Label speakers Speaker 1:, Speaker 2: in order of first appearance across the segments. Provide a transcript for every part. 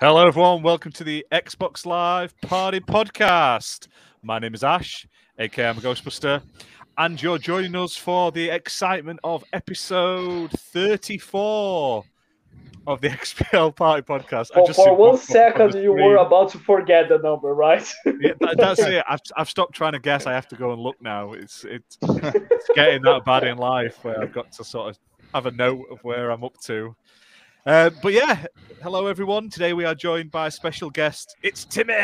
Speaker 1: Hello, everyone. Welcome to the Xbox Live Party Podcast. My name is Ash, aka I'm a Ghostbuster, and you're joining us for the excitement of episode 34 of the XPL Party Podcast. I
Speaker 2: For,
Speaker 1: just
Speaker 2: for
Speaker 1: said
Speaker 2: one
Speaker 1: on
Speaker 2: second,
Speaker 1: the
Speaker 2: you were
Speaker 1: screen.
Speaker 2: about to forget the number, right?
Speaker 1: Yeah, that- that's it. I've, I've stopped trying to guess. I have to go and look now. It's it's, it's getting that bad in life where I've got to sort of have a note of where I'm up to. Uh, but yeah, hello everyone. Today we are joined by a special guest. It's Timmy.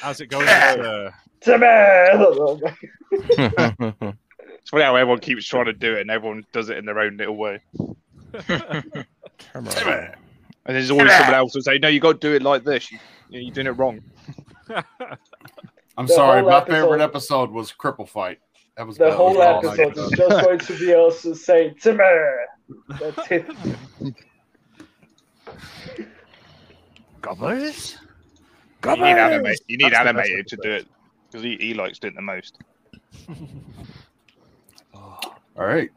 Speaker 1: How's it going? sir?
Speaker 2: Timmy! I don't know.
Speaker 3: That's
Speaker 4: funny how everyone keeps trying to do it and everyone does it in their own little way. And there's always someone else who say, No, you got to do it like this. You, you're doing it wrong.
Speaker 3: I'm
Speaker 2: The
Speaker 3: sorry,
Speaker 2: whole
Speaker 3: my
Speaker 2: episode-
Speaker 3: favorite episode was Cripple Fight. That was
Speaker 2: The
Speaker 3: that was
Speaker 2: whole
Speaker 3: all I
Speaker 1: Oh
Speaker 2: episode is
Speaker 3: could-
Speaker 2: just going to be us to say Timmy! That's it.
Speaker 1: Gobblers.
Speaker 4: You need, anima- you need
Speaker 1: That's the best
Speaker 4: animated to do it because he, he likes doing it the most.
Speaker 3: All right.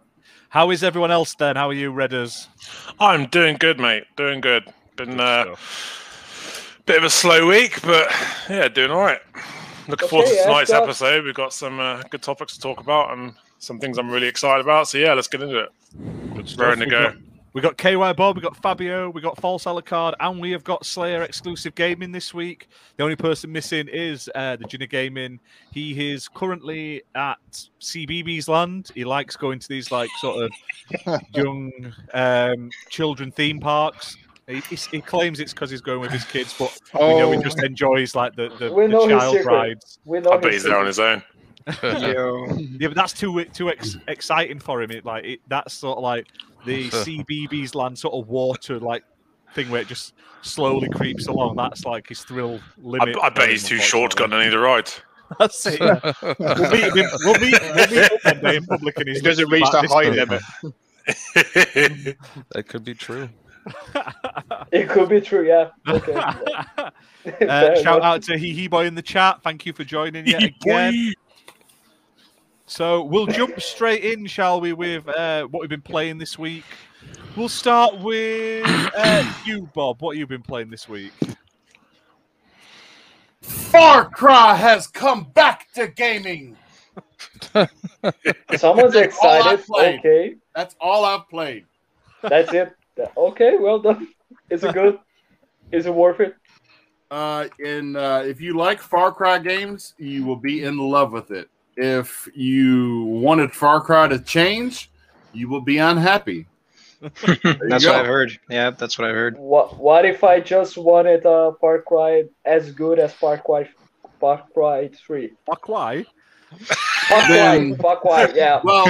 Speaker 1: How is everyone else then? How are you, Redders?
Speaker 5: I'm doing good, mate. Doing good. Been uh, bit of a slow week, but yeah, doing all right. Looking forward to
Speaker 2: Okay, I've
Speaker 5: tonight's
Speaker 2: got-
Speaker 5: episode. We've got some uh, good topics to talk about and some things I'm really excited about. So yeah, let's get into it. Raring to
Speaker 1: We
Speaker 5: go.
Speaker 1: got- We got KY Bob, we got Fabio, we got False Alucard, and we have got Slayer exclusive gaming this week. The only person missing is uh, the Junior Gaming. He is currently at CBBS land. He likes going to these like sort of young um, children theme parks. He, he, he claims it's because he's going with his kids, but we know he just enjoys like the, the,
Speaker 2: Oh. We
Speaker 1: the
Speaker 2: know his
Speaker 1: child
Speaker 2: secret.
Speaker 1: rides.
Speaker 2: We know
Speaker 5: I bet
Speaker 2: his
Speaker 5: he's there on
Speaker 2: secret.
Speaker 5: his own.
Speaker 1: Yeah, but that's too too ex- exciting for him. It like it, that's sort of like the CBBS land sort of water like thing where it just slowly creeps along. That's like his thrill
Speaker 5: I,
Speaker 1: limit.
Speaker 5: I bet
Speaker 1: for
Speaker 5: he's
Speaker 1: him,
Speaker 5: too short to
Speaker 1: unfortunately.
Speaker 5: need a ride.
Speaker 1: That's it. yeah. We'll meet him. in- We'll meet. We'll meet him one day in public, and he's
Speaker 4: He doesn't
Speaker 1: literally
Speaker 4: reach
Speaker 1: about
Speaker 4: the
Speaker 1: this
Speaker 4: height
Speaker 1: big.
Speaker 4: limit.
Speaker 6: That could be true.
Speaker 2: It could be true, yeah. Okay. Fair
Speaker 1: Uh, shout
Speaker 2: enough.
Speaker 1: out to Hee Hee Boy in the chat. Thank you for joining yet again.
Speaker 5: Boy.
Speaker 1: So we'll jump straight in, shall we, with uh, what we've been playing this week. We'll start with uh, you, Bob. What you've been playing this week?
Speaker 3: Far Cry has come back to gaming.
Speaker 2: Someone's
Speaker 1: Oh,
Speaker 3: All I
Speaker 2: excited.
Speaker 3: played.
Speaker 2: Okay.
Speaker 3: That's all I've played.
Speaker 2: That's it. Okay, well done. Is it good? Is it worth it?
Speaker 3: Uh, and uh, if you like Far Cry games, you will be in love with it. If you wanted Far Cry to change, you will be unhappy. There you
Speaker 7: That's
Speaker 3: go.
Speaker 7: what I've heard. Yeah, that's what I've heard.
Speaker 2: What What if I just wanted uh, Far Cry as good as Far Cry, Far Cry 3?
Speaker 1: Fuck why?
Speaker 2: Far Cry,
Speaker 3: Then-
Speaker 2: Far Cry, yeah.
Speaker 3: Well,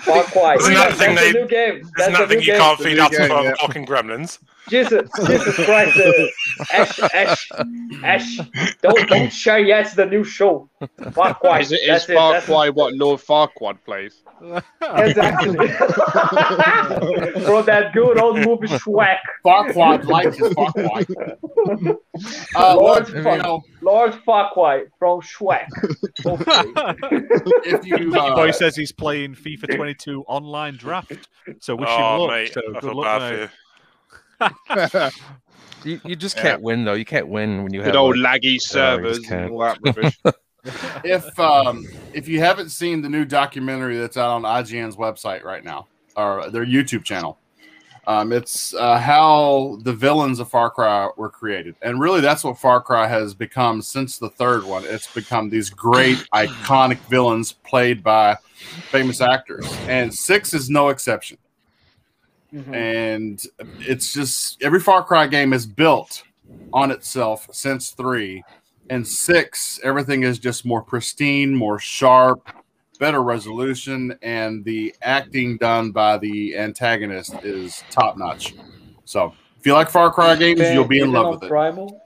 Speaker 2: Far Cry.
Speaker 5: Isn't that
Speaker 2: That's
Speaker 5: thing
Speaker 2: a
Speaker 5: they-
Speaker 2: new game.
Speaker 5: There's
Speaker 2: That's a
Speaker 5: nothing
Speaker 2: new
Speaker 5: you
Speaker 2: game.
Speaker 5: can't feed
Speaker 3: new
Speaker 5: up to
Speaker 3: game,
Speaker 5: 12
Speaker 3: yeah.
Speaker 5: o'clock in Gremlins.
Speaker 2: Jesus, Jesus Christ. uh, Ash, Ash, Ash. Don't, don't share yet the new show. Far Cry.
Speaker 4: Is, it, is
Speaker 2: That's it,
Speaker 4: Far
Speaker 2: that's it.
Speaker 4: Cry what Lord Farquaad plays?
Speaker 2: Exactly. From that good old movie Shrek.
Speaker 3: Farquad likes his Farquad. Uh,
Speaker 2: Lord
Speaker 3: Lord, you know,
Speaker 2: Lord Farquaad from Shrek.
Speaker 3: if you
Speaker 1: Hee
Speaker 3: uh,
Speaker 1: Boy says he's playing FIFA 22 online draft. So wish him
Speaker 5: oh,
Speaker 1: luck.
Speaker 5: mate.
Speaker 1: so
Speaker 5: I
Speaker 1: good
Speaker 5: feel
Speaker 1: luck,
Speaker 5: bad for
Speaker 1: mate.
Speaker 5: you.
Speaker 6: You, you just
Speaker 4: Yeah.
Speaker 6: can't win though. You can't win when you have
Speaker 4: Good old
Speaker 6: like-
Speaker 4: laggy servers
Speaker 6: can't.
Speaker 4: and all that rubbish.
Speaker 3: if um, if you haven't seen the new documentary that's out on IGN's website right now or their YouTube channel, um, it's uh, how the villains of Far Cry were created, and really that's what Far Cry has become since the third one. It's become these great iconic villains played by famous actors, and six is no exception.
Speaker 2: Hmm. Mhm.
Speaker 3: and it's just every Far Cry game is built on itself since three and six. Everything is just more pristine, more sharp, better resolution, and the acting done by the antagonist is top notch. So, if you like Far Cry games, you'll be in love with it.
Speaker 2: Primal?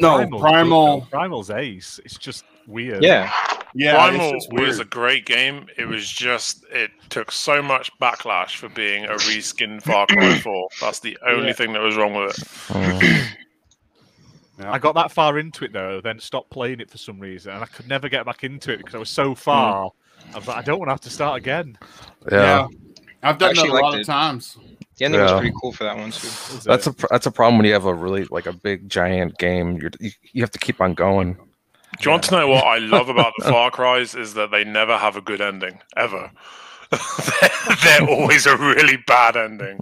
Speaker 3: No, Primal,
Speaker 1: Primal's ace. It's just weird.
Speaker 7: Yeah,
Speaker 3: yeah, it's
Speaker 5: Primal
Speaker 3: just
Speaker 5: was a
Speaker 3: weird.
Speaker 5: great game. It was just it took so much backlash for being a reskin Far Cry 4. That's the only
Speaker 2: Yeah.
Speaker 5: thing that was wrong with it.
Speaker 6: Mm.
Speaker 1: I got that far into it though, then stopped playing it for some reason, and I could never get back into it because I was so
Speaker 3: Hmm.
Speaker 1: far. I was like, I don't want to have to start again.
Speaker 6: yeah.
Speaker 3: I've done
Speaker 7: Actually
Speaker 3: that a lot
Speaker 7: liked
Speaker 3: of
Speaker 7: it.
Speaker 3: times.
Speaker 8: The ending
Speaker 6: Yeah.
Speaker 8: was pretty cool for that one too.
Speaker 6: That's a pr- that's a problem when you have a really like a big giant game. You're, you you have to keep on going.
Speaker 5: Do you want to know what I love about the Far Cries is that they never have a good ending ever. they're, they're always a really bad ending.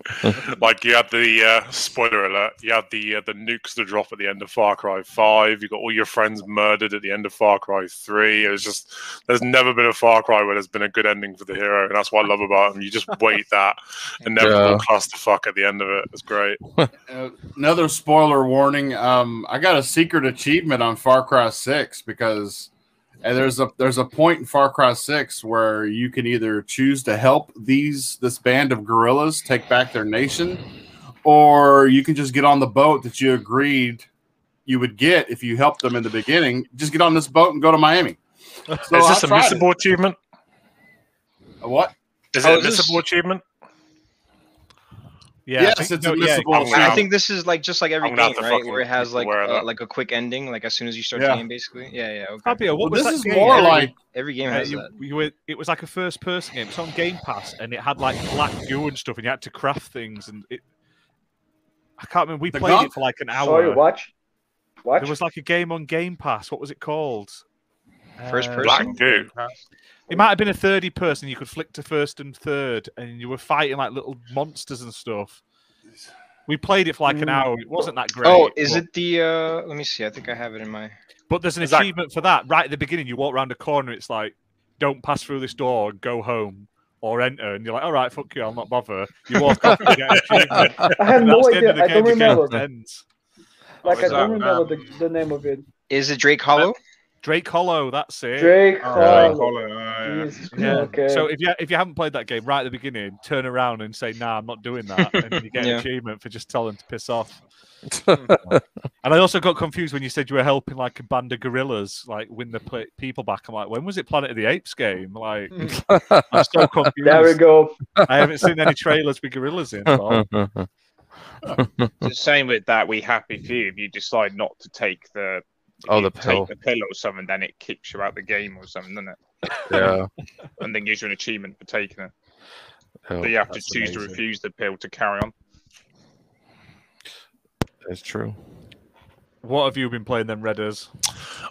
Speaker 5: like you had the uh, spoiler alert, you had the uh, the nukes to drop at the end of Far Cry Five. You got all your friends murdered at the end of Far Cry Three. It was just there's never been a Far Cry where there's been a good ending for the hero, and that's what I love about them. You just wait that inevitable clusterfuck at the end of it. It's great.
Speaker 3: Uh, another spoiler warning. Um, I got a secret achievement on Far Cry Six because and there's a there's a point in Far Cry Six where you can either choose to help these this band of guerrillas take back their nation, or you can just get on the boat that you agreed you would get if you helped them in the beginning. Just get on this boat and go to Miami. So
Speaker 5: is
Speaker 3: I
Speaker 5: this a
Speaker 3: tried it.
Speaker 5: missable achievement?
Speaker 3: What?
Speaker 5: Is it
Speaker 8: Oh,
Speaker 5: a
Speaker 8: is this-
Speaker 5: missable achievement?
Speaker 1: Yeah,
Speaker 3: yes,
Speaker 1: I think-
Speaker 3: it's
Speaker 1: no,
Speaker 3: a
Speaker 1: yeah,
Speaker 3: missable.
Speaker 5: I'm
Speaker 3: achievement.
Speaker 8: I think this is like just like every
Speaker 5: I'm gonna have
Speaker 8: game,
Speaker 5: to
Speaker 8: right?
Speaker 5: fucking
Speaker 8: Where it has like
Speaker 5: wear
Speaker 8: uh,
Speaker 5: that.
Speaker 8: like a quick ending, like as soon as you start
Speaker 3: Yeah.
Speaker 8: the game, basically. Yeah, yeah. Okay.
Speaker 1: Fabio, what
Speaker 3: well,
Speaker 1: was
Speaker 3: this
Speaker 1: that game?
Speaker 3: is more
Speaker 1: Every-
Speaker 3: like
Speaker 8: Every game
Speaker 1: Uh,
Speaker 8: has
Speaker 1: you-
Speaker 8: that.
Speaker 1: you were- it was like a first person game. It's on Game Pass and it had like black goo and stuff and you had to craft things and it I can't remember we
Speaker 3: The
Speaker 1: played
Speaker 3: Gunk?
Speaker 1: it for like an
Speaker 2: Sorry,
Speaker 1: hour.
Speaker 2: watch. Watch.
Speaker 1: there was like a game on Game Pass. What was it called?
Speaker 8: First
Speaker 1: Uh,
Speaker 8: person?
Speaker 5: Black goo.
Speaker 1: It might have been a thirty person. You could flick to first and third, and you were fighting like little monsters and stuff. We played it for
Speaker 2: Hmm.
Speaker 1: like an hour. It wasn't that great.
Speaker 8: Oh, is
Speaker 1: but-
Speaker 8: it the? uh Let me see. I think I have it in my.
Speaker 1: But there's an
Speaker 5: Is that-
Speaker 1: achievement for that right at the beginning. You walk around a corner. It's like, don't pass through this door. Go home or enter. And you're like, all right, fuck you. I'll not bother. You walk off. and you get an achievement.
Speaker 2: I have
Speaker 1: And that's
Speaker 2: no
Speaker 1: the end
Speaker 2: idea.
Speaker 1: of the
Speaker 2: I
Speaker 1: game. The
Speaker 2: don't
Speaker 1: game
Speaker 2: remember.
Speaker 1: just ends.
Speaker 2: Like, I don't
Speaker 8: was that?
Speaker 2: remember the, the name of it.
Speaker 8: Is it Drake Hollow?
Speaker 1: Drake Hollow. That's it.
Speaker 2: Drake
Speaker 8: Drake
Speaker 2: Hall.
Speaker 8: Hollow. uh, yeah.
Speaker 2: Jesus
Speaker 1: Yeah.
Speaker 2: Christ, Okay.
Speaker 1: So if you if you haven't played that game right at the beginning, turn around and say, "Nah, I'm not doing that," and you get an
Speaker 8: Yeah.
Speaker 1: achievement for just telling them to piss off. Hmm. and I also got confused when you said you were helping like a band of gorillas like win the pla people back. I'm like, when was it Planet of the Apes game? Like, I'm so confused.
Speaker 2: there we go.
Speaker 1: I haven't seen any trailers with gorillas in. Bob.
Speaker 4: the same with that We Happy Few. If you decide not to take the if
Speaker 6: Oh,
Speaker 4: you
Speaker 6: the
Speaker 4: take
Speaker 6: pill.
Speaker 4: the pill or something, then it kicks you out the game or something, doesn't it?
Speaker 6: yeah.
Speaker 4: And then gives you an achievement for taking it.
Speaker 6: Oh,
Speaker 4: but you have to
Speaker 6: that's
Speaker 4: choose to
Speaker 6: amazing.
Speaker 4: refuse the pill to carry on.
Speaker 6: That's true.
Speaker 1: what have you been playing then, Redders?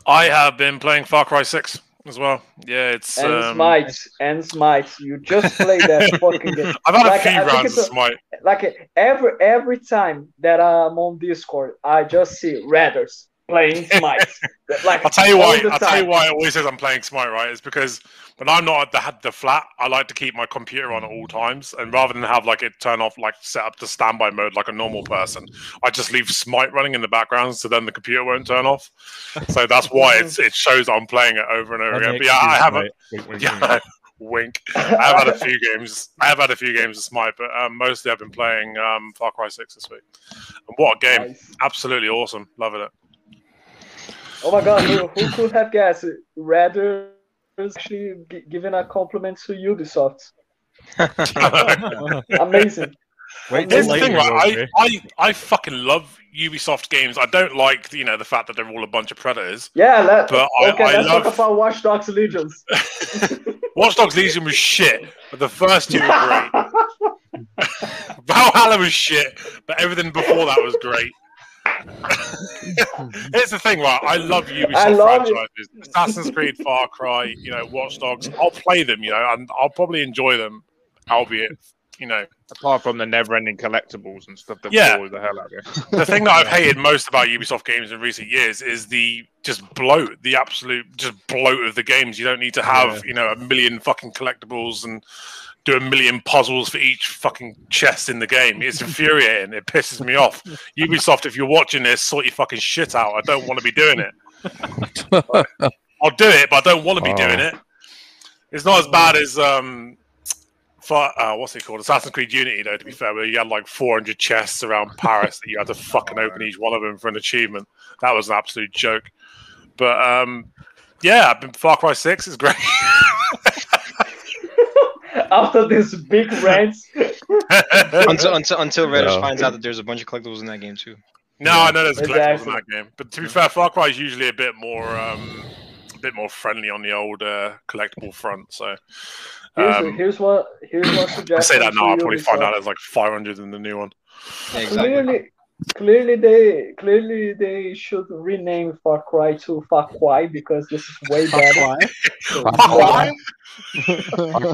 Speaker 5: I have been playing Far Cry 6 as well. Yeah, it's.
Speaker 2: And
Speaker 5: Um,
Speaker 2: smites. And smites. You just play that fucking game.
Speaker 5: I've had
Speaker 2: Like,
Speaker 5: a few
Speaker 2: I think
Speaker 5: rounds of
Speaker 2: it's a-
Speaker 5: Smite.
Speaker 2: Like every every time that I'm on Discord, I just see Radders playing smites. like
Speaker 5: I'll tell you
Speaker 2: all
Speaker 5: why.
Speaker 2: the
Speaker 5: I'll tell
Speaker 2: time.
Speaker 5: you why. I always says I'm playing Smite, right? It's because when I'm not at the, had the flat, I like to keep my computer on at all times, and rather than have like it turn off, like set up to standby mode like a normal person, I just leave Smite running in the background, so then the computer won't turn off. So that's why it's, it shows I'm playing it over and over again. But yeah, I haven't. Yeah, wink. I have had a few games. I have had a few games of Smite, but um, mostly I've been playing um, Far Cry Six this week. And what a game!
Speaker 2: Nice.
Speaker 5: Absolutely awesome. Loving it.
Speaker 2: Oh my god, who, who could have guessed? Radders actually gi- giving a compliment to Ubisoft. Amazing.
Speaker 1: Wait till
Speaker 5: Here's the
Speaker 1: later,
Speaker 5: thing,
Speaker 1: won't
Speaker 5: right?
Speaker 1: you?
Speaker 5: I, I, I fucking love Ubisoft games. I don't like you know the fact that they're all a bunch of predators.
Speaker 2: Yeah, let,
Speaker 5: But I-
Speaker 2: okay,
Speaker 5: I
Speaker 2: let's talk
Speaker 5: love-
Speaker 2: about Watch Dogs Legions.
Speaker 5: Watch Dogs Legion was shit, but the first two were great. Valhalla was shit, but everything before that was great. Here's the thing, right? I love Ubisoft
Speaker 2: I love it.
Speaker 5: franchises. Assassin's Creed, Far Cry, you know, Watch Dogs. I'll play them, you know, and I'll probably enjoy them, albeit, you know,
Speaker 4: Apart from the never-ending collectibles and stuff that
Speaker 5: Yeah.
Speaker 4: bore the hell out of you.
Speaker 5: the thing that I've hated most about Ubisoft games in recent years is the just bloat, the absolute just bloat of the games. You don't need to have you know a million fucking collectibles and do a million puzzles for each fucking chest in the game. It's infuriating. it pisses me off. Ubisoft, if you're watching this, sort your fucking shit out. I don't want to be doing it. I'll do it, but I don't want to be
Speaker 6: Oh.
Speaker 5: doing it. It's not as bad as um, for, uh, what's it called? Assassin's Creed Unity, though. To be fair, where you had like 400 chests around Paris that you had to fucking open each one of them for an achievement. That was an absolute joke. But um, yeah, I've been Far Cry Six is great.
Speaker 2: After this big rant,
Speaker 8: Until until until Reddish
Speaker 6: Yeah.
Speaker 8: finds out that there's a bunch of collectibles in that game too.
Speaker 5: no, I know there's collectibles in
Speaker 2: Exactly.
Speaker 5: that game, but to be fair, Far Cry is usually a bit more um, bit more friendly on the old uh, collectible front. So
Speaker 2: Here's,
Speaker 5: um,
Speaker 2: here's one. Here's one suggestion.
Speaker 5: I say that
Speaker 2: for
Speaker 5: now. I'll
Speaker 2: you,
Speaker 5: probably
Speaker 2: Michelle.
Speaker 5: find out it's like 500 in the new one.
Speaker 2: Clearly, clearly they clearly they should rename Far Cry to Far Cry because this is way better.
Speaker 3: Why?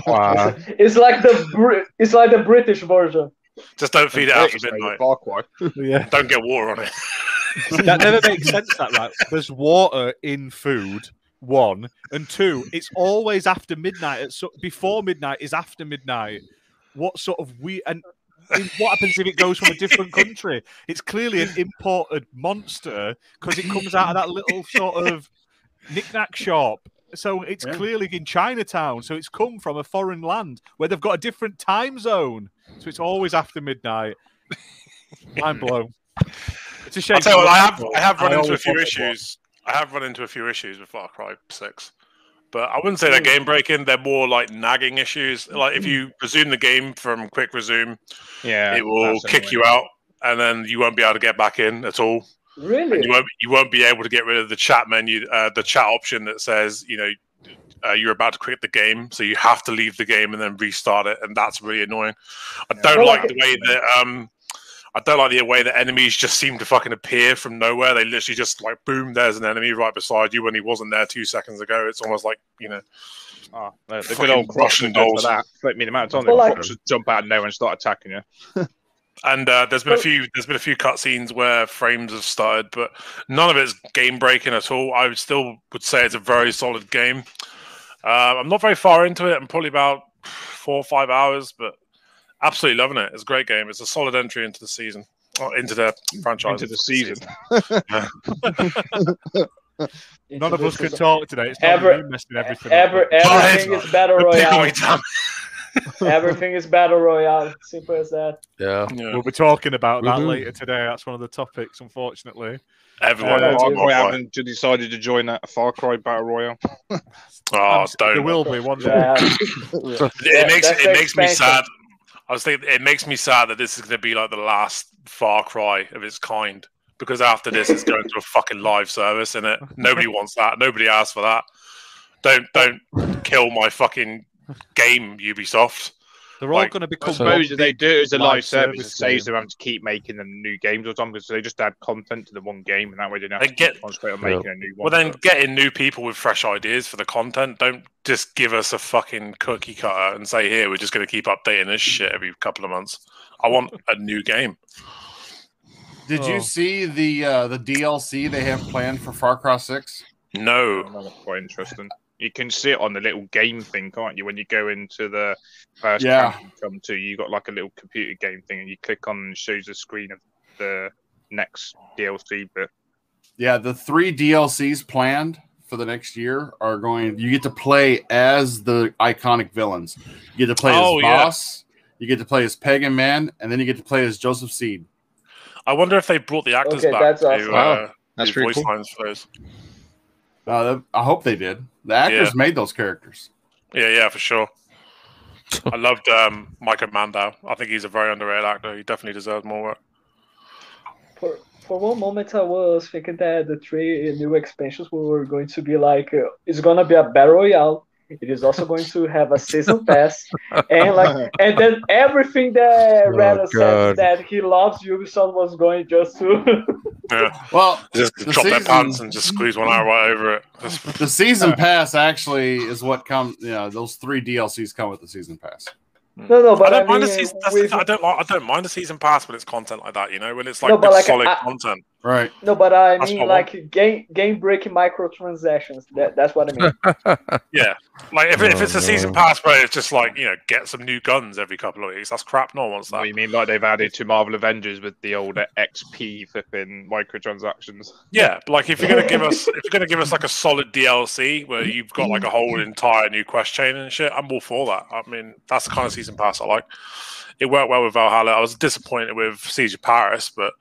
Speaker 6: Wow.
Speaker 2: It's like the Br- it's like the British version.
Speaker 5: Just don't feed it after midnight.
Speaker 1: Yeah,
Speaker 5: Don't get water on it.
Speaker 1: that never makes sense. That right? There's water in food. One and two. It's always after midnight. It's so, before midnight is after midnight. What sort of we and it- what happens if it goes from a different country? It's clearly an imported monster because it comes out of that little sort of knickknack shop. So it's
Speaker 3: Yeah.
Speaker 1: clearly in Chinatown. So it's come from a foreign land where they've got a different time zone. So it's always after midnight. Mind blown. It's a shame.
Speaker 5: I'll tell you what, I have I have run into a
Speaker 1: always
Speaker 5: few
Speaker 1: wanted one.
Speaker 5: issues. I have run into a few issues with Far Cry Six, but I wouldn't say they're game breaking. They're more like nagging issues. Like if you resume the game from quick resume,
Speaker 8: Yeah,
Speaker 5: it will
Speaker 8: that's
Speaker 5: kick
Speaker 8: annoying.
Speaker 5: you out, and then you won't be able to get back in at all. And
Speaker 2: Really?
Speaker 5: you won't you won't be able to get rid of the chat menu, uh, the chat option that says you know. Uh, you're about to quit the game, so you have to leave the game and then restart it, and that's really annoying. I don't
Speaker 2: Well,
Speaker 5: like
Speaker 2: like-
Speaker 5: the way that um, I don't like the way that enemies just seem to fucking appear from nowhere. They literally just like boom, there's an enemy right beside you when he wasn't there two seconds ago. It's almost like you know,
Speaker 4: Ah, the, the good
Speaker 5: Fucking
Speaker 4: old crocs
Speaker 5: Russian
Speaker 4: are good
Speaker 5: dolls.
Speaker 4: for that. Flip me the amount of time
Speaker 2: Well,
Speaker 4: the
Speaker 2: like-
Speaker 4: crocs would jump out of nowhere and start attacking you.
Speaker 5: And uh, there's been a
Speaker 2: But-
Speaker 5: few there's been a few cutscenes where frames have started, but none of it's game breaking at all. I would still would say it's a very solid game. Uh, I'm not very far into it. I'm probably about four or five hours, but absolutely loving it. It's a great game. It's a solid entry into the season, or into the franchise.
Speaker 4: Into the season.
Speaker 1: None of us
Speaker 2: could
Speaker 1: can talk today. It's probably
Speaker 2: Ever-
Speaker 1: you messing everything
Speaker 2: Ever,
Speaker 1: up.
Speaker 2: everything is battle
Speaker 5: Pick me
Speaker 2: royale.
Speaker 5: down.
Speaker 2: everything is battle royale. Simple as that.
Speaker 6: Yeah.
Speaker 5: Yeah.
Speaker 1: We'll be talking about that
Speaker 6: Woohoo.
Speaker 1: later today. That's one of the topics, unfortunately.
Speaker 5: Everyone
Speaker 2: Uh,
Speaker 5: wants
Speaker 2: Far
Speaker 5: to
Speaker 2: Cry
Speaker 5: modify.
Speaker 8: I haven't d- decided to join that Far Cry Battle Royale.
Speaker 5: Oh,
Speaker 1: Abs-
Speaker 5: don't.
Speaker 1: There will be one day.
Speaker 2: Yeah.
Speaker 5: it
Speaker 2: Yeah,
Speaker 5: makes
Speaker 2: that's
Speaker 5: it
Speaker 2: the
Speaker 5: makes me
Speaker 2: expansion.
Speaker 5: sad. I was thinking it makes me sad that this is going to be like the last Far Cry of its kind because after this, it's going to a fucking live service, and it nobody wants that. Nobody asked for that. Don't don't kill my fucking game, Ubisoft.
Speaker 1: They're all
Speaker 5: Like,
Speaker 1: going to
Speaker 4: I
Speaker 1: become
Speaker 4: suppose if they do it as a
Speaker 1: live
Speaker 4: live service, it
Speaker 1: service
Speaker 4: saves
Speaker 1: game.
Speaker 4: them having to keep making them new games or something. because they just add content to the one game, and that way they don't
Speaker 5: They
Speaker 4: have to
Speaker 5: get-
Speaker 4: concentrate on
Speaker 6: Yeah.
Speaker 4: making a new one.
Speaker 5: Well, then get in new people with fresh ideas for the content. Don't just give us a fucking cookie cutter and say, "Here, we're just going to keep updating this shit every couple of months." I want a new game.
Speaker 3: Did
Speaker 1: Oh.
Speaker 3: you see the uh, the DLC they have planned for Far Cry Six?
Speaker 5: No,
Speaker 4: Oh, that's quite interesting. You can see it on the little game thing, can't you? When you go into the first
Speaker 3: Yeah.
Speaker 4: camp you come to, you got like a little computer game thing, and you click on and it shows the screen of the next DLC bit.
Speaker 3: Yeah, the three DLCs planned for the next year are going. You get to play as the iconic villains. You get to play
Speaker 5: Oh,
Speaker 3: as
Speaker 5: yeah.
Speaker 3: Boss. You get to play as Pagan Man, and then you get to play as Joseph Seed.
Speaker 5: I wonder if they brought the actors
Speaker 2: Okay,
Speaker 5: back
Speaker 2: that's
Speaker 5: to
Speaker 2: awesome.
Speaker 5: uh,
Speaker 8: Wow. That's
Speaker 5: do
Speaker 8: pretty
Speaker 5: voice
Speaker 8: cool.
Speaker 5: lines for those.
Speaker 3: Uh, that- I hope they did. The actors made those characters.
Speaker 5: Yeah, yeah, for sure. I loved um, Michael Mandow. I think he's a very underrated actor. He definitely deserves more work.
Speaker 2: For, for one moment, I was thinking that the three new expansions were going to be like uh, it's gonna be a battle royale. It is also going to have a season pass, and like, and then everything that
Speaker 6: Oh,
Speaker 2: Reda said
Speaker 6: God.
Speaker 2: that he loves Ubisoft was going just to.
Speaker 5: Yeah,
Speaker 3: Well,
Speaker 5: just
Speaker 3: The
Speaker 5: drop their
Speaker 3: season-
Speaker 5: pants and just squeeze one out right over it.
Speaker 3: the season pass actually is what comes. You know, those three DLCs come with the season pass.
Speaker 2: no, no,
Speaker 5: I
Speaker 2: but I,
Speaker 5: don't mind a
Speaker 2: mean,
Speaker 5: season. That's the
Speaker 2: with-
Speaker 5: thing, I don't. Like, I don't mind a season pass when it's content like that. You know, when it's like
Speaker 2: No, but
Speaker 5: good
Speaker 2: like,
Speaker 5: solid
Speaker 2: I-
Speaker 5: content.
Speaker 3: Right.
Speaker 2: no, but I
Speaker 5: That's
Speaker 2: mean
Speaker 5: not
Speaker 2: like game game breaking microtransactions. That that's what I mean.
Speaker 5: Yeah, like if, if
Speaker 6: Oh,
Speaker 5: it's a season
Speaker 6: no.
Speaker 5: pass where it's just like you know, get some new guns every couple of weeks. That's crap. No one wants
Speaker 4: What
Speaker 5: that.
Speaker 4: you mean like they've added to Marvel Avengers with the old XP flipping microtransactions?
Speaker 5: Yeah, but, like if you're gonna give us, if you're gonna give us like a solid DLC where you've got like a whole entire new quest chain and shit, I'm all for that. I mean, that's the kind of season pass I like. It worked well with Valhalla. I was disappointed with Siege of Paris, but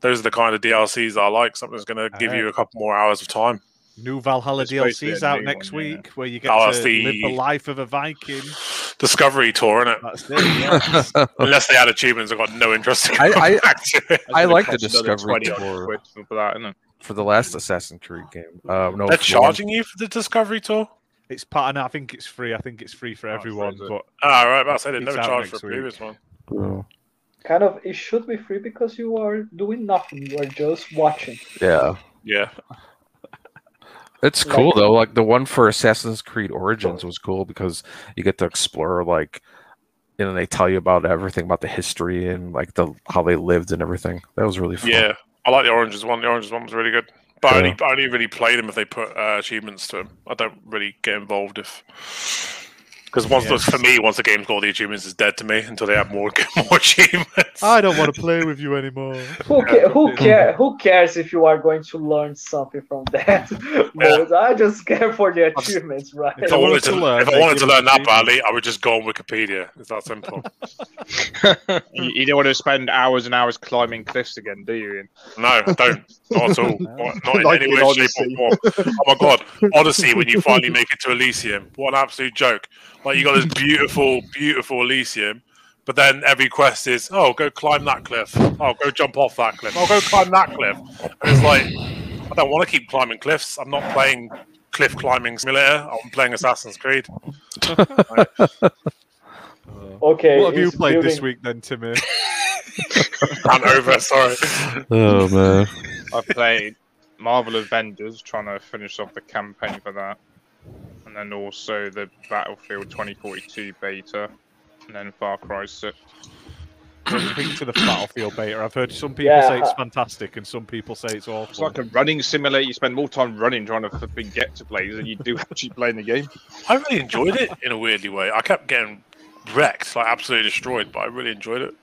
Speaker 5: those are the kind of DLCs I like. Something that's gonna give you a couple more hours of time.
Speaker 1: New Valhalla
Speaker 4: It's supposed to be
Speaker 1: DLC's
Speaker 4: a
Speaker 1: out
Speaker 4: new
Speaker 1: next
Speaker 4: one, yeah.
Speaker 1: week where you get
Speaker 5: Oh,
Speaker 1: to
Speaker 5: that's the-
Speaker 1: live the life of a Viking.
Speaker 5: Discovery tour, innit?
Speaker 1: That's it. Yeah.
Speaker 5: Unless they add achievements, I've got no interest in
Speaker 6: I-
Speaker 5: going
Speaker 6: I-
Speaker 5: back to it.
Speaker 6: I like the
Speaker 4: Cost another
Speaker 6: Discovery
Speaker 4: 20 odd
Speaker 6: Tour.
Speaker 4: quid for that, innit?
Speaker 6: for the last Assassin's Creed game. Uh, no,
Speaker 1: Oh,
Speaker 5: They're
Speaker 6: for the one-
Speaker 5: charging you for the Discovery Tour?
Speaker 1: It's part, and I think it's free. I think it's free for everyone.
Speaker 4: Oh, is it?
Speaker 1: But
Speaker 5: Ah, right. But I said they
Speaker 1: It's
Speaker 5: never
Speaker 1: out
Speaker 5: charged for a
Speaker 1: next week.
Speaker 5: previous one.
Speaker 6: Oh,
Speaker 9: Kind of, it should be free because you are doing nothing. You are just watching.
Speaker 6: Yeah,
Speaker 5: Yeah.
Speaker 6: it's
Speaker 9: Like-
Speaker 6: cool though. Like the one for Assassin's Creed Origins was cool because you get to explore like, you know, they tell you about everything about the history and like the how they lived and everything. That was really fun.
Speaker 5: Yeah. I like the oranges one. The oranges one was really good. But I,
Speaker 6: Yeah.
Speaker 5: only, I only really play them if they put uh, achievements to them. I don't really get involved if. Because once
Speaker 1: Yeah.
Speaker 5: the- for me, once the game's got all the achievements, it's dead to me until they have more more achievements.
Speaker 1: I don't want to play with you anymore.
Speaker 9: Who ca- who care who cares if you are going to learn something from that? mode? I just care for the achievements, right?
Speaker 5: If
Speaker 1: I
Speaker 5: I
Speaker 1: wanted
Speaker 5: wanted
Speaker 1: to
Speaker 5: to,
Speaker 1: learn,
Speaker 5: if I
Speaker 1: they
Speaker 5: wanted
Speaker 1: give
Speaker 5: to
Speaker 1: us
Speaker 5: learn that
Speaker 1: achievements.
Speaker 5: badly, I would just go on Wikipedia. It's that simple.
Speaker 4: you, you don't want to spend hours and hours climbing cliffs again, do you? Ian?
Speaker 5: No, I don't. Not at all. Not, not in
Speaker 4: Like
Speaker 5: any
Speaker 4: in
Speaker 5: way, shape,
Speaker 4: Odyssey.
Speaker 5: or form. Oh my god, Odyssey! When you finally make it to Elysium, what an absolute joke! Like you got this beautiful, beautiful Elysium, but then every quest is, oh, go climb that cliff. Oh, go jump off that cliff. Oh, go climb that cliff. And it's like, I don't want to keep climbing cliffs. I'm not playing cliff climbing simulator. I'm playing Assassin's Creed.
Speaker 9: Okay.
Speaker 1: What have you
Speaker 9: it's
Speaker 1: played this
Speaker 9: building-
Speaker 1: week then, Timmy?
Speaker 5: And over. Sorry.
Speaker 6: Oh man.
Speaker 4: I've played Marvel Avengers, trying to finish off the campaign for that, and then also the Battlefield 2042 beta, and then Far Cry 6.
Speaker 1: Speak to the Battlefield beta. I've heard some people
Speaker 9: Yeah.
Speaker 1: say it's fantastic and some people say it's awful.
Speaker 4: It's like a running simulator. You spend more time running trying to flipping get to plays than you do actually playing the game.
Speaker 5: I really enjoyed it in a weirdly way. I kept getting wrecked, like absolutely destroyed, but I really enjoyed it.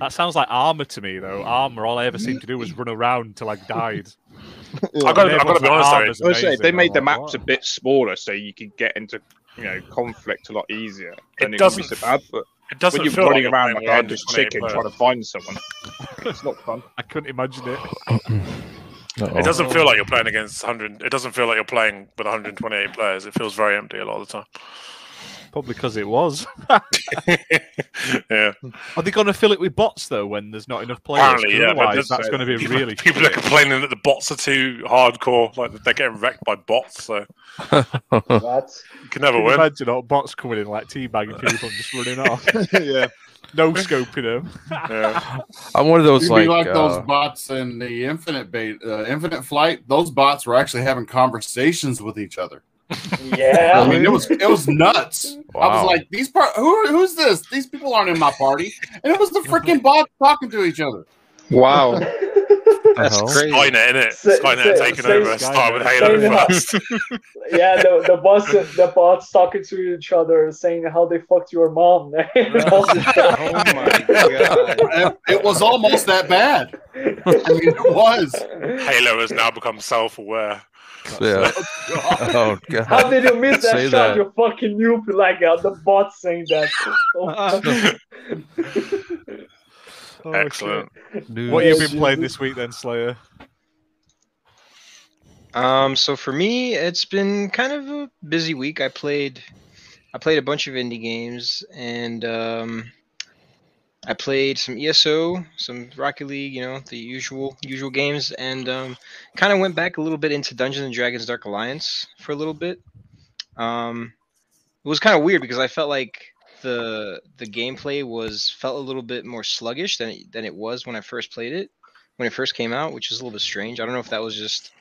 Speaker 1: That sounds like armor to me, though. Armor. All I ever seemed to do was run around till I died.
Speaker 5: I got. I
Speaker 1: Everyone's
Speaker 5: got to be honest. though,
Speaker 1: armor's
Speaker 4: I was gonna say,
Speaker 1: amazing.
Speaker 4: they
Speaker 1: I'm
Speaker 4: made the
Speaker 1: like,
Speaker 4: maps
Speaker 1: what?
Speaker 4: a bit smaller so you could get into you know conflict a lot easier. Then
Speaker 5: It
Speaker 4: it, wouldn't be
Speaker 5: doesn't
Speaker 4: so bad, but
Speaker 5: It doesn't
Speaker 4: when you're
Speaker 5: feel
Speaker 4: running
Speaker 5: like
Speaker 4: around
Speaker 5: I'm
Speaker 4: like a
Speaker 5: playing
Speaker 4: headless
Speaker 5: Android
Speaker 4: chicken
Speaker 5: 28
Speaker 4: trying to find someone, it's not fun.
Speaker 1: I couldn't imagine it.
Speaker 6: Uh-oh.
Speaker 8: Oh.
Speaker 5: It doesn't feel like you're playing against 100. It doesn't feel like you're playing with 128 players. It feels very empty a lot of the
Speaker 1: Probably because it was.
Speaker 5: time. yeah,
Speaker 1: Are they going to fill it with bots though when there's not enough players?
Speaker 5: Apparently,
Speaker 1: 'Cause
Speaker 5: yeah, but
Speaker 1: Otherwise,
Speaker 5: there's-
Speaker 1: that's going to be
Speaker 5: people,
Speaker 1: really.
Speaker 5: people are complaining that the bots are too hardcore. Like they're getting wrecked by bots, so
Speaker 9: What?
Speaker 5: you can never
Speaker 1: Can you
Speaker 5: win.
Speaker 1: imagine all bots coming in like teabagging people and just running off,
Speaker 4: yeah,
Speaker 1: no scoping them.
Speaker 5: Yeah.
Speaker 6: I'm one of those
Speaker 3: It'd
Speaker 6: like,
Speaker 3: be like
Speaker 6: uh,
Speaker 3: those bots in the infinite bait, uh, infinite flight. Those bots were actually having conversations with each other. I
Speaker 9: Yeah.
Speaker 3: mean, it was it was nuts. I
Speaker 6: uh, Wow.
Speaker 3: was like, these part, who are- who's this? These people aren't in my party, and it was the freaking bots talking to each other.
Speaker 4: wow,
Speaker 6: what the
Speaker 4: that's
Speaker 6: hell?
Speaker 4: crazy.
Speaker 5: Skynet, innit?
Speaker 9: Say-
Speaker 5: Skynet
Speaker 9: say-
Speaker 5: taking
Speaker 9: say-
Speaker 5: over. Start with
Speaker 9: say-
Speaker 5: Halo first.
Speaker 9: yeah, the the bots the bots talking to each other saying how they fucked your mom. and all this stuff.
Speaker 4: Oh my god!
Speaker 3: It, it was almost that bad. I mean, it was.
Speaker 5: Halo has now become self-aware.
Speaker 6: Yeah. Oh
Speaker 9: How
Speaker 6: god.
Speaker 9: did you miss that
Speaker 6: Say
Speaker 9: shot,
Speaker 6: that.
Speaker 9: you fucking noob? Like uh, the bot saying that.
Speaker 1: Oh,
Speaker 5: Excellent.
Speaker 1: shit.
Speaker 6: Dude.
Speaker 1: What have you
Speaker 9: Yes,
Speaker 1: been playing
Speaker 9: yes.
Speaker 1: this week then, Slayer?
Speaker 8: Um, so for me, it's been kind of a busy week. I played, I played a bunch of indie games, and um, I played some ESO, some Rocket League, you know, the usual usual games, and um, kind of went back a little bit into Dungeons and Dragons Dark Alliance for a little bit. Um, it was kind of weird because I felt like the the gameplay was felt a little bit more sluggish than it, than it was when I first played it, when it first came out, which is a little bit strange. I don't know if that was just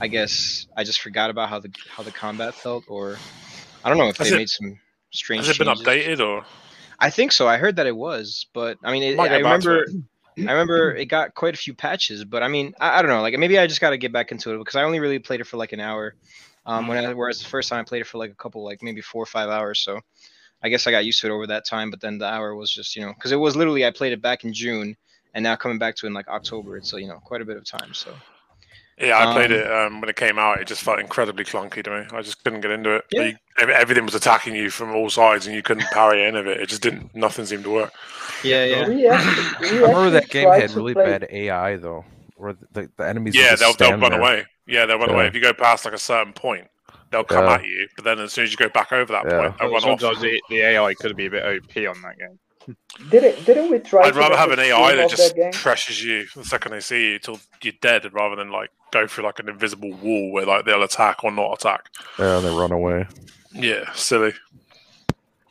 Speaker 8: I guess I just forgot about how the how the combat felt, or I don't know if
Speaker 5: Has
Speaker 8: they
Speaker 5: it-
Speaker 8: made some strange.
Speaker 5: Has it been
Speaker 8: changes.
Speaker 5: updated or?
Speaker 8: I think so. I heard that it was, but I mean, it,
Speaker 5: Might
Speaker 8: I
Speaker 5: get back to
Speaker 8: remember, I remember it got quite a few patches. But I mean, I, I don't know. Like maybe I just got to get back into it because I only really played it for like an hour. Um, when I, whereas the first time I played it for like a couple, like maybe four or five hours. So I guess I got used to it over that time. But then the hour was just, you know, because it was literally I played it back in June, and now coming back to it in like October, it's uh, you know quite a bit of time. So
Speaker 5: Yeah, I played
Speaker 8: Um,
Speaker 5: it um, when it came out. It just felt incredibly clunky to me. I just couldn't get into it.
Speaker 8: Yeah.
Speaker 5: You- ev- everything was attacking you from all sides, and you couldn't parry any of it. It just didn't. Nothing seemed to work.
Speaker 8: yeah, yeah.
Speaker 9: We actually,
Speaker 6: I
Speaker 9: we
Speaker 6: remember
Speaker 9: actually
Speaker 6: that game
Speaker 9: tried
Speaker 6: had
Speaker 9: to
Speaker 6: really
Speaker 9: play-
Speaker 6: bad AI though, where the, the enemies. would
Speaker 5: yeah,
Speaker 6: just
Speaker 5: they'll, they'll
Speaker 6: stand
Speaker 5: run
Speaker 6: there.
Speaker 5: away. Yeah, they'll run away.
Speaker 6: Yeah.
Speaker 5: If you go past like a certain point, they'll come
Speaker 6: Yeah.
Speaker 5: at you. But then as soon as you go back over that
Speaker 6: Yeah.
Speaker 5: point, they'll run off.
Speaker 4: Sometimes the, the AI could be a bit OP on that game.
Speaker 9: Didn't, didn't we try?
Speaker 5: I'd
Speaker 9: to
Speaker 5: rather
Speaker 9: make
Speaker 5: have
Speaker 9: a
Speaker 5: an
Speaker 9: stream
Speaker 5: AI that
Speaker 9: of
Speaker 5: just
Speaker 9: game?
Speaker 5: pressures you the second they see you till you're dead, rather than like go through like an invisible wall where like they'll attack or not attack.
Speaker 6: Yeah, and they run away.
Speaker 5: Yeah, silly.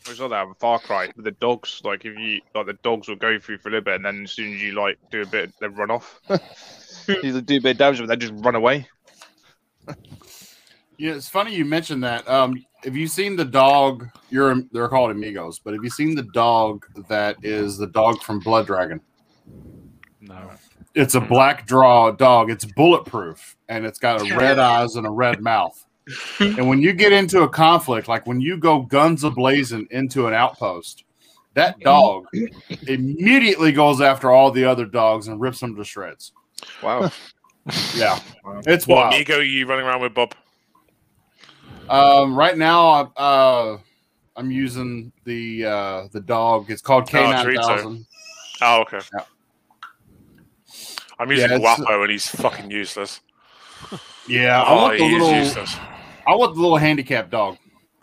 Speaker 10: We saw that in Far Cry with the dogs. Like if you like, the dogs will go through for a little bit, and then as soon as you like do a bit, they run off. They'll do a bit of damage, but they just run away.
Speaker 3: Yeah, it's funny you mentioned that. Um, have you seen the dog? You're they're called amigos, but have you seen the dog that is the dog from Blood Dragon?
Speaker 1: No.
Speaker 3: It's a black draw dog. It's bulletproof, and it's got a red eyes and a red mouth. And when you get into a conflict, like when you go guns ablazing into an outpost, that dog immediately goes after all the other dogs and rips them to shreds.
Speaker 8: Wow.
Speaker 3: Yeah, it's
Speaker 5: What
Speaker 3: wild.
Speaker 5: amigo are you running around with, Bob?
Speaker 3: Um, right now, uh, I'm using the uh, the dog. It's called K9000.
Speaker 5: Oh, okay.
Speaker 3: Yeah.
Speaker 5: I'm using
Speaker 3: Yeah, it's-
Speaker 5: Guapo, and he's fucking useless.
Speaker 3: yeah, I
Speaker 5: oh,
Speaker 3: want the
Speaker 5: he is
Speaker 3: little.
Speaker 5: useless.
Speaker 3: I want the little handicap dog.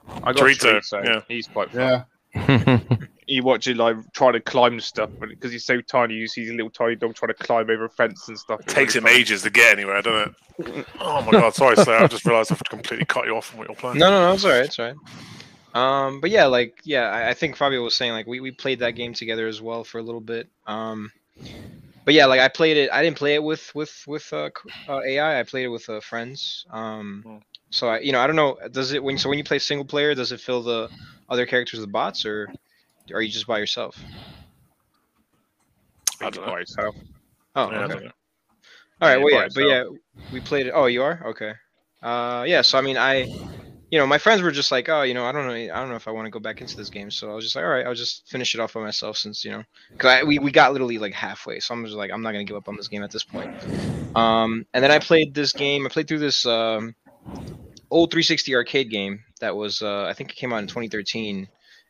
Speaker 10: I got
Speaker 5: Dorito,
Speaker 10: Dorito, so
Speaker 5: yeah.
Speaker 10: he's quite. Fun.
Speaker 3: Yeah,
Speaker 10: You watch it like try to climb stuff, but because he's so tiny, you see his little tiny dog trying to climb over a fence and stuff. It's
Speaker 5: takes him
Speaker 10: really funny.
Speaker 5: ages to get anywhere, doesn't it? Oh my god, sorry, Slayer. I just realised I've completely cut you off from what you're playing.
Speaker 8: No, no, no, it's all right, it's all right. Um, but yeah, like yeah, I, I think Fabio was saying like we, we played that game together as well for a little bit. Um, but yeah, like I played it. I didn't play it with with with uh, c- uh, AI. I played it with uh, friends. Um, so I, you know, I don't know. Does it when so when you play single player, does it fill the other characters with bots or are you just by yourself?
Speaker 5: I don't know.
Speaker 10: By himself.
Speaker 8: Oh,
Speaker 5: Yeah, I
Speaker 8: okay.
Speaker 5: don't know.
Speaker 8: All right.
Speaker 10: Yeah,
Speaker 8: Well, yeah,
Speaker 10: by
Speaker 8: but yeah, we played it. Oh, you are okay. Uh, yeah. So I mean, I, you know, my friends were just like, oh, you know, I don't know, I don't know if I want to go back into this game. So I was just like, all right, I'll just finish it off by myself since you know, because we we got literally like halfway. So I'm just like, I'm not gonna give up on this game at this point. Um, and then I played this game. I played through this um, old 360 arcade game that was, uh, I think it came out in 2013.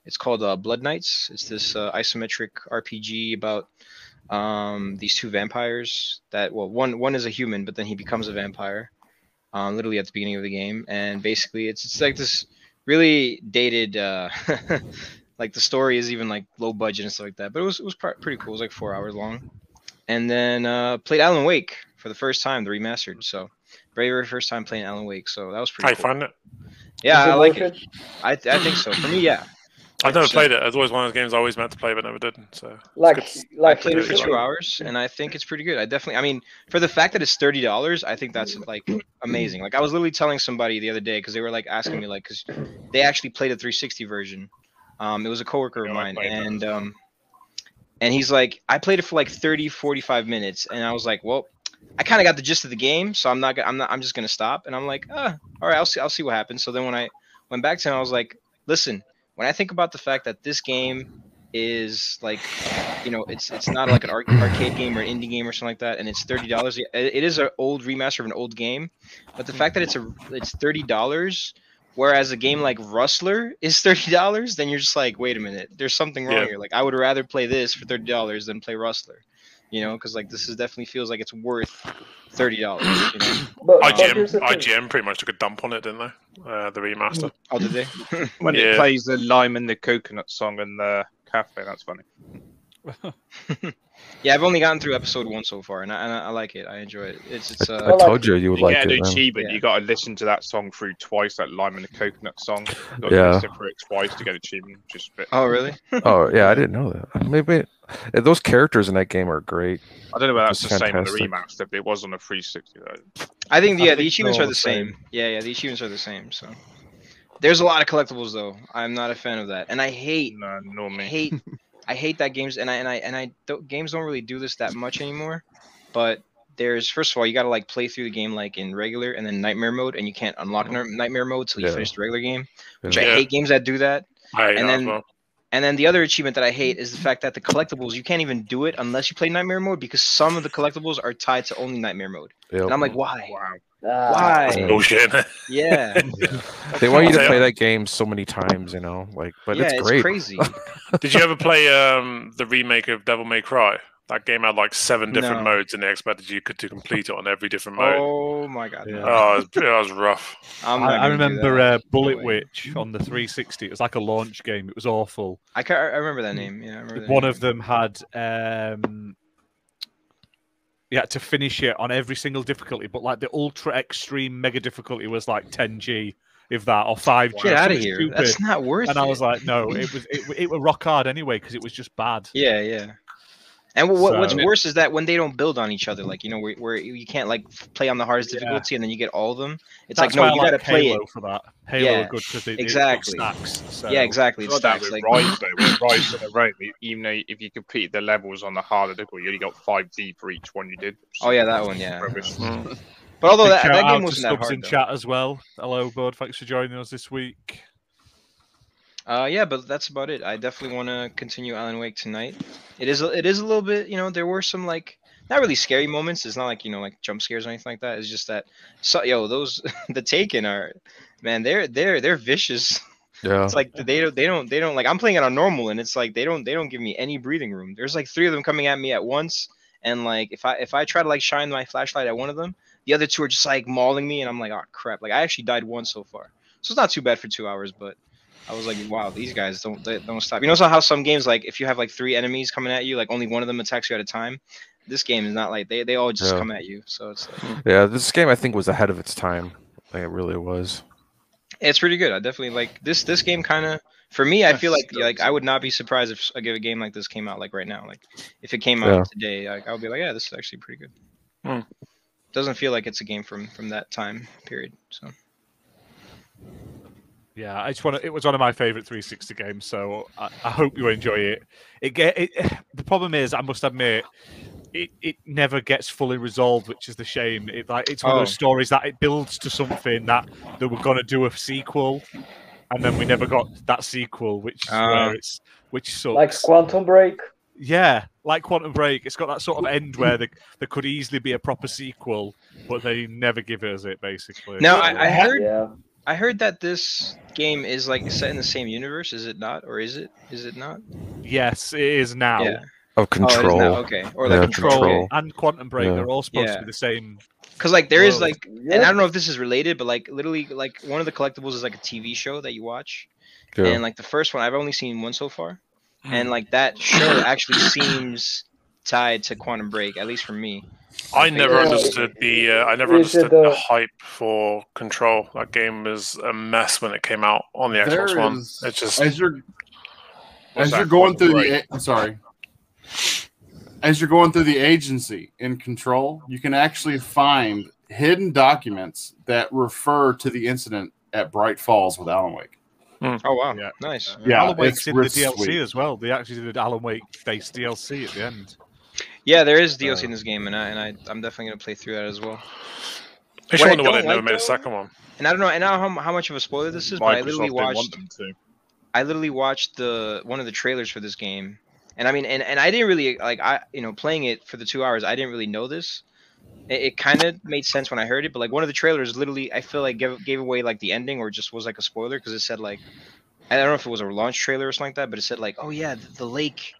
Speaker 8: It's called uh, Blood Knights. It's this uh, isometric RPG about um, these two vampires that well one one is a human but then he becomes a vampire um, literally at the beginning of the game and basically it's it's like this really dated uh, like the story is even like low budget and stuff like that but it was it was pr- pretty cool it was like four hours long and then uh, played Alan Wake for the first time the remastered so very very first time playing Alan Wake so that was
Speaker 5: How
Speaker 8: pretty
Speaker 5: you
Speaker 8: cool
Speaker 5: find it?
Speaker 8: yeah
Speaker 9: Is
Speaker 8: I like it
Speaker 9: worth
Speaker 8: I, th- I think so for me yeah
Speaker 5: I've never
Speaker 8: 100%.
Speaker 5: played it. It's always one of those games I always meant to play but never did. So
Speaker 9: Like,
Speaker 5: It's
Speaker 8: I
Speaker 9: like
Speaker 8: played it for
Speaker 5: Yeah.
Speaker 8: two hours, and I think it's pretty good. I definitely, I mean, for the fact that it's thirty dollars, I think that's like amazing. Like I was literally telling somebody the other day because they were like asking me like, because they actually played a 360 version. Um, it was a coworker of
Speaker 10: Yeah, I
Speaker 8: mine,
Speaker 10: played that.
Speaker 8: and um, and he's like, I played it for like 30, 45 minutes, and I was like, well, I kind of got the gist of the game, so I'm not, gonna, I'm not, I'm just gonna stop. And I'm like, ah, all right, I'll see, I'll see what happens. So then when I went back to him, I was like, listen, when I think about the fact that this game is like, you know, it's it's not like an arc- arcade game or an indie game or something like that, and it's thirty dollars. It is an old remaster of an old game, but the fact that it's a it's thirty dollars, whereas a game like Rustler is thirty dollars, then you're just like, wait a minute, there's something wrong
Speaker 5: Yeah.
Speaker 8: here. Like I would rather play this for thirty dollars than play Rustler, you know, because like this is definitely feels like it's worth thirty dollars. You know?
Speaker 9: But,
Speaker 2: Oh,
Speaker 9: but here's
Speaker 5: IGM,
Speaker 9: the thing.
Speaker 5: IGM pretty much took a dump on it, didn't they? Uh, the remaster.
Speaker 8: Oh, did they?
Speaker 10: When
Speaker 5: Yeah.
Speaker 10: it plays the lime and the coconut song in the cafe, that's funny.
Speaker 8: Yeah, I've only gotten through episode one so far, and I, and I, I like it. I enjoy it. It's it's
Speaker 6: I,
Speaker 8: uh,
Speaker 9: Well, like,
Speaker 6: told you you would
Speaker 10: You
Speaker 6: like
Speaker 10: get a
Speaker 6: it.
Speaker 10: new
Speaker 6: man.
Speaker 10: achievement,
Speaker 8: Yeah.
Speaker 10: you got to listen to that song through twice, that lime and the coconut song. You got
Speaker 6: Yeah.
Speaker 10: to listen for it twice to get achievement, which is a bit.
Speaker 8: oh really?
Speaker 6: Oh yeah, I didn't know that. Maybe uh, those characters in that game are great.
Speaker 10: I don't know whether that's the
Speaker 6: That's
Speaker 10: same on the
Speaker 6: fantastic.
Speaker 10: remaster, but it was on a 360 though.
Speaker 8: I think
Speaker 10: I
Speaker 8: yeah, the
Speaker 10: think
Speaker 8: achievements
Speaker 10: they're
Speaker 8: are
Speaker 10: all
Speaker 8: the
Speaker 10: the
Speaker 8: same.
Speaker 10: same.
Speaker 8: Yeah, yeah, the achievements are the same. So there's a lot of collectibles though. I'm not a fan of that, and I hate
Speaker 10: No, nor me.
Speaker 8: hate I hate that games and I and I and I don't, games don't really do this that much anymore. But there's first of all you gotta like play through the game like in regular and then nightmare mode, and you can't unlock nar- nightmare mode till you
Speaker 6: Yeah.
Speaker 8: finish the regular game. Which I
Speaker 5: Yeah.
Speaker 8: hate games that do that.
Speaker 5: I hate
Speaker 8: And
Speaker 5: that as
Speaker 8: then-
Speaker 5: well.
Speaker 8: And then the other achievement that I hate is the fact that the collectibles you can't even do it unless you play nightmare mode because some of the collectibles are tied to only nightmare mode.
Speaker 6: Yep.
Speaker 8: And I'm like, why?
Speaker 10: Wow.
Speaker 9: Uh,
Speaker 2: Ah,
Speaker 8: Why?
Speaker 6: Yeah.
Speaker 5: Bullshit.
Speaker 8: Yeah.
Speaker 6: they want you to
Speaker 5: Yeah.
Speaker 6: play that game so many times, you know. Like, but
Speaker 8: yeah,
Speaker 6: it's great.
Speaker 8: crazy.
Speaker 5: Did you ever play um, the remake of Devil May Cry? That game had like seven different
Speaker 8: No.
Speaker 5: modes, and they expected you could to complete it on every different mode.
Speaker 8: Oh my god. no.
Speaker 5: Oh, it was, it was rough.
Speaker 8: I'm not
Speaker 1: I, I
Speaker 8: gonna do
Speaker 1: remember
Speaker 8: that.
Speaker 1: uh, Bullet
Speaker 8: way.
Speaker 1: Witch on the 360. It was like a launch game. It was awful.
Speaker 8: I, ca- I remember that name. Yeah, I remember that
Speaker 1: One
Speaker 8: name.
Speaker 1: of them had um, you had to finish it on every single difficulty, but like the ultra extreme mega difficulty was like 10G, if that, or 5G.
Speaker 8: Get out
Speaker 1: something
Speaker 8: of here.
Speaker 1: stupid.
Speaker 8: That's not worth
Speaker 1: and
Speaker 8: it.
Speaker 1: I was like, no, it was it, it were rock hard anyway because it was just bad.
Speaker 8: yeah, yeah. And what, what's
Speaker 1: So-
Speaker 8: worse is that when they don't build on each other, like you know, where, where you can't like f- play on the hardest
Speaker 1: Yeah.
Speaker 8: difficulty and then you get all of them. It's
Speaker 1: That's
Speaker 8: like
Speaker 1: why
Speaker 8: no, you
Speaker 1: I like
Speaker 8: gotta play
Speaker 1: Halo
Speaker 8: it.
Speaker 1: for that. Halo
Speaker 8: Yeah,
Speaker 1: are good because they it- it
Speaker 8: exactly.
Speaker 1: stacks. So.
Speaker 8: Yeah, exactly. It's
Speaker 4: Not that
Speaker 8: stacks,
Speaker 4: with
Speaker 8: like,
Speaker 4: Rise though, with Rise in a row, you- even though if you completed the levels on the harder difficulty, you only got five D for each one you did.
Speaker 8: oh yeah, that one. Yeah.
Speaker 4: Rubbish.
Speaker 6: Mm.
Speaker 8: But although
Speaker 1: Big
Speaker 8: that, that
Speaker 1: shout out
Speaker 8: game
Speaker 1: to
Speaker 8: wasn't that
Speaker 1: Stubbs
Speaker 8: hard.
Speaker 1: in
Speaker 8: though.
Speaker 1: chat as well. Hello, bud. Thanks for joining us this week.
Speaker 8: Uh, yeah, but that's about it. I definitely want to continue Alan Wake tonight. It is a- it is a little bit, you know, there were some like not really scary moments. It's not like you know like jump scares or anything like that. It's just that so yo those the Taken are man they're they're they're vicious.
Speaker 6: Yeah.
Speaker 8: It's like they don't they don't they don't like I'm playing it on normal and it's like they don't they don't give me any breathing room. There's like three of them coming at me at once and like if I if I try to like shine my flashlight at one of them, the other two are just like mauling me and I'm like oh crap like I actually died once so far. So it's not too bad for two hours, but I was like wow these guys don't they don't stop. You know so how some games like if you have like three enemies coming at you like only one of them attacks you at a time. This game is not like they they all just
Speaker 6: Yeah.
Speaker 8: come at you. So it's like,
Speaker 6: Yeah, this game I think was ahead of its time. Like it really was.
Speaker 8: It's pretty good. I definitely like this. This game kind of for me. I feel like like I would not be surprised if I give a game like this came out like right now. Like if it came out
Speaker 6: Yeah.
Speaker 8: today, like, I would be like, yeah, this is actually pretty good.
Speaker 4: Hmm.
Speaker 8: Doesn't feel like it's a game from from that time period. So
Speaker 1: Yeah, it's one. Of, it was one of my favorite 360 games, so I, I hope you enjoy it. It get it, the problem is, I must admit, it, it never gets fully resolved, which is the shame. It like it's one of
Speaker 8: Oh.
Speaker 1: those stories that it builds to something that they were gonna do a sequel, and then we never got that sequel, which is
Speaker 8: Ah.
Speaker 1: where it's which sucks.
Speaker 9: Like Quantum Break.
Speaker 1: Yeah, like Quantum Break, it's got that sort of end where there, there could easily be a proper sequel, but they never give us it. Basically,
Speaker 8: now I, I heard
Speaker 9: Yeah.
Speaker 8: I heard that this game is like set in the same universe. Is it not, or is it? Is it not?
Speaker 1: yes, it is now.
Speaker 8: Yeah.
Speaker 6: Of
Speaker 8: Oh, it is
Speaker 6: control.
Speaker 8: now, okay. Or like
Speaker 6: Yeah,
Speaker 8: control.
Speaker 6: Control.
Speaker 1: and Quantum Break
Speaker 6: Yeah.
Speaker 1: they are all supposed
Speaker 8: Yeah.
Speaker 1: to be the same.
Speaker 8: Because like there is
Speaker 1: Whoa.
Speaker 8: like and I
Speaker 9: Yeah.
Speaker 8: don't know if this is related, but like literally, like one of the collectibles is like a TV show that you watch,
Speaker 6: Yeah.
Speaker 8: and like the first one I've only seen one so far, and like that show actually seems tied to Quantum Break, at least for me.
Speaker 5: I never
Speaker 9: Yeah.
Speaker 5: understood the. Uh, I never
Speaker 9: Is it
Speaker 5: understood the
Speaker 9: the-
Speaker 5: hype for Control. That game was a mess when it came out on the
Speaker 3: There
Speaker 5: Xbox One.
Speaker 3: is-
Speaker 5: It's just
Speaker 3: as you're
Speaker 4: What's
Speaker 3: as you're
Speaker 4: that called?
Speaker 3: going through
Speaker 4: Right.
Speaker 3: the a- I'm sorry. As you're going through the agency in control, you can actually find hidden documents that refer to the incident at Bright Falls with Alan Wake.
Speaker 8: Oh wow,
Speaker 1: Yeah.
Speaker 8: nice.
Speaker 3: Yeah,
Speaker 1: Alan Wake's
Speaker 3: it's
Speaker 1: in the
Speaker 3: really
Speaker 1: DLC
Speaker 3: sweet.
Speaker 1: as well. They actually did Alan Wake based DLC at the end.
Speaker 8: Yeah, there is DLC in this game, and I and I I'm definitely gonna play through that as well.
Speaker 5: I just
Speaker 8: What I
Speaker 5: wonder why
Speaker 8: don't
Speaker 5: they never
Speaker 8: like,
Speaker 5: made
Speaker 8: though-
Speaker 5: a second one.
Speaker 8: And I don't know, and I don't know how, how much of a spoiler this is, but I literally watched
Speaker 4: them to.
Speaker 8: I literally watched the one of the trailers for this game, and I mean, and, and I didn't really like I you know playing it for the two hours. I didn't really know this. It, it kind of made sense when I heard it, but like one of the trailers, literally, I feel like gave, gave away like the ending or just was like a spoiler because it said like I don't know if it was a launch trailer or something like that, but it said like oh yeah, the, the lake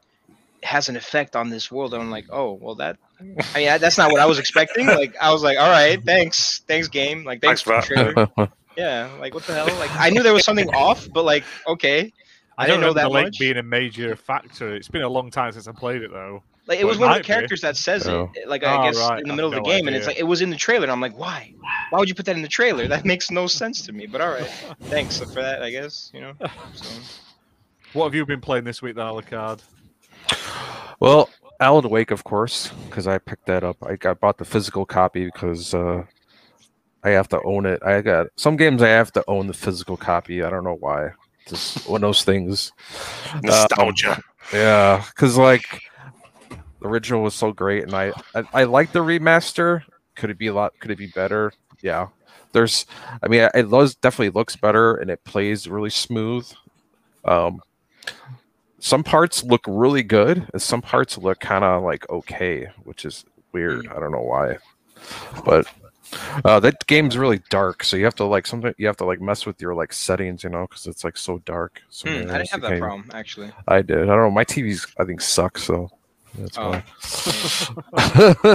Speaker 8: has an effect on this world. And I'm like oh well that. I mean, I- that's not what I was expecting. Like, I was like, "All right, thanks, thanks, game. Like, thanks,
Speaker 5: Thanks
Speaker 8: for the
Speaker 5: for
Speaker 8: trailer." Yeah, like, what the hell? Like, I knew there was something off, but like, okay. I,
Speaker 1: don't
Speaker 8: didn't know
Speaker 1: remember
Speaker 8: that
Speaker 1: the lake
Speaker 8: much.
Speaker 1: being a major factor. It's been a long time since I played it though.
Speaker 8: Like it
Speaker 1: Well,
Speaker 8: was
Speaker 1: it
Speaker 8: one of
Speaker 1: might
Speaker 8: the
Speaker 1: be.
Speaker 8: characters that says
Speaker 6: Oh.
Speaker 8: it, like I
Speaker 1: Oh,
Speaker 8: guess
Speaker 1: right,
Speaker 8: in
Speaker 1: I
Speaker 8: the
Speaker 1: have
Speaker 8: middle of the
Speaker 1: no
Speaker 8: game, and it's
Speaker 1: idea.
Speaker 8: like it was in the trailer, and I'm like, why? Why would you put that in the trailer? That makes no sense to me. But all right, thanks for that. I guess you know. So.
Speaker 1: What have you been playing this week, then, Alucard?
Speaker 6: Well, Alan Wake, of course, because I picked that up. I, I bought the physical copy because uh, I have to own it. I got some games I have to own the physical copy. I don't know why. Just one of those things. Um,
Speaker 5: Nostalgia.
Speaker 6: yeah, because like the original was so great, and I I, I like the remaster. Could it be a lot? Could it be better? Yeah. There's, I mean, it does definitely looks better, and it plays really smooth. Um, some parts look really good, and some parts look kind of like okay, which is weird. I don't know why, but. Uh, that game's really dark, so you have to like something. You have to like mess with your like settings, you know, because it's like so dark. So
Speaker 8: Hmm,
Speaker 6: maybe
Speaker 8: I
Speaker 6: that's
Speaker 8: didn't have
Speaker 6: the
Speaker 8: that
Speaker 6: game.
Speaker 8: problem actually.
Speaker 6: I did. I don't know. My TV's I think sucks. So That's
Speaker 11: Oh.
Speaker 6: why.
Speaker 2: my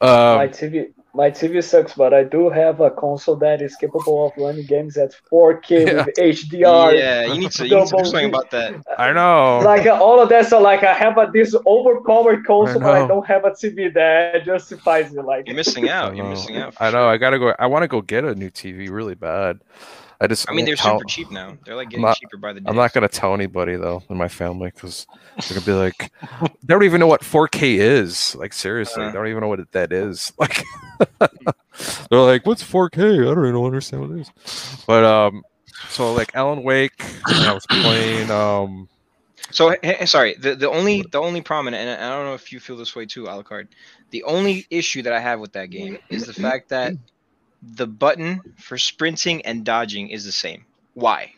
Speaker 6: um,
Speaker 2: TV, my TV sucks, but I do have a console that is capable of running games at 4K with HDR.
Speaker 8: yeah, you need to, you need to do
Speaker 2: Double
Speaker 8: something
Speaker 2: D.
Speaker 8: about that.
Speaker 6: I know.
Speaker 2: Like uh, all of that, so like I have a, this overpowered console, but I
Speaker 6: know.
Speaker 2: don't have a TV that justifies it. Like
Speaker 8: You're missing
Speaker 6: I
Speaker 8: out. You're
Speaker 6: know.
Speaker 8: missing out. for
Speaker 6: I know.
Speaker 8: sure.
Speaker 6: I gotta go. I want to go get a new TV really bad. I just.
Speaker 8: I mean, they're
Speaker 6: won't tell-
Speaker 8: super cheap now. They're like getting
Speaker 6: not-
Speaker 8: cheaper by the day.
Speaker 6: I'm not gonna tell anybody though in my family because they're gonna be like, they don't even know what 4K is. Like seriously,
Speaker 8: Uh.
Speaker 6: they don't even know what that is. Like, they're like, what's 4K? I don't even understand what it is. But um, so like Alan Wake, I was playing um,
Speaker 8: So h- h- sorry. The the only the only problem, and I I don't know if you feel this way too, Alucard. The only issue that I have with that game is the fact that the button for sprinting and dodging is the same. Why?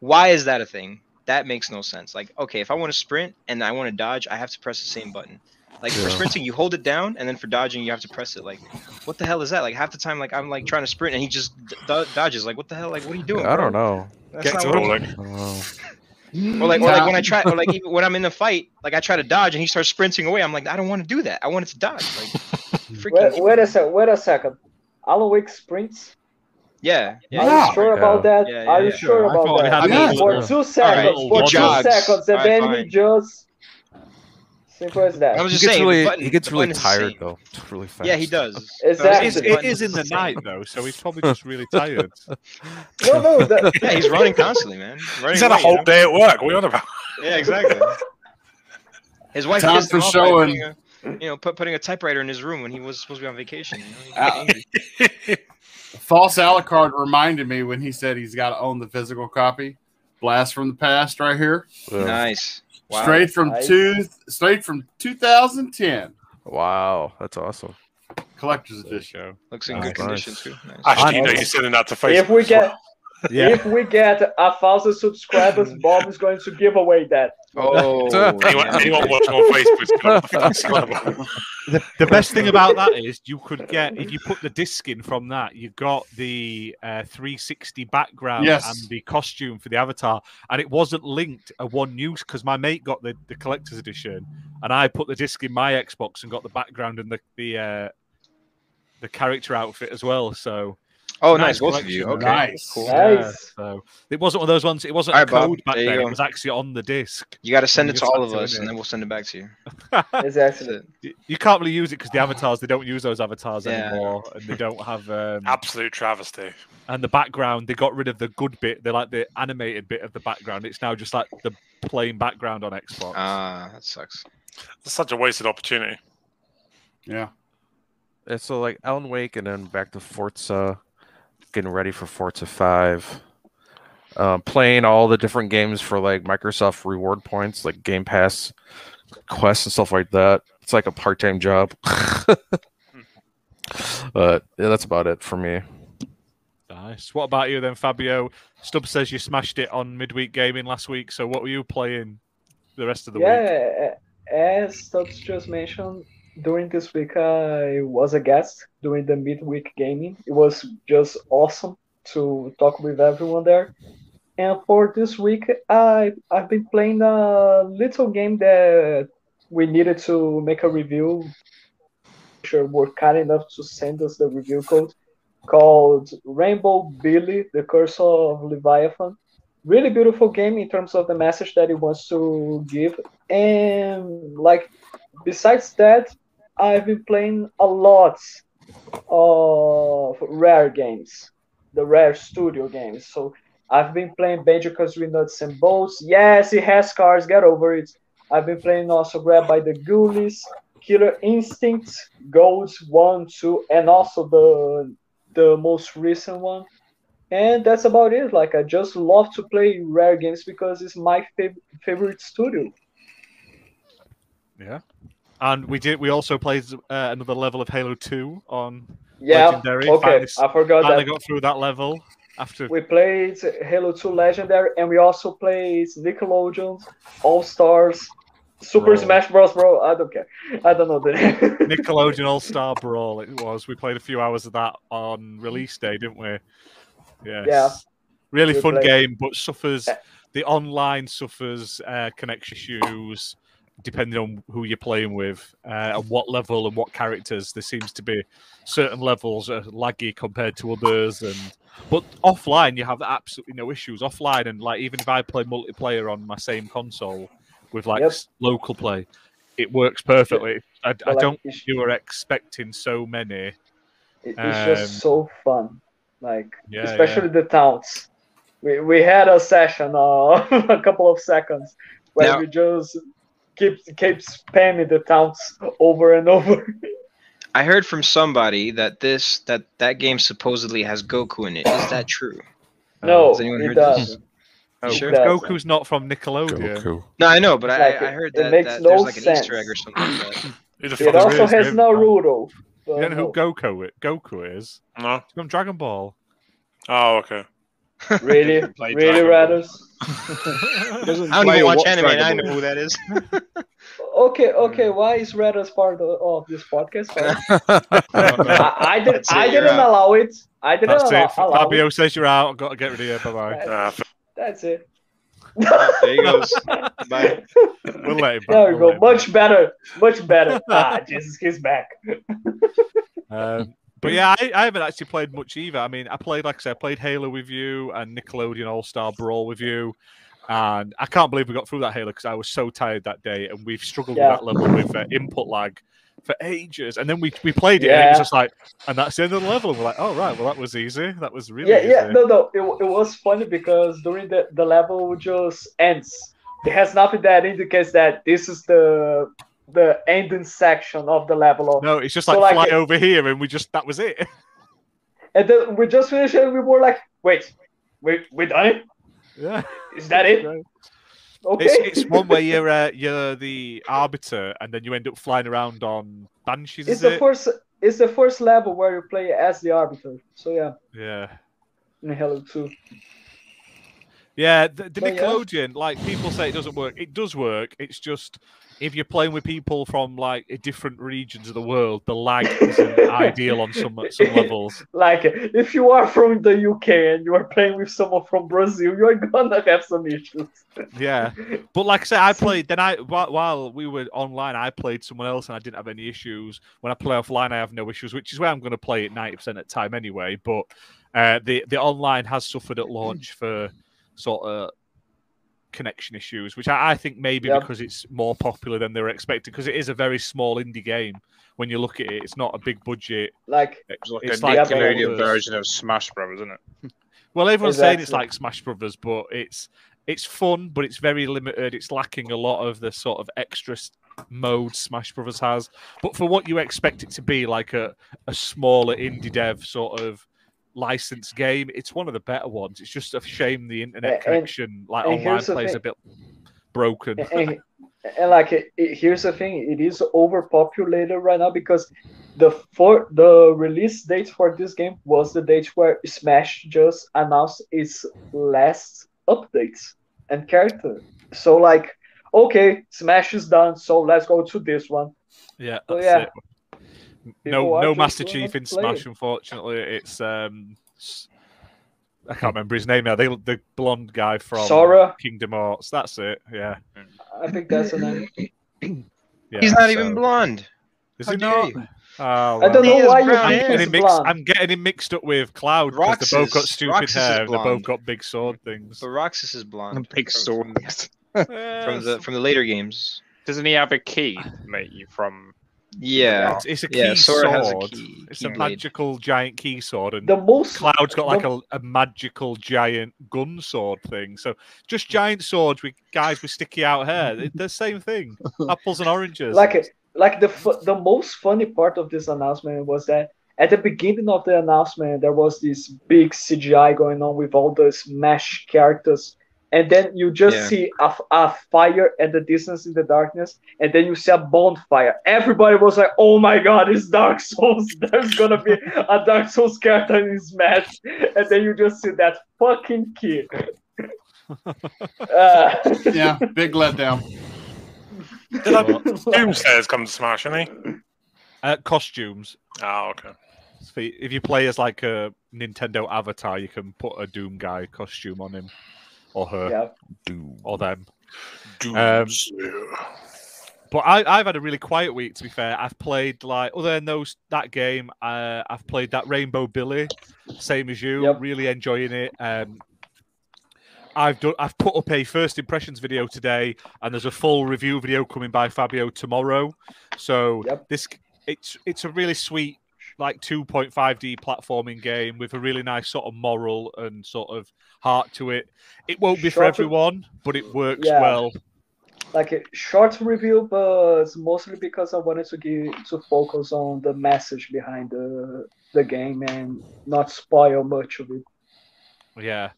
Speaker 8: Why is that a thing? That makes no sense. Like, okay, if I want to sprint and I want to dodge, I have to press the same button. Like for
Speaker 6: Yeah.
Speaker 8: sprinting, you hold it down, and then for dodging, you have to press it. Like, what the hell is that? Like half the time, like I'm like trying to sprint, and he just d- do- dodges. Like, what the hell? Like, what are you doing?
Speaker 6: I
Speaker 8: bro?
Speaker 6: don't know.
Speaker 8: That's
Speaker 5: Get
Speaker 8: not
Speaker 5: to
Speaker 8: what I'm
Speaker 5: rolling.
Speaker 6: I don't know.
Speaker 8: or like, or like when I try, or like even when I'm in the fight, like I try to dodge and he starts sprinting away. I'm like, I don't want to do that. I want it to dodge. Like, freaking,
Speaker 2: wait, wait a sec, wait a second. Alan Wake sprints.
Speaker 8: yeah, yeah.
Speaker 2: Are
Speaker 3: Yeah.
Speaker 2: you sure
Speaker 6: Yeah.
Speaker 2: about that?
Speaker 8: Yeah,
Speaker 2: Are
Speaker 8: yeah,
Speaker 2: you
Speaker 8: yeah.
Speaker 2: sure
Speaker 1: I
Speaker 2: about
Speaker 1: thought it
Speaker 2: that?
Speaker 1: had
Speaker 3: I mean,
Speaker 1: a
Speaker 2: for
Speaker 1: little-
Speaker 2: two seconds,
Speaker 8: Alright,
Speaker 2: for
Speaker 8: he
Speaker 2: two
Speaker 8: jogs.
Speaker 2: seconds, and
Speaker 8: Alright,
Speaker 2: then
Speaker 8: fine.
Speaker 2: he just. Simple as
Speaker 8: I
Speaker 2: that.
Speaker 8: was
Speaker 6: He
Speaker 8: just
Speaker 6: gets
Speaker 8: saying, the
Speaker 6: really,
Speaker 8: button-
Speaker 6: he gets
Speaker 8: the
Speaker 6: really
Speaker 8: button is the
Speaker 6: tired
Speaker 8: same.
Speaker 6: though, really fast.
Speaker 8: Yeah, he does.
Speaker 1: It
Speaker 2: Exactly.
Speaker 1: is,
Speaker 8: button
Speaker 1: it is in the
Speaker 8: same.
Speaker 1: night though, so he's probably just really tired.
Speaker 2: No, no, the,
Speaker 8: Yeah, he's running constantly, man. Running
Speaker 5: He's had a
Speaker 8: away, you
Speaker 5: whole
Speaker 8: know?
Speaker 5: day at work. What are you on about?
Speaker 8: Yeah, exactly. His wife
Speaker 3: Time
Speaker 8: pissed him
Speaker 3: for
Speaker 8: off by putting a, you know, put, putting a typewriter in his room when he was supposed to be on vacation. You know? He got
Speaker 6: Ah.
Speaker 3: Uh,
Speaker 8: angry.
Speaker 3: False Alucard reminded me when he said he's got to own the physical copy. Blast from the past, right here,
Speaker 6: Yeah.
Speaker 8: nice. Wow.
Speaker 3: straight from
Speaker 2: Nice.
Speaker 3: two, straight from 2010
Speaker 6: Wow, that's awesome.
Speaker 3: collector's
Speaker 1: There you
Speaker 3: edition.
Speaker 1: go.
Speaker 8: Looks in
Speaker 6: Oh
Speaker 1: Nice.
Speaker 8: good condition too. Nice.
Speaker 5: Actually, you know,
Speaker 2: Honest.
Speaker 5: you're sending that to Facebook.
Speaker 2: if we get
Speaker 1: Yeah.
Speaker 2: if we get a thousand subscribers, Bob is going to give away that.
Speaker 8: Oh,
Speaker 5: anyone,
Speaker 8: yeah.
Speaker 5: anyone watching on Facebook's gonna know what the fuck's going on.
Speaker 1: The, the best thing about that is you could get if you put the disc in from that, you got the uh, 360 background
Speaker 3: Yes.
Speaker 1: and the costume for the avatar, and it wasn't linked a one news because my mate got the, the collector's edition, and I put the disc in my Xbox and got the background and the the uh, the character outfit as well. So
Speaker 8: oh,
Speaker 1: Nice
Speaker 8: nice. Both of you.
Speaker 1: collection.
Speaker 8: Okay.
Speaker 3: Nice.
Speaker 8: Cool.
Speaker 2: Nice.
Speaker 1: so it wasn't one of those ones. It wasn't
Speaker 8: All
Speaker 1: a
Speaker 8: right, Bob,
Speaker 1: code back
Speaker 8: there you
Speaker 1: then. It
Speaker 8: go.
Speaker 1: was actually on the disc.
Speaker 8: You got to send
Speaker 1: You
Speaker 8: it to
Speaker 1: just
Speaker 8: all
Speaker 1: have
Speaker 8: of
Speaker 1: to
Speaker 8: us,
Speaker 1: admit.
Speaker 8: and then we'll send it back to you. That's
Speaker 2: Exactly.
Speaker 8: it.
Speaker 1: Y- You can't really use it because the avatars they don't use those avatars
Speaker 8: Yeah, I know.
Speaker 1: anymore, and they don't have. Um,
Speaker 5: Absolute travesty.
Speaker 1: and the background they got rid of the good bit they like the animated bit of the background it's now just like the plain background on xbox
Speaker 8: Ah, that sucks.
Speaker 5: It's such a wasted opportunity.
Speaker 3: Yeah,
Speaker 6: And so like Alan Wake and then back to Forza, getting ready for Forza 5. Uh, playing all the different games for like Microsoft reward points, like Game Pass, quests and stuff like that. It's like a part-time job. but yeah, that's about it for me.
Speaker 1: nice what about you then fabio stubb says you smashed it on midweek gaming last week so what were you playing the rest of the week
Speaker 2: Yeah, a- as Stubbs just mentioned, during this week I was a guest during the midweek gaming. It was just awesome to talk with everyone there. And for this week, I I've been playing a little game that we needed to make a review. Sure, were kind enough to send us the review code called Rainbow Billy: The Curse of Leviathan really beautiful game in terms of the message that it wants to give. And like besides that, I've been playing a lot of rare games, the rare studio games. So I've been playing Banjo Kazooie Nuts and Bolts. Yes, it has cars. Get over it. I've been playing also Grab by the Ghoulies, Killer Instinct, Golds One, Two, and also the the most recent one and that's about it like i just love to play rare games because it's my fav- favorite studio
Speaker 1: yeah and we did we also played uh, another level of halo 2 on
Speaker 2: yeah
Speaker 1: legendary
Speaker 2: okay
Speaker 1: finally,
Speaker 2: i forgot
Speaker 1: finally
Speaker 2: that
Speaker 1: got through that level after
Speaker 2: we played halo 2 legendary and we also played nickelodeon all stars super
Speaker 6: Bro.
Speaker 2: smash bros bro i don't care i don't know the name
Speaker 1: nickelodeon all-star brawl it was we played a few hours of that on release day didn't we yes.
Speaker 2: Yeah.
Speaker 1: really
Speaker 2: We
Speaker 1: fun
Speaker 2: played-
Speaker 1: game but suffers
Speaker 2: Yeah.
Speaker 1: the online suffers uh, connection issues depending on who you're playing with uh, and what level and what characters. There seems to be certain levels are laggy compared to others, and but offline you have absolutely no issues. Offline and like even if I play multiplayer on my same console with like
Speaker 2: Yep.
Speaker 1: s- local play, it works perfectly. I, I
Speaker 2: Well, like,
Speaker 1: don't.
Speaker 2: it's-
Speaker 1: think You were expecting so many.
Speaker 2: It- It's just so fun, like
Speaker 1: Um, Yeah,
Speaker 2: especially the towns. We we had a session uh, a couple of seconds where
Speaker 8: Now-
Speaker 2: we just keep keep spamming the towns over and over.
Speaker 8: I heard from somebody that this that that game supposedly has Goku in it. Is that true?
Speaker 1: Uh,
Speaker 8: Uh,
Speaker 2: no,
Speaker 8: Has anyone
Speaker 2: it
Speaker 8: heard
Speaker 2: does.
Speaker 8: this?
Speaker 1: Oh,
Speaker 8: You sure?
Speaker 2: does.
Speaker 1: Goku's not from Nickelodeon.
Speaker 6: Goku.
Speaker 8: No, I know, but
Speaker 2: Like,
Speaker 8: I, I heard
Speaker 2: it
Speaker 8: that,
Speaker 2: makes
Speaker 8: that
Speaker 2: no
Speaker 8: there's like an Easter
Speaker 2: sense.
Speaker 8: egg or something. Like that.
Speaker 5: Who the
Speaker 2: It
Speaker 5: fuck is
Speaker 1: also
Speaker 2: also
Speaker 5: this?
Speaker 1: has
Speaker 2: has Naruto.
Speaker 1: um, You don't know who Goku Goku is?
Speaker 5: No.
Speaker 1: He's from Dragon Ball.
Speaker 5: Oh, okay.
Speaker 2: Really,
Speaker 4: Play
Speaker 2: really,
Speaker 4: Dragon Ball.
Speaker 2: Rados.
Speaker 8: I don't
Speaker 4: Wait,
Speaker 8: even watch
Speaker 4: what's
Speaker 8: anime. And I
Speaker 4: Dragon
Speaker 8: know
Speaker 4: Ball?
Speaker 8: who that is.
Speaker 2: Okay,
Speaker 1: Mm.
Speaker 2: okay. Why is Rados part of, of this podcast? I, I did.
Speaker 8: That's it,
Speaker 2: I
Speaker 8: you're
Speaker 2: didn't
Speaker 8: out.
Speaker 2: allow it. I didn't
Speaker 1: That's
Speaker 2: allow,
Speaker 1: it.
Speaker 2: allow
Speaker 1: Fabio
Speaker 2: it.
Speaker 1: says you're out. Got to get rid of you. Bye bye.
Speaker 2: That-
Speaker 5: Uh, f-
Speaker 2: That's it.
Speaker 8: There he goes. Bye.
Speaker 1: We'll let him. Back.
Speaker 2: There we
Speaker 1: we'll let
Speaker 2: go.
Speaker 1: him
Speaker 2: Much better. Much better. ah, Jesus, he's back.
Speaker 1: back. Um, but yeah, I, I haven't actually played much either. I mean, I played, like I said, I played Halo with you and Nickelodeon All Star Brawl with you. And I can't believe we got through that Halo because I was so tired that day. And we've struggled
Speaker 2: Yeah.
Speaker 1: with that level with uh, input lag for ages. And then we, we played it and it
Speaker 2: Yeah.
Speaker 1: was just like, and that's the end of the level. And we're like, oh, right. Well, that was easy. That was really
Speaker 2: yeah,
Speaker 1: easy.
Speaker 2: yeah. No, no. It, it was funny because during the, the level just ends. It has nothing that indicates that this is the the ending section of the level. Of,
Speaker 1: No, it's just
Speaker 2: So,
Speaker 1: like,
Speaker 2: like,
Speaker 1: fly
Speaker 2: it-
Speaker 1: over here, and we just that was it.
Speaker 2: And then we just finished and we were like, wait, we, we done it?
Speaker 1: yeah,
Speaker 2: Is that it? Okay.
Speaker 1: It's, it's one where you're uh, you're the arbiter, and then you end up flying around on banshees.
Speaker 2: it's
Speaker 1: Is
Speaker 2: the
Speaker 1: it?
Speaker 2: first it's the first level where you play as the arbiter. So yeah,
Speaker 1: Yeah,
Speaker 2: in Halo 2.
Speaker 1: yeah. The, the
Speaker 2: But yeah.
Speaker 1: Nickelodeon, like people say, it doesn't work. It does work. It's just if you're playing with people from like different regions of the world, the lag isn't ideal on some some levels.
Speaker 2: Like if you are from the UK and you are playing with someone from Brazil, you're gonna have some issues.
Speaker 1: Yeah, but like I said, I played. Then I while, while we were online, I played someone else, and I didn't have any issues. When I play offline, I have no issues, which is where I'm going to play it ninety percent at the time anyway. But uh, the the online has suffered at launch for sort of connection issues, which I, I think maybe
Speaker 2: Yep.
Speaker 1: because it's more popular than they were expecting, because it is a very small indie game. When you look at it, it's not a big budget.
Speaker 2: Like
Speaker 4: It's like
Speaker 1: It's
Speaker 4: a
Speaker 1: like
Speaker 4: Nickelodeon
Speaker 1: Brothers.
Speaker 4: version of Smash Brothers, isn't it?
Speaker 1: Well, everyone's saying it's
Speaker 2: Exactly.
Speaker 1: like Smash Brothers, but it's it's fun, but it's very limited. It's lacking a lot of the sort of extra s- mode Smash Brothers has. But for what you expect it to be, like a a smaller indie dev sort of licensed game, it's one of the better ones. It's just a shame the internet
Speaker 2: A- and-
Speaker 1: connection, like
Speaker 2: and
Speaker 1: online
Speaker 2: here's the
Speaker 1: play, is
Speaker 2: thing.
Speaker 1: a bit broken.
Speaker 2: and, and- and like it, it- here's the thing, it is overpopulated right now because the for the release date for this game was the date where Smash just announced its last updates and character. So like okay, Smash is done, so let's go to this one.
Speaker 1: Yeah,
Speaker 2: So,
Speaker 1: that's
Speaker 2: yeah.
Speaker 1: it. No,
Speaker 2: are
Speaker 1: no
Speaker 2: just
Speaker 1: Master
Speaker 2: gonna
Speaker 1: Chief in
Speaker 2: play
Speaker 1: Smash.
Speaker 2: it.
Speaker 1: Unfortunately, it's um, s- I can't remember his name now. They, the blonde guy from
Speaker 2: Sora.
Speaker 1: Kingdom Hearts. That's it. Yeah,
Speaker 2: I think that's the name.
Speaker 1: yeah.
Speaker 8: He's not
Speaker 1: so-
Speaker 8: even blonde.
Speaker 1: Is
Speaker 8: How
Speaker 1: he
Speaker 8: dare
Speaker 1: not?
Speaker 8: you.
Speaker 1: Oh,
Speaker 2: I don't
Speaker 1: well.
Speaker 8: He
Speaker 2: know
Speaker 8: is
Speaker 2: why you
Speaker 8: brown
Speaker 1: I'm
Speaker 8: He
Speaker 1: getting,
Speaker 2: think
Speaker 8: is
Speaker 2: it's
Speaker 1: him mixed,
Speaker 2: blonde.
Speaker 1: I'm getting him mixed up with Cloud because they both
Speaker 8: Roxas-
Speaker 1: got stupid
Speaker 8: Roxas is
Speaker 1: hair. and They both
Speaker 8: blonde.
Speaker 1: got big sword things.
Speaker 8: But Roxas is blonde.
Speaker 4: Big
Speaker 8: from-
Speaker 4: sword next.
Speaker 8: from the from the later games.
Speaker 4: Doesn't he have a key, mate? You from?
Speaker 8: Yeah.
Speaker 1: it's, it's a key
Speaker 8: Yeah, Sora has a
Speaker 1: sword.
Speaker 8: key-
Speaker 1: it's a
Speaker 8: keyblade.
Speaker 1: magical giant key sword, and
Speaker 2: The most
Speaker 1: Cloud's got like a, a magical giant gun sword thing. So just giant swords with guys with sticky out hair. They- They're the same thing. Apples and oranges.
Speaker 2: like like the fu- the most funny part of this announcement was that at the beginning of the announcement there was this big CGI going on with all the Smash characters, and then you just
Speaker 8: Yeah.
Speaker 2: see a, f- a fire at the distance in the darkness, and then you see a bonfire. Everybody was like, "Oh my God, it's Dark Souls! There's gonna be a Dark Souls character in Smash," and then you just see that fucking kid. Uh,
Speaker 3: yeah, big letdown.
Speaker 5: Doomsday has come to Smash, hasn't he?
Speaker 1: uh, costumes.
Speaker 5: Oh, okay.
Speaker 1: So If you play as like a Nintendo avatar, you can put a Doom guy costume on him or her
Speaker 2: yeah.
Speaker 1: or them. Um,
Speaker 5: Doomsday.
Speaker 1: But I, I've had a really quiet week. To be fair, I've played like other than those that game. Uh, I've played that Rainbow Billy, same as you.
Speaker 2: Yep.
Speaker 1: Really enjoying it. Um, I've done. I've put up a first impressions video today, and there's a full review video coming by Fabio tomorrow. So
Speaker 2: Yep.
Speaker 1: this it's it's a really sweet like 2.5D platforming game with a really nice sort of moral and sort of heart to it. It won't be for
Speaker 2: Short-
Speaker 1: everyone, but it works
Speaker 2: Yeah.
Speaker 1: well.
Speaker 2: like a short review, but it's mostly because I wanted to give to focus on the message behind the the game and not spoil much of it.
Speaker 1: Yeah.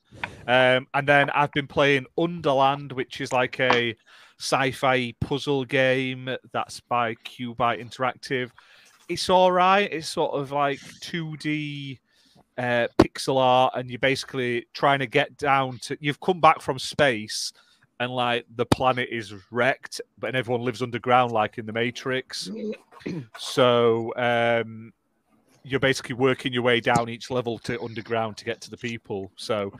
Speaker 1: Um, and then I've been playing Underland, which is like a sci-fi puzzle game that's by Cubite Interactive. It's all right. It's sort of like 2D uh, pixel art, and you're basically trying to get down to. You've come back from space, and like the planet is wrecked, but and everyone lives underground, like in the Matrix. so um, you're basically working your way down each level to underground to get to the people. So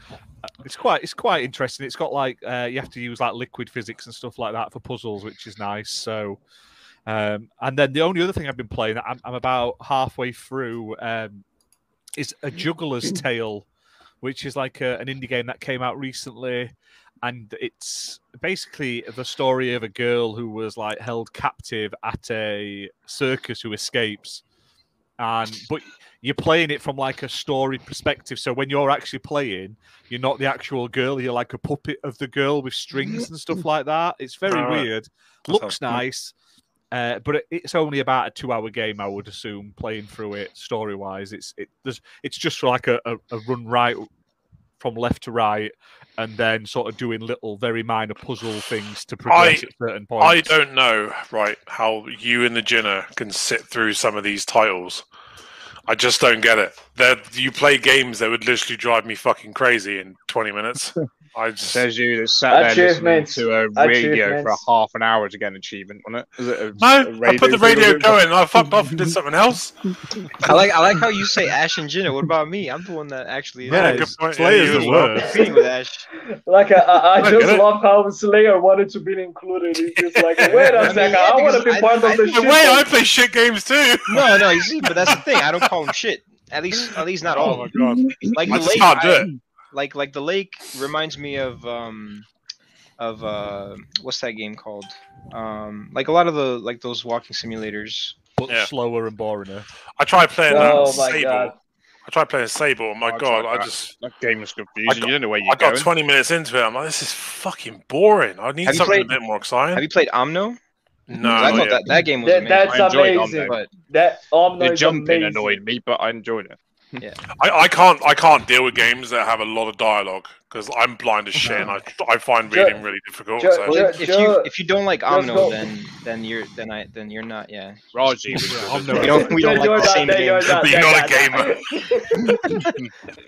Speaker 1: uh, it's quite it's quite interesting. It's got like uh, you have to use like liquid physics and stuff like that for puzzles, which is nice. So um, and then the only other thing I've been playing, I'm, I'm about halfway through, um, is a Juggler's Tale, which is like a, an indie game that came out recently. And it's basically the story of a girl who was like held captive at a circus who escapes. And but you're playing it from like a story perspective. So when you're actually playing, you're not the actual girl, you're like a puppet of the girl with strings and stuff like that. It's very
Speaker 5: Alright.
Speaker 1: weird.
Speaker 5: That sounds
Speaker 1: Looks
Speaker 5: cool.
Speaker 1: nice. Uh, but it, it's only about a two-hour game, I would assume. Playing through it story-wise, it's it there's it's just like a, a, a run right from left to right, and then sort of doing little very minor puzzle things to progress at certain points.
Speaker 5: I don't know, right, how you and the Jinner can sit through some of these titles. I just don't get it. They're, you play games that would literally drive me fucking crazy in 20 minutes. I just.
Speaker 4: There's you that sat there listening
Speaker 2: Achievements.
Speaker 4: to a radio for
Speaker 2: Achievements.
Speaker 4: half an hour to get an achievement on it. Is it a, a
Speaker 5: No, I put the radio
Speaker 4: thing or
Speaker 5: going. I fucked off and did something else.
Speaker 8: I like I like how you say Ash and Jenna. What about me? I'm the one that actually
Speaker 1: Yeah,
Speaker 8: is
Speaker 5: Good
Speaker 1: it's-
Speaker 5: point.
Speaker 1: Slayer's the
Speaker 5: you as well.
Speaker 1: worst.
Speaker 8: competing with Ash.
Speaker 2: Like I, I, I
Speaker 5: I
Speaker 2: just
Speaker 5: get it.
Speaker 2: love how Slayer wanted to be included. It's just like, wait
Speaker 8: I
Speaker 2: a
Speaker 8: mean,
Speaker 2: second,
Speaker 8: yeah,
Speaker 2: I want to be
Speaker 8: because I-
Speaker 2: part
Speaker 8: I-
Speaker 2: of the
Speaker 8: the
Speaker 5: The
Speaker 2: shit.
Speaker 5: way I play shit games too.
Speaker 8: No, no, you see, but that's the thing. I don't call him shit. At least, at least not all.
Speaker 5: Oh
Speaker 8: of
Speaker 5: my
Speaker 8: them.
Speaker 5: god.
Speaker 8: Like
Speaker 5: I
Speaker 8: the
Speaker 5: just
Speaker 8: lake,
Speaker 5: can't do
Speaker 8: I-
Speaker 5: it.
Speaker 8: like like the lake reminds me of um of uh what's that game called? Um, like a lot of the like those walking simulators.
Speaker 1: but
Speaker 5: Yeah.
Speaker 1: slower and boringer.
Speaker 5: I tried playing
Speaker 2: Oh
Speaker 5: that
Speaker 2: my
Speaker 5: Sable.
Speaker 2: God.
Speaker 5: I tried playing Sable. My
Speaker 4: I
Speaker 5: God,
Speaker 4: tried
Speaker 5: I
Speaker 4: that.
Speaker 5: just
Speaker 4: That game was confusing.
Speaker 5: got-
Speaker 4: you don't know where
Speaker 5: I
Speaker 4: you're
Speaker 5: got
Speaker 4: going.
Speaker 5: 20 minutes into it. I'm like, this is fucking boring. I need
Speaker 8: Have you
Speaker 5: something
Speaker 8: played-
Speaker 5: a bit more
Speaker 8: Have
Speaker 5: exciting.
Speaker 8: you played
Speaker 5: Uh,
Speaker 8: Omno?
Speaker 5: No, not
Speaker 8: I thought
Speaker 5: yet.
Speaker 8: that, that game was
Speaker 2: That,
Speaker 8: amazing.
Speaker 2: that's
Speaker 4: I enjoyed
Speaker 2: amazing.
Speaker 4: Omno.
Speaker 8: but
Speaker 2: That Omno
Speaker 4: the
Speaker 2: is
Speaker 4: jumping
Speaker 2: amazing.
Speaker 4: annoyed me, but I enjoyed it.
Speaker 5: I, I can't. I can't deal with games that have a lot of dialogue because I'm blind as shit, and I, I find
Speaker 2: Ju-
Speaker 5: reading really difficult.
Speaker 2: ju-
Speaker 5: so.
Speaker 8: well, if, if you
Speaker 2: Joe-
Speaker 8: if you don't like
Speaker 2: let's
Speaker 8: Omno,
Speaker 2: go.
Speaker 8: then then you're then I then you're not. Yeah,
Speaker 4: Raji was just
Speaker 1: I'm
Speaker 4: a-
Speaker 1: no-
Speaker 8: we don't we don't like
Speaker 2: You're
Speaker 8: the
Speaker 2: not-
Speaker 8: same
Speaker 2: you're
Speaker 8: games.
Speaker 2: not-
Speaker 5: You're
Speaker 2: you're
Speaker 5: not a gamer.
Speaker 1: Go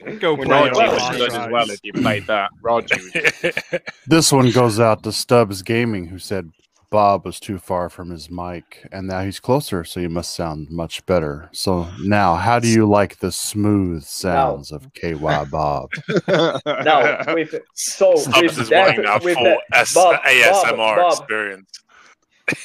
Speaker 8: We're
Speaker 1: play
Speaker 8: not
Speaker 4: Raji
Speaker 1: it.
Speaker 4: was good as well if you played that. Raji was
Speaker 3: This one goes out to Stubbs Gaming, who said Bob was too far from his mic, and now he's closer, so you must sound much better. So now, how do you like the smooth sounds of KY Bob?
Speaker 2: Now, with so
Speaker 5: Stubbs
Speaker 2: with
Speaker 5: is
Speaker 2: that,
Speaker 5: wanting that
Speaker 2: with
Speaker 5: full
Speaker 2: that,
Speaker 5: S-
Speaker 2: Bob,
Speaker 5: ASMR
Speaker 2: Bob.
Speaker 5: experience.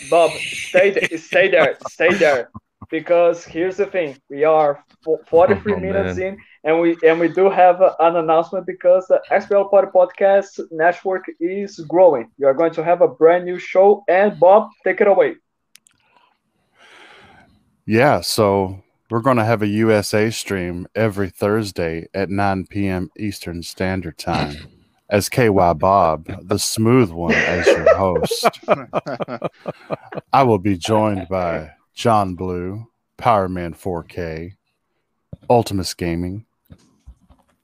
Speaker 2: Bob, stay th- stay there, stay there, because here's the thing: we are fo- 43
Speaker 6: Oh,
Speaker 2: minutes in, and we and we do have uh, an announcement because the XBL Party Podcast Network is growing. You are going to have a brand new show, and Bob, take it away.
Speaker 3: Yeah, so we're going to have a USA stream every Thursday at 9 p.m. Eastern Standard Time as KY Bob, the smooth one, as your host. I will be joined by John Blue, Power Man 4K, Ultimus Gaming,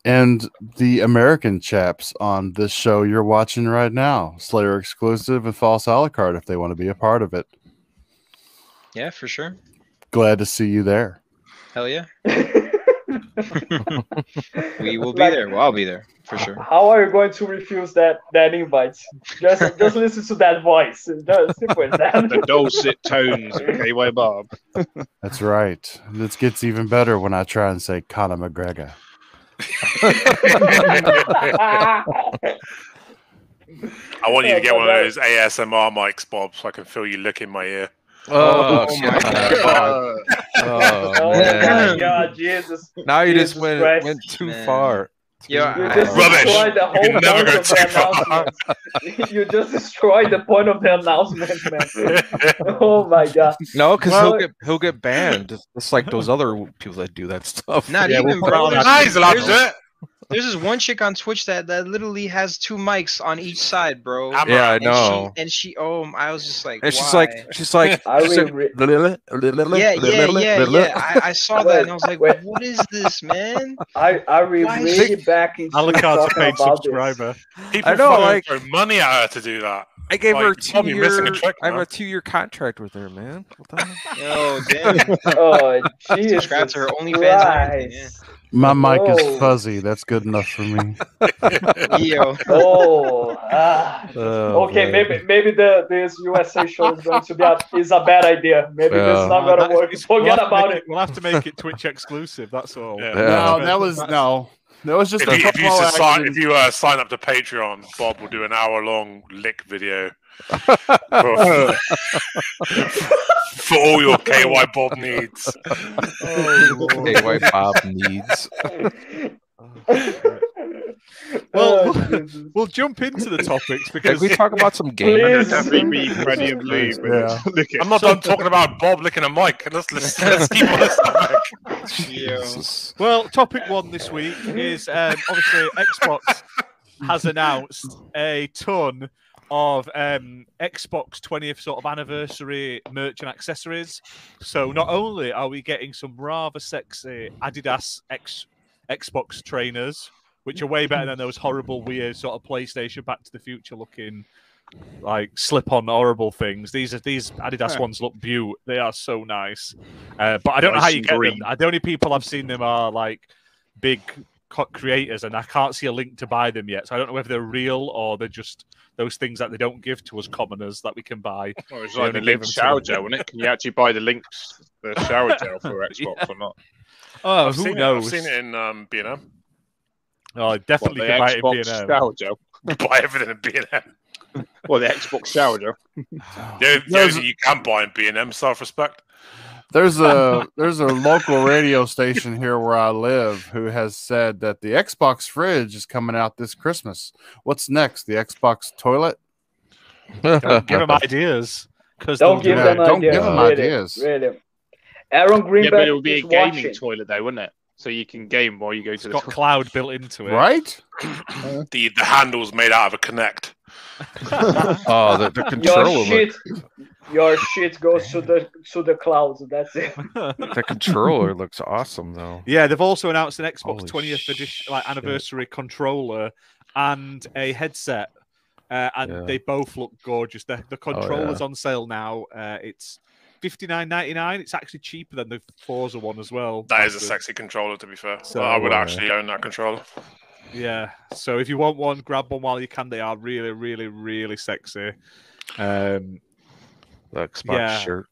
Speaker 3: and the American chaps on this show you're watching right now, Slayer exclusive and False a la carte if they want to be a part of it.
Speaker 8: Yeah, for sure.
Speaker 3: Glad to see you there.
Speaker 8: Hell yeah, we will be
Speaker 2: Like-
Speaker 8: there. Well, I'll be there for sure.
Speaker 2: How are you going to refuse that that invite? Just just listen to that voice. Just simple as
Speaker 4: the
Speaker 2: that.
Speaker 4: dulcet tones of KY Bob.
Speaker 3: That's right. This gets even better when I try and say Conor
Speaker 2: Oh
Speaker 3: McGregor.
Speaker 5: I want you to get
Speaker 2: Oh,
Speaker 5: one of
Speaker 2: no.
Speaker 5: those ASMR mics, Bob, so I can feel you licking my ear.
Speaker 6: Oh,
Speaker 4: Oh
Speaker 6: my
Speaker 4: my
Speaker 6: god.
Speaker 2: Oh
Speaker 6: Oh,
Speaker 2: my
Speaker 6: man.
Speaker 2: god, Jesus.
Speaker 6: Now you just
Speaker 2: Jesus
Speaker 6: went,
Speaker 2: Christ.
Speaker 6: went too
Speaker 8: Man.
Speaker 6: far.
Speaker 8: Yeah,
Speaker 2: You
Speaker 6: I-
Speaker 2: just
Speaker 5: Rubbish.
Speaker 2: destroyed the whole
Speaker 5: can
Speaker 2: point
Speaker 5: never go
Speaker 2: of the
Speaker 5: too far.
Speaker 2: announcement. you just destroyed the point of the announcement, man. oh my god.
Speaker 6: No, because
Speaker 2: Well-
Speaker 6: he'll get he'll get banned. It's- It's like those other people that do that stuff.
Speaker 8: Not
Speaker 6: Yeah,
Speaker 8: even,
Speaker 6: we'll-
Speaker 8: bro. There's,
Speaker 5: Ah, he's allowed to
Speaker 8: there's-
Speaker 5: do it.
Speaker 8: there's this one chick on Twitch that, that literally has two mics on each side, bro.
Speaker 5: I'm-
Speaker 6: yeah, I
Speaker 8: and
Speaker 6: know.
Speaker 8: She, and she, oh, I was just like,
Speaker 6: And she's
Speaker 8: why?
Speaker 6: like, she's like,
Speaker 2: I
Speaker 6: she's
Speaker 2: will
Speaker 6: like,
Speaker 2: re-
Speaker 6: "Lilith, Lilith,
Speaker 8: yeah, yeah,
Speaker 6: Lilith,
Speaker 8: yeah,
Speaker 6: Lilith."
Speaker 8: yeah. I, I saw that and I was like,
Speaker 2: Wait.
Speaker 8: what is this, man?
Speaker 2: I I will
Speaker 8: Why
Speaker 6: is
Speaker 2: really back into
Speaker 1: Alucard's a
Speaker 2: talking
Speaker 1: paid
Speaker 2: about this.
Speaker 1: subscriber.
Speaker 5: People
Speaker 6: know,
Speaker 5: fucking
Speaker 6: like-
Speaker 5: throw money at her to do that.
Speaker 6: I gave her
Speaker 5: Like,
Speaker 6: two
Speaker 5: Bob, you're missing a
Speaker 6: year.
Speaker 5: trick,
Speaker 6: I have a
Speaker 5: man.
Speaker 6: two year contract with her, man. What the hell?
Speaker 8: Oh, damn.
Speaker 2: Oh Jesus
Speaker 8: Subscribe to her OnlyFans and everything,
Speaker 2: Christ.
Speaker 3: My mic
Speaker 2: Oh.
Speaker 3: is fuzzy. That's good enough for me.
Speaker 8: Yo.
Speaker 2: Oh, ah.
Speaker 6: Oh,
Speaker 2: okay,
Speaker 6: man.
Speaker 2: maybe maybe the this USA show is going to be a, is a bad idea. Maybe this
Speaker 6: Yeah.
Speaker 2: is not
Speaker 1: Oh, That
Speaker 2: gonna
Speaker 1: is-
Speaker 2: work.
Speaker 1: we'll
Speaker 2: Forget
Speaker 1: have to
Speaker 2: about
Speaker 1: make
Speaker 2: it.
Speaker 1: We'll have to make it Twitch exclusive. That's all.
Speaker 5: Yeah.
Speaker 6: Yeah.
Speaker 3: No, that was no. That was just
Speaker 5: If
Speaker 3: a
Speaker 5: you, if you,
Speaker 3: football
Speaker 5: sus- sign, if
Speaker 3: action.
Speaker 5: you uh, sign up to Patreon, Bob will do an hour long lick video for, for all your KY Bob needs.
Speaker 1: Oh,
Speaker 6: Okay, why Bob needs.
Speaker 1: Well-
Speaker 2: Oh, Jesus.
Speaker 1: We'll jump into the topics because
Speaker 6: Can we talk about some
Speaker 2: Please.
Speaker 6: games?
Speaker 2: Yes.
Speaker 4: Definitely be Freddie and Lou.
Speaker 3: Nice,
Speaker 4: with it. Look at
Speaker 5: I'm not done talking about Bob licking a mic. Let's, let's, let's keep on this topic.
Speaker 6: Jesus.
Speaker 1: Well, topic one this week is um, obviously Xbox has announced a ton of um, Xbox 20th sort of anniversary merch and accessories. So not only are we getting some rather sexy Adidas X Xbox trainers, which are way better than those horrible, weird sort of PlayStation Back to the Future looking like slip-on horrible things. These are these Adidas
Speaker 4: Yeah.
Speaker 1: ones look beaut. They are so nice. Uh, but I don't know how
Speaker 4: Nice
Speaker 1: you
Speaker 4: and
Speaker 1: get
Speaker 4: green.
Speaker 1: them. Uh, The only people I've seen them are like big co- creators, and I can't see a link to buy them yet. So I don't know whether they're real or they're just those things that they don't give to us commoners that we can buy.
Speaker 4: Well, it's
Speaker 1: You
Speaker 4: like
Speaker 1: only
Speaker 4: the
Speaker 1: gave
Speaker 4: link
Speaker 1: them
Speaker 4: shower
Speaker 1: some.
Speaker 4: gel, isn't it? Can you actually buy the links, the shower gel for Xbox or not?
Speaker 1: Oh,
Speaker 5: I've
Speaker 1: who
Speaker 5: seen
Speaker 1: knows?
Speaker 5: It, I've seen it in um, B&M.
Speaker 1: Oh,
Speaker 4: What,
Speaker 1: definitely
Speaker 4: the
Speaker 1: can buy it in
Speaker 4: Xbox
Speaker 1: B&M.
Speaker 4: shower gel.
Speaker 5: You buy everything in B&M.
Speaker 4: Well, the Xbox shower gel.
Speaker 5: The only- the only
Speaker 3: Those-
Speaker 5: thing you can buy in B&M, self-respect.
Speaker 3: There's a there's a local radio station here where I live who has said that the Xbox fridge is coming out this Christmas. What's next? The Xbox toilet?
Speaker 1: Don't give them ideas because
Speaker 2: Don't give
Speaker 3: Yeah,
Speaker 2: them
Speaker 3: don't
Speaker 2: ideas.
Speaker 3: give them
Speaker 2: really,
Speaker 3: ideas.
Speaker 2: Really. Aaron
Speaker 4: Yeah,
Speaker 2: Greenberg
Speaker 4: but it'll be a
Speaker 2: is
Speaker 4: gaming
Speaker 2: watching.
Speaker 4: toilet though, wouldn't it? So you can game while you go
Speaker 1: It's
Speaker 4: to the
Speaker 1: got
Speaker 4: toilet.
Speaker 1: cloud built into it.
Speaker 3: Right?
Speaker 5: The, the handle's made out of a connect.
Speaker 6: Oh, the, the control
Speaker 2: Your
Speaker 6: of it.
Speaker 2: shit, your shit goes to the to the clouds. That's it.
Speaker 6: The controller looks awesome though.
Speaker 1: Yeah, they've also announced an Xbox
Speaker 6: Holy
Speaker 1: 20th edition, like
Speaker 6: shit.
Speaker 1: anniversary controller and a headset, uh, and
Speaker 6: Yeah.
Speaker 1: they both look gorgeous. The,
Speaker 5: Oh,
Speaker 1: the controller's on sale now. Uh, it's fifty nine ninety nine. It's actually cheaper than the Forza one as well.
Speaker 5: That is a
Speaker 1: after-
Speaker 5: sexy controller, to be fair.
Speaker 1: So,
Speaker 5: I would
Speaker 6: uh,
Speaker 5: actually own that controller.
Speaker 1: Yeah. So if you want one, grab one while you can. They are really, really, really sexy. Um,
Speaker 6: The Xbox
Speaker 1: Yeah.
Speaker 6: shirt.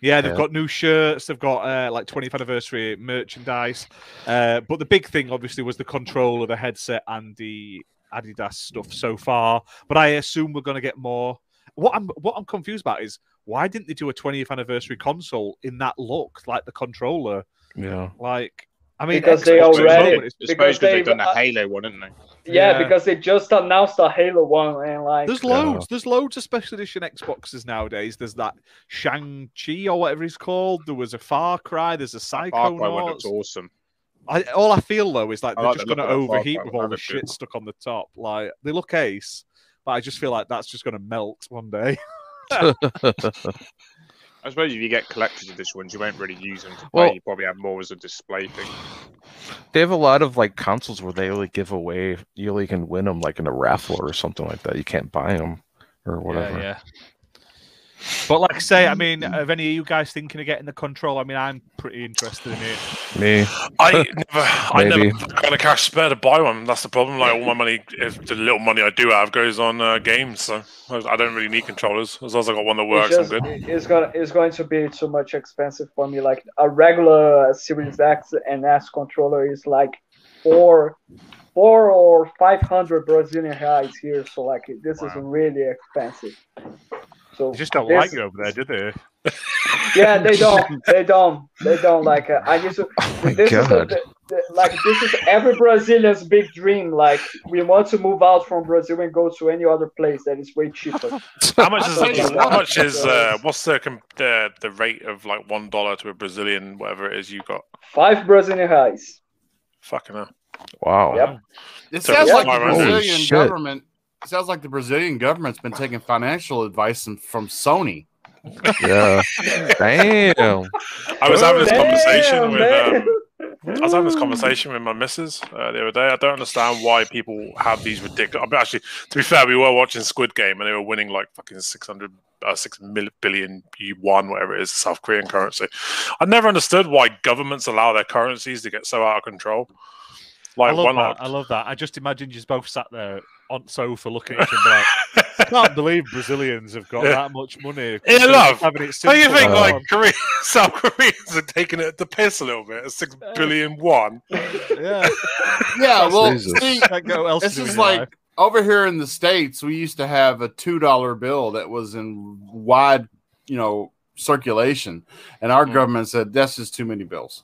Speaker 1: Yeah, they've
Speaker 6: Yeah.
Speaker 1: got new shirts. They've got uh, like 20th anniversary merchandise. Uh, but the big thing, obviously, was the control of the headset and the Adidas stuff so far. But I assume we're going to get more. What I'm what I'm confused about is why didn't they do a 20th anniversary console in that look, like the controller?
Speaker 6: Yeah.
Speaker 1: Like, I mean,
Speaker 2: Because they
Speaker 1: Xbox at the
Speaker 2: already-
Speaker 1: moment is-
Speaker 4: I
Speaker 2: because
Speaker 4: suppose because they've
Speaker 2: they've-
Speaker 4: done a
Speaker 2: uh,
Speaker 4: Halo one, haven't they?
Speaker 2: Yeah,
Speaker 1: Yeah.
Speaker 2: because they just announced a Halo one and like
Speaker 1: There's loads. There's loads of special edition Xboxes nowadays. There's that Shang Chi or whatever he's called. There was a Far Cry. There's a
Speaker 4: Far Cry one
Speaker 1: Psychonauts.
Speaker 4: looks awesome.
Speaker 1: I, all I feel though is like
Speaker 4: I
Speaker 1: they're
Speaker 4: like
Speaker 1: just
Speaker 4: the
Speaker 1: going to
Speaker 4: look of that
Speaker 1: overheat
Speaker 4: Far Cry
Speaker 1: with all the
Speaker 4: look to it.
Speaker 1: shit stuck on the top. Like they look ace, but I just feel like that's just going to melt one day.
Speaker 4: I suppose if you get collectors of this ones, you won't really use them to play.
Speaker 6: Well-
Speaker 4: you probably have more as a display thing.
Speaker 6: They have a lot of like consoles where they only give away. You only can win them like in a raffle or something like that. You can't buy them or whatever.
Speaker 1: yeah. Mm. But like I say, I mean, of any of you guys thinking of getting the control? I mean, I'm pretty interested in it.
Speaker 6: Me.
Speaker 5: I never, I never
Speaker 6: Maybe.
Speaker 5: had the kind of cash spare to buy one. That's the problem. Like all my money, if the little money I do have goes on uh, games, so I I don't really need controllers. As long as I got one that
Speaker 2: it's,
Speaker 5: works,
Speaker 2: just,
Speaker 5: I'm good.
Speaker 2: it's gonna it's going to be too much expensive for me. Like a regular Series X and S controller is like
Speaker 9: four, four or five hundred Brazilian reais here. So like this is really expensive. So
Speaker 12: They just don't
Speaker 9: this-
Speaker 12: like you over there, do they?
Speaker 9: yeah, they don't. They don't. They don't like. Uh, I just.
Speaker 6: Oh
Speaker 2: Oh
Speaker 9: this
Speaker 12: God.
Speaker 9: Is a, the- like this is every Brazilian's big dream. Like we want to move out from Brazil and go to any other place that is way cheaper.
Speaker 5: How much is
Speaker 9: Something like
Speaker 5: how
Speaker 9: that.
Speaker 5: much is uh, what's the com- the the rate of like one dollar to a Brazilian whatever it is you got?
Speaker 9: Five Brazilian reais.
Speaker 5: Fucking hell.
Speaker 6: Wow.
Speaker 9: Yep.
Speaker 3: It
Speaker 5: So
Speaker 3: sounds
Speaker 5: it's
Speaker 3: like the
Speaker 5: five hundred. Holy
Speaker 3: Brazilian
Speaker 5: shit.
Speaker 3: government. It sounds like the Brazilian government's been taking financial advice from, from Sony.
Speaker 6: Yeah. Damn.
Speaker 5: I was having this
Speaker 9: Oh,
Speaker 2: Oh,
Speaker 3: Damn,
Speaker 5: conversation
Speaker 3: man.
Speaker 5: with um, I was having this conversation with my missus uh, the other day. I don't understand why people have these ridiculous. I mean, actually, to be fair, we were watching Squid Game and they were winning like fucking six hundred. Uh, six mil- billion yuan, whatever it is, South Korean currency. I never understood why governments allow their currencies to get so out of control. Like,
Speaker 1: I
Speaker 5: why
Speaker 1: love
Speaker 5: not?
Speaker 1: that. I love that. I just imagined you both sat there on sofa looking at each other like, I can't believe Brazilians have got
Speaker 5: Yeah.
Speaker 1: that much money.
Speaker 5: Yeah, love. How
Speaker 1: Having
Speaker 5: do you
Speaker 1: it
Speaker 5: think
Speaker 1: simple.
Speaker 5: like Korea, South Koreans are taking it the piss a little bit? at Six billion one.
Speaker 1: Yeah.
Speaker 3: Yeah, well,
Speaker 5: Jesus.
Speaker 3: see,
Speaker 1: Can't go else
Speaker 3: this
Speaker 1: to do
Speaker 3: is
Speaker 1: in your
Speaker 3: like
Speaker 1: life.
Speaker 3: over here in the states. We used to have a two dollar bill that was in wide, you know, circulation, and our
Speaker 1: Hmm.
Speaker 3: government said that's just too many bills.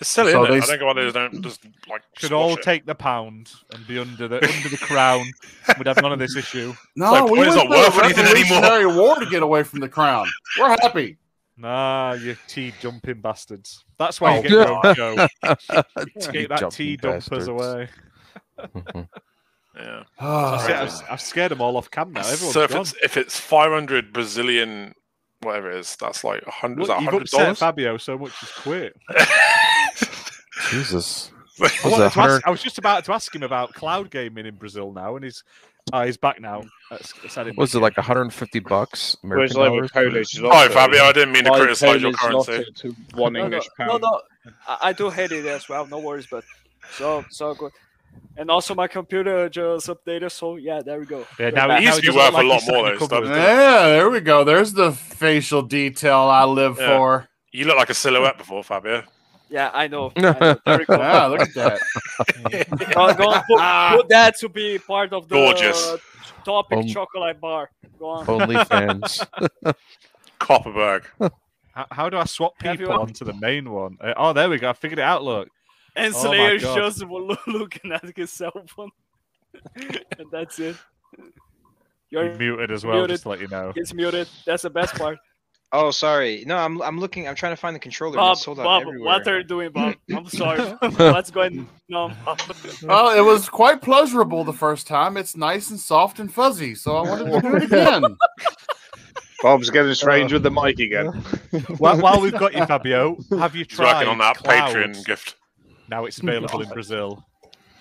Speaker 5: It's silly,
Speaker 3: So
Speaker 5: isn't
Speaker 3: they
Speaker 5: it? I
Speaker 3: s-
Speaker 5: think why they don't just like
Speaker 1: Should
Speaker 5: squash
Speaker 1: all
Speaker 5: it.
Speaker 1: take the pound and be under the under the crown. We'd have none of this issue.
Speaker 3: No, we went through a revolutionary war to get away from the crown. We're happy.
Speaker 1: Nah, you tea jumping bastards. That's why
Speaker 3: Oh,
Speaker 1: you get your
Speaker 3: God.
Speaker 1: own show.
Speaker 3: Tea
Speaker 1: Get that
Speaker 3: jumping
Speaker 1: tea dumpers
Speaker 3: bastards.
Speaker 1: away.
Speaker 6: Mm-hmm.
Speaker 5: Yeah.
Speaker 3: Ah,
Speaker 1: That's it, I've, I've scared them all off cam now. Everyone's
Speaker 5: so if
Speaker 1: gone.
Speaker 5: it's if it's five hundred Brazilian, whatever it is, that's like a hundred. Is
Speaker 1: Look,
Speaker 5: that
Speaker 1: you've
Speaker 5: hundred
Speaker 1: upset
Speaker 5: dollars?
Speaker 1: Fabio so much he's quit.
Speaker 6: Jesus.
Speaker 1: I,
Speaker 6: Was
Speaker 1: wanted
Speaker 6: that
Speaker 1: to ask,
Speaker 6: 100?
Speaker 1: I was just about to ask him about cloud gaming in Brazil now, and he's uh, he's back now. That's, that's how
Speaker 6: What Was it like 150 bucks? American dollars?
Speaker 5: Hi, Fabio. I didn't mean to
Speaker 6: My
Speaker 5: criticize your
Speaker 6: Polish
Speaker 5: currency.
Speaker 6: lotto to one
Speaker 2: No,
Speaker 6: English
Speaker 2: no,
Speaker 6: pound.
Speaker 2: No, no, I, I do hate it as well. No worries, but so so good. And also, my computer just updated, so yeah, there we go.
Speaker 1: Yeah,
Speaker 3: now it used to be
Speaker 5: worth a lot more, though, stuff.
Speaker 3: Yeah, there we go. There's the facial detail I live
Speaker 5: Yeah.
Speaker 3: for.
Speaker 5: You look like a silhouette before Fabio.
Speaker 2: Yeah, I know. I know. Very cool.
Speaker 3: yeah, look at that.
Speaker 2: Go- Uh, go on, put, put that to be part of the
Speaker 5: Gorgeous.
Speaker 2: topic
Speaker 6: Um,
Speaker 2: chocolate bar. Go on.
Speaker 1: um,
Speaker 5: Copperberg.
Speaker 1: How, how do I swap
Speaker 2: Have you
Speaker 1: people
Speaker 2: ever-
Speaker 1: onto the main one? Uh, oh, there we go. I figured it out. Look,
Speaker 2: And
Speaker 1: Oh my
Speaker 2: Slayer is
Speaker 1: God.
Speaker 2: just lo- looking at his cell phone. and that's it.
Speaker 1: You're muted as well, just to let you know.
Speaker 2: He's muted. That's the best part.
Speaker 8: Oh, sorry. No, I'm I'm looking. I'm trying to find the controller.
Speaker 2: Bob,
Speaker 8: it's sold out
Speaker 2: Bob,
Speaker 8: everywhere.
Speaker 2: what are you doing, Bob? I'm sorry. What's going on? Bob?
Speaker 3: Well, it was quite pleasurable the first time. It's nice and soft and fuzzy, so I wanted to do it again.
Speaker 4: Bob's
Speaker 2: Uh,
Speaker 4: getting strange with the mic again.
Speaker 1: While, while we've got you, Fabio, have you
Speaker 4: He's working
Speaker 1: tried
Speaker 4: on that
Speaker 1: Cloud?
Speaker 5: Patreon gift.
Speaker 1: Now it's available in Brazil.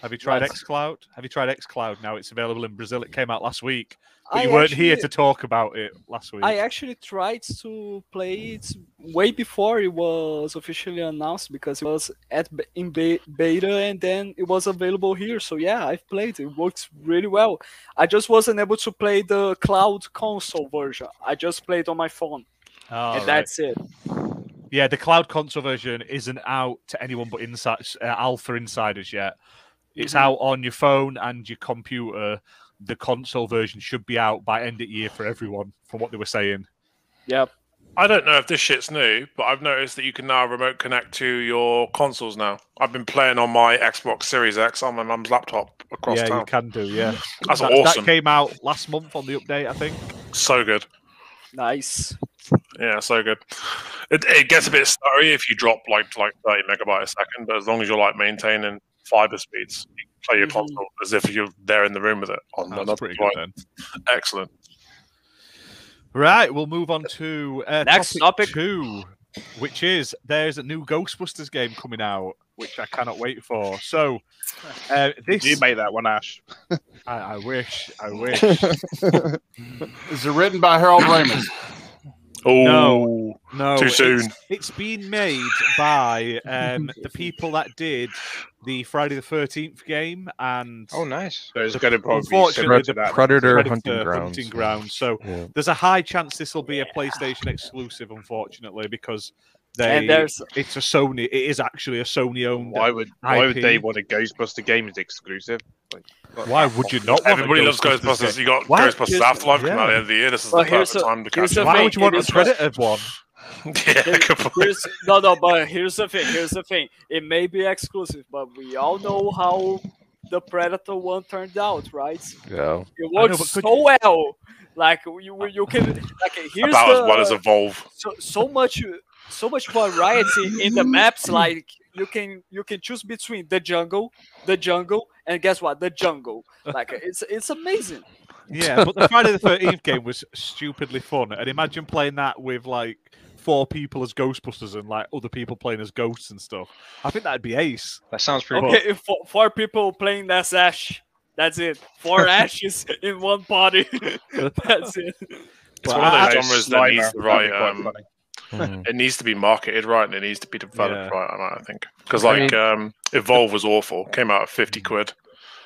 Speaker 1: Have you tried XCloud? Have you tried XCloud? Now it's available in Brazil. It came out last week, but
Speaker 2: I
Speaker 1: you weren't here
Speaker 2: actually-
Speaker 1: to talk about it last week.
Speaker 2: I actually tried to play it way before it was officially announced because it was at b- in be- beta and then it was available here. So yeah, I've played it. It works really well. I just wasn't able to play the cloud console version. I just played on my phone.
Speaker 1: Ah,
Speaker 2: and
Speaker 1: right.
Speaker 2: that's it.
Speaker 1: Yeah, the cloud console version isn't out to anyone but inside uh, alpha insiders yet. It's
Speaker 2: Mhm.
Speaker 1: out on your phone and your computer. The console version should be out by end of year for everyone, from what they were saying.
Speaker 2: Yep.
Speaker 5: I don't know if this shit's new, but I've noticed that you can now remote connect to your consoles now. I've been playing on my Xbox Series X on my mum's laptop across
Speaker 1: yeah,
Speaker 5: town.
Speaker 1: you can do. Yeah,
Speaker 5: That's
Speaker 1: that, That
Speaker 5: awesome.
Speaker 1: came out last month on the update, I think.
Speaker 5: So good.
Speaker 2: Nice.
Speaker 5: Yeah, so good. It, it gets a bit slurry if you drop like to, like 30 megabytes a second, but as long as you're like maintaining fiber speeds, you can play your
Speaker 2: Mm-hmm.
Speaker 5: console as if you're there in the room with it. On
Speaker 1: That's
Speaker 5: another
Speaker 1: pretty good
Speaker 5: device. Excellent.
Speaker 1: Right, we'll move on to uh, next topic, two, which is there's a new Ghostbusters game coming out, which I cannot wait for. So, uh, this
Speaker 4: You made that one, Ash.
Speaker 1: I, I wish, I wish.
Speaker 3: Is it written by Harold Ramis?
Speaker 5: Oh,
Speaker 1: no, no,
Speaker 5: too soon.
Speaker 1: it's- it's been made by um, the people that did the Friday the Thirteenth game, and
Speaker 8: Oh, nice.
Speaker 4: So it's going to probably be similar
Speaker 1: Unfortunately,
Speaker 4: to
Speaker 1: the
Speaker 4: that.
Speaker 6: Predator
Speaker 1: Predator
Speaker 6: Hunting Grounds.
Speaker 1: Hunting Grounds. So
Speaker 6: Yeah.
Speaker 1: there's a high chance this will be a PlayStation exclusive, unfortunately, because They,
Speaker 2: And there's-
Speaker 1: it's a Sony. It is actually a Sony owned.
Speaker 10: Why would why would they want a Ghostbuster game as exclusive? Like, what-
Speaker 1: Why would you not? want a
Speaker 5: Everybody loves
Speaker 1: Ghostbusters
Speaker 5: Ghostbusters.
Speaker 1: game?
Speaker 5: You got
Speaker 1: Why?
Speaker 5: Ghostbusters
Speaker 1: Here's-
Speaker 5: Afterlife coming out
Speaker 1: yeah.
Speaker 5: at the end of the year. This is
Speaker 2: Well,
Speaker 5: the
Speaker 2: here's
Speaker 5: perfect
Speaker 2: a-
Speaker 5: time to
Speaker 2: here's
Speaker 5: catch
Speaker 2: a
Speaker 5: up.
Speaker 1: Why would you want a credited one?
Speaker 5: yeah, good point.
Speaker 2: Here's, no, no, but here's the thing. Here's the thing. It may be exclusive, but we all know how the Predator one turned out, right?
Speaker 6: Yeah.
Speaker 1: I
Speaker 2: It
Speaker 1: know,
Speaker 2: works
Speaker 1: but could-
Speaker 2: so well. Like you, you can like here's
Speaker 5: About
Speaker 2: the,
Speaker 5: as well as Evolve.
Speaker 2: so, so much so much variety in the maps like you can you can choose between the jungle the jungle and guess what the jungle like it's it's amazing
Speaker 1: Yeah, but the Friday the Thirteenth game was stupidly fun, and imagine playing that with like four people as Ghostbusters and like other people playing as ghosts and stuff. I think that'd be ace.
Speaker 8: That sounds pretty cool.
Speaker 2: okay four, four people playing as ash that's it four ashes in one party that's it
Speaker 5: It's
Speaker 1: Well,
Speaker 5: one
Speaker 1: I-
Speaker 5: of
Speaker 1: I-
Speaker 5: those genres that
Speaker 10: Sniper,
Speaker 5: needs the
Speaker 10: that'd
Speaker 5: right.
Speaker 10: be quite
Speaker 5: Um,
Speaker 10: funny.
Speaker 6: Mm-hmm.
Speaker 5: it needs to be marketed right, and it needs to be developed
Speaker 1: Yeah.
Speaker 5: right. I might- I think because
Speaker 6: I
Speaker 5: like um, Evolve was awful. Came out at fifty quid.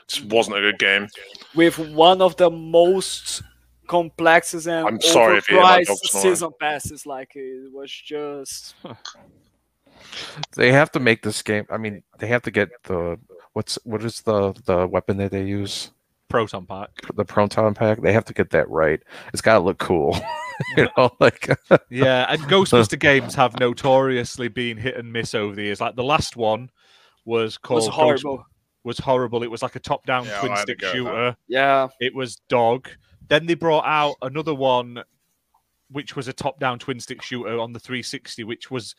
Speaker 5: Just wasn't a good game.
Speaker 2: with one of the most complexes and
Speaker 5: I'm sorry if you hear my
Speaker 2: overpriced
Speaker 5: dog snoring.
Speaker 2: season passes like it was just
Speaker 6: They have to make this game. I mean, they have to get the what's what is the the weapon that they use?
Speaker 1: Proton pack.
Speaker 6: The proton pack. They have to get that right. It's got to look cool. you know, like
Speaker 1: Yeah, and Ghostbuster games have notoriously been hit and miss over the years. Like the last one was
Speaker 2: it was
Speaker 1: called Ghost-
Speaker 2: horrible
Speaker 1: was horrible. It was like a top-down
Speaker 10: Yeah, I
Speaker 1: twin
Speaker 10: had to
Speaker 1: stick
Speaker 10: go with that.
Speaker 1: shooter.
Speaker 2: yeah
Speaker 1: It was dog. Then they brought out another one, which was a top-down twin stick shooter on the 360, which was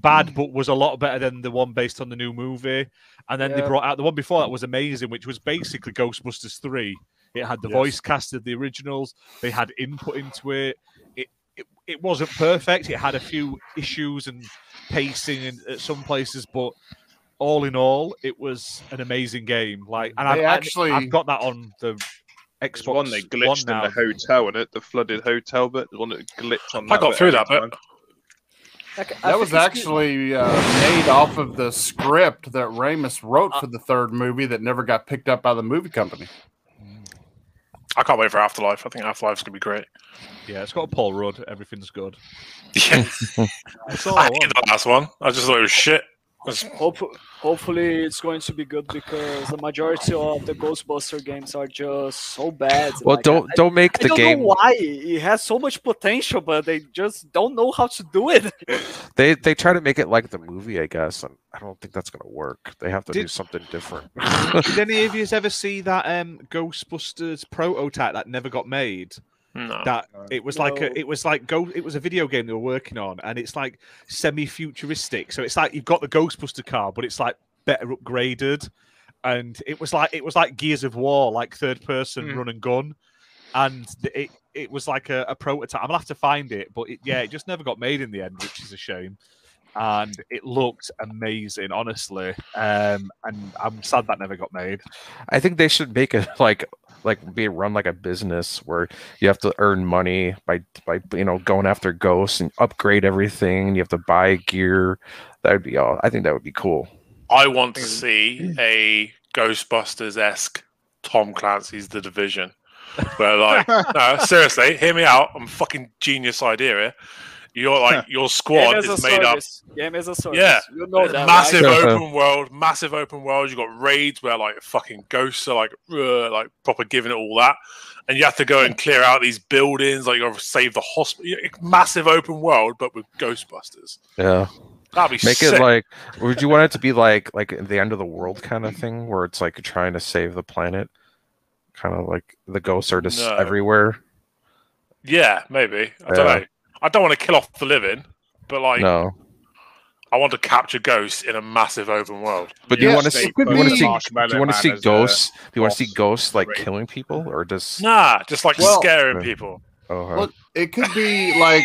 Speaker 1: bad but was a lot better than the one based on the new movie. And then
Speaker 2: Yeah.
Speaker 1: they brought out the one before that was amazing, which was basically Ghostbusters 3. It had the voice cast of the originals. They had input into it. It it, it wasn't perfect. It had a few issues and pacing in, at some places, but all in all, it was an amazing game. Like, and I've,
Speaker 3: They
Speaker 1: actually
Speaker 3: actually-
Speaker 1: I've got that on the
Speaker 10: There's
Speaker 1: Xbox
Speaker 10: one that glitched
Speaker 1: now.
Speaker 10: in the hotel, and it the flooded hotel, but the one that glitched on.
Speaker 5: I got
Speaker 10: bit
Speaker 5: through
Speaker 10: every
Speaker 5: that bit.
Speaker 10: time.
Speaker 2: Like, I
Speaker 3: That
Speaker 2: think
Speaker 3: was
Speaker 2: it's good.
Speaker 3: actually uh, made off of the script that Ramus wrote for the third movie that never got picked up by the movie company.
Speaker 5: I can't wait for Afterlife. I think Afterlife's gonna be great.
Speaker 1: yeah, it's got a Paul Rudd. Everything's good.
Speaker 5: Yeah,
Speaker 1: That's all
Speaker 5: I
Speaker 1: I
Speaker 5: hated
Speaker 1: want.
Speaker 5: that last one. I just thought it was shit. It was-
Speaker 2: Hope, hopefully it's going to be good because the majority of the Ghostbuster games are just so bad.
Speaker 6: well,
Speaker 2: Like,
Speaker 6: don't
Speaker 2: I,
Speaker 6: don't make
Speaker 2: I
Speaker 6: the
Speaker 2: don't
Speaker 6: game.
Speaker 2: know why it has so much potential, but they just don't know how to do it.
Speaker 6: They they try to make it like the movie, I guess, and I don't think that's gonna work. They have to do
Speaker 1: Did-
Speaker 6: something different.
Speaker 1: Did any of you ever see that um, Ghostbusters prototype that never got made?
Speaker 5: no.
Speaker 1: That it was like
Speaker 2: No.
Speaker 1: a, it was like go it was a video game they were working on, and it's like semi-futuristic. So it's like you've got the Ghostbuster car, but it's like better upgraded, and it was like it was like Gears of War, like third person
Speaker 10: Hmm.
Speaker 1: run and gun, and th- it it was like a, a prototype. I'm gonna have to find it, but it, yeah, it just never got made in the end, which is a shame. And it looked amazing, honestly. Um, and I'm sad that never got made.
Speaker 6: I think they should make it like like be run like a business where you have to earn money by by you know going after ghosts and upgrade everything. You have to buy gear. That would be all. I think that would be cool.
Speaker 5: I want to see a Ghostbusters esque Tom Clancy's The Division. Where like no, seriously, hear me out. I'm fucking genius idea here. You're like your squad
Speaker 2: Game
Speaker 5: is
Speaker 2: as a
Speaker 5: made up
Speaker 2: service. Game as a service.
Speaker 5: Yeah.
Speaker 2: You know that.
Speaker 5: massive
Speaker 2: right?
Speaker 6: right?
Speaker 5: open world, massive open world. You got raids where like fucking ghosts are like uh, like proper giving it all that, and you have to go and clear out these buildings. Like you got to save the hospital. Massive open world, but with Ghostbusters.
Speaker 6: Yeah,
Speaker 5: That'd be
Speaker 6: make
Speaker 5: sick.
Speaker 6: it like. Would you want it to be like like the end of the world kind of thing where it's like trying to save the planet, kind of like the ghosts are just
Speaker 5: No.
Speaker 6: everywhere.
Speaker 5: yeah, maybe. I don't
Speaker 6: Yeah.
Speaker 5: know. I don't want to kill off the living, but like
Speaker 6: no,
Speaker 5: I want to capture ghosts in a massive open world.
Speaker 6: but do
Speaker 10: yeah,
Speaker 6: you want to
Speaker 10: they
Speaker 6: see?
Speaker 10: put
Speaker 6: Do you want to
Speaker 10: the
Speaker 6: see?
Speaker 10: Marshmallow
Speaker 6: Do you want to
Speaker 10: Man
Speaker 6: see
Speaker 10: as a
Speaker 6: ghosts? Do you want to see
Speaker 10: boss.
Speaker 6: ghosts like
Speaker 10: Great.
Speaker 6: killing people or just?
Speaker 5: Nah, just like
Speaker 3: Well-
Speaker 5: scaring people.
Speaker 6: Oh, huh.
Speaker 3: Well, it could be like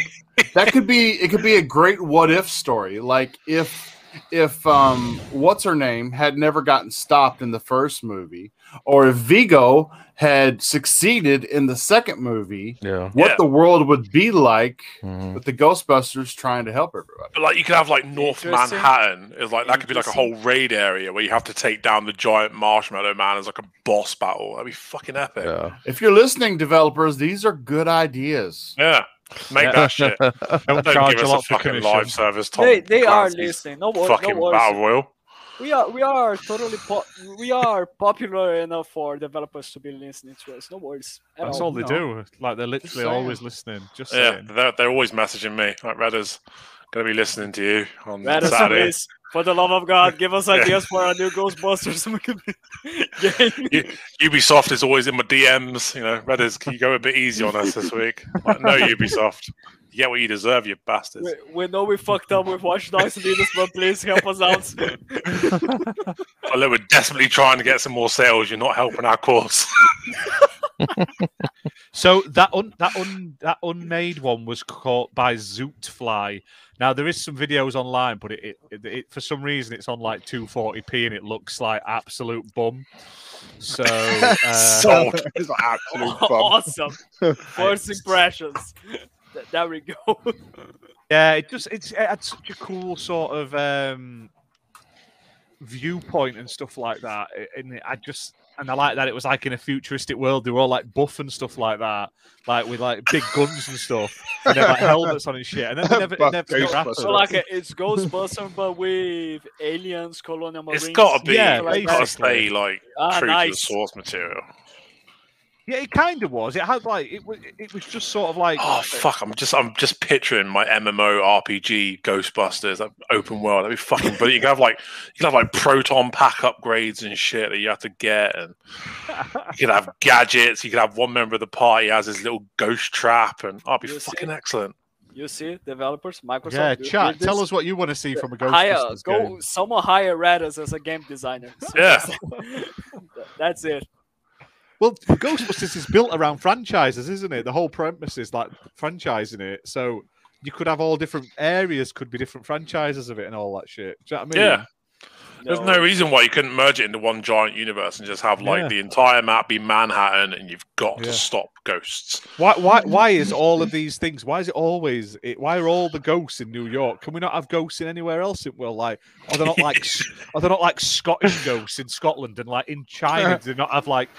Speaker 3: that could be it could be a great what if story. Like if if um what's her name had never gotten stopped in the first movie, or if Vigo had succeeded in the second movie,
Speaker 6: yeah.
Speaker 3: what
Speaker 5: Yeah.
Speaker 3: the world would be like
Speaker 6: Mhm.
Speaker 3: with the Ghostbusters trying to help everybody.
Speaker 5: But like you could have like North
Speaker 2: Interesting.
Speaker 5: Manhattan is like that could be like a whole raid area where you have to take down the giant marshmallow man as like a boss battle. That'd be fucking epic.
Speaker 6: Yeah.
Speaker 3: If you're listening, developers, these are good ideas.
Speaker 5: Yeah. Make
Speaker 2: Yeah.
Speaker 5: that shit. Don't
Speaker 2: charge a
Speaker 5: give us a
Speaker 2: lot for
Speaker 5: fucking
Speaker 2: commission.
Speaker 5: live service, Tom.
Speaker 2: They- they are
Speaker 5: Clancy's
Speaker 2: listening. No wor- no
Speaker 5: Fucking
Speaker 2: worries.
Speaker 5: battle royal.
Speaker 2: We are we are totally po- we are popular enough for developers to be listening to us. No worries. at
Speaker 1: That's
Speaker 2: all,
Speaker 1: all they
Speaker 2: no.
Speaker 1: do. Like they're
Speaker 2: Just
Speaker 1: literally
Speaker 2: saying.
Speaker 1: always listening. Just
Speaker 5: Yeah,
Speaker 1: saying.
Speaker 5: they're, they're always messaging me. Like, Redder's going to be listening to you on
Speaker 2: Let us
Speaker 5: Saturday.
Speaker 2: please, for the love of God, give us
Speaker 5: Yeah.
Speaker 2: ideas for a new Ghostbusters. We could be-
Speaker 5: U- Ubisoft is always in my DMs. You know, Redders, can you go a bit easy on us this week? Like, no, Ubisoft. You get what you deserve, you bastards.
Speaker 2: we, we know we fucked up with Watch Dogs Leaders, but please help us out.
Speaker 5: Well, look, we're desperately trying to get some more sales. You're not helping our cause.
Speaker 1: So that un, that un, that unmade one was caught by Zootfly. Now there is some videos online, but it, it, it for some reason it's on like 240p and it looks like absolute bum. So uh,
Speaker 2: Sold.
Speaker 4: It's like absolute bum.
Speaker 2: awesome. First impressions. Th- There we go.
Speaker 1: Yeah, it just it's it had such a cool sort of um viewpoint and stuff like that. a- And it- I just and I like that it was like in a futuristic world, they were all like buff and stuff like that, like with like big guns and stuff, and they had, like helmets on and shit. And then they never, it
Speaker 2: Buff
Speaker 1: never got wrapped
Speaker 2: So
Speaker 1: up.
Speaker 2: like uh, it's Ghostbusters, but with aliens, colonial marines.
Speaker 5: Oh, It's got to be.
Speaker 1: Yeah,
Speaker 5: it's got to
Speaker 1: basically.
Speaker 5: stay like
Speaker 2: Ah,
Speaker 5: true to the
Speaker 2: nice.
Speaker 5: source material.
Speaker 1: Yeah, it kind of was. It had like it was. It was just sort of like
Speaker 5: Oh fuck! I'm just I'm just picturing my MMO RPG Ghostbusters, that open world. That'd be fucking brilliant. You can have like you can have like proton pack upgrades and shit that you have to get, and you could have gadgets. You could have one member of the party has his little ghost trap, and oh, it'd be
Speaker 2: Yes,
Speaker 5: fucking excellent.
Speaker 2: You see, developers, Microsoft.
Speaker 1: yeah,
Speaker 2: you-
Speaker 1: chat.
Speaker 2: you-
Speaker 1: Tell
Speaker 2: this-
Speaker 1: us what you want to see from a
Speaker 2: hire
Speaker 5: uh,
Speaker 1: Ghostbusters
Speaker 2: go
Speaker 1: game.
Speaker 2: someone hire Radis as a game designer.
Speaker 1: Yeah.
Speaker 2: that's it.
Speaker 1: Well, Ghostbusters is built around franchises, isn't it? The whole premise is like franchising it. So you could have all different areas, could be different franchises of it and all that shit. Do you know what I mean?
Speaker 5: Yeah. There's no reason why you couldn't merge it into one giant universe and just have like
Speaker 1: Yeah.
Speaker 5: the entire map be Manhattan, and you've got
Speaker 1: Yeah.
Speaker 5: to stop ghosts.
Speaker 1: Why, why, why is all of these things? Why is it always? It, why are all the ghosts in New York? Can we not have ghosts in anywhere else? It will like, are they not like, s- are they not like Scottish ghosts in Scotland and like in
Speaker 2: Uh-huh.
Speaker 1: China? Do they not have like,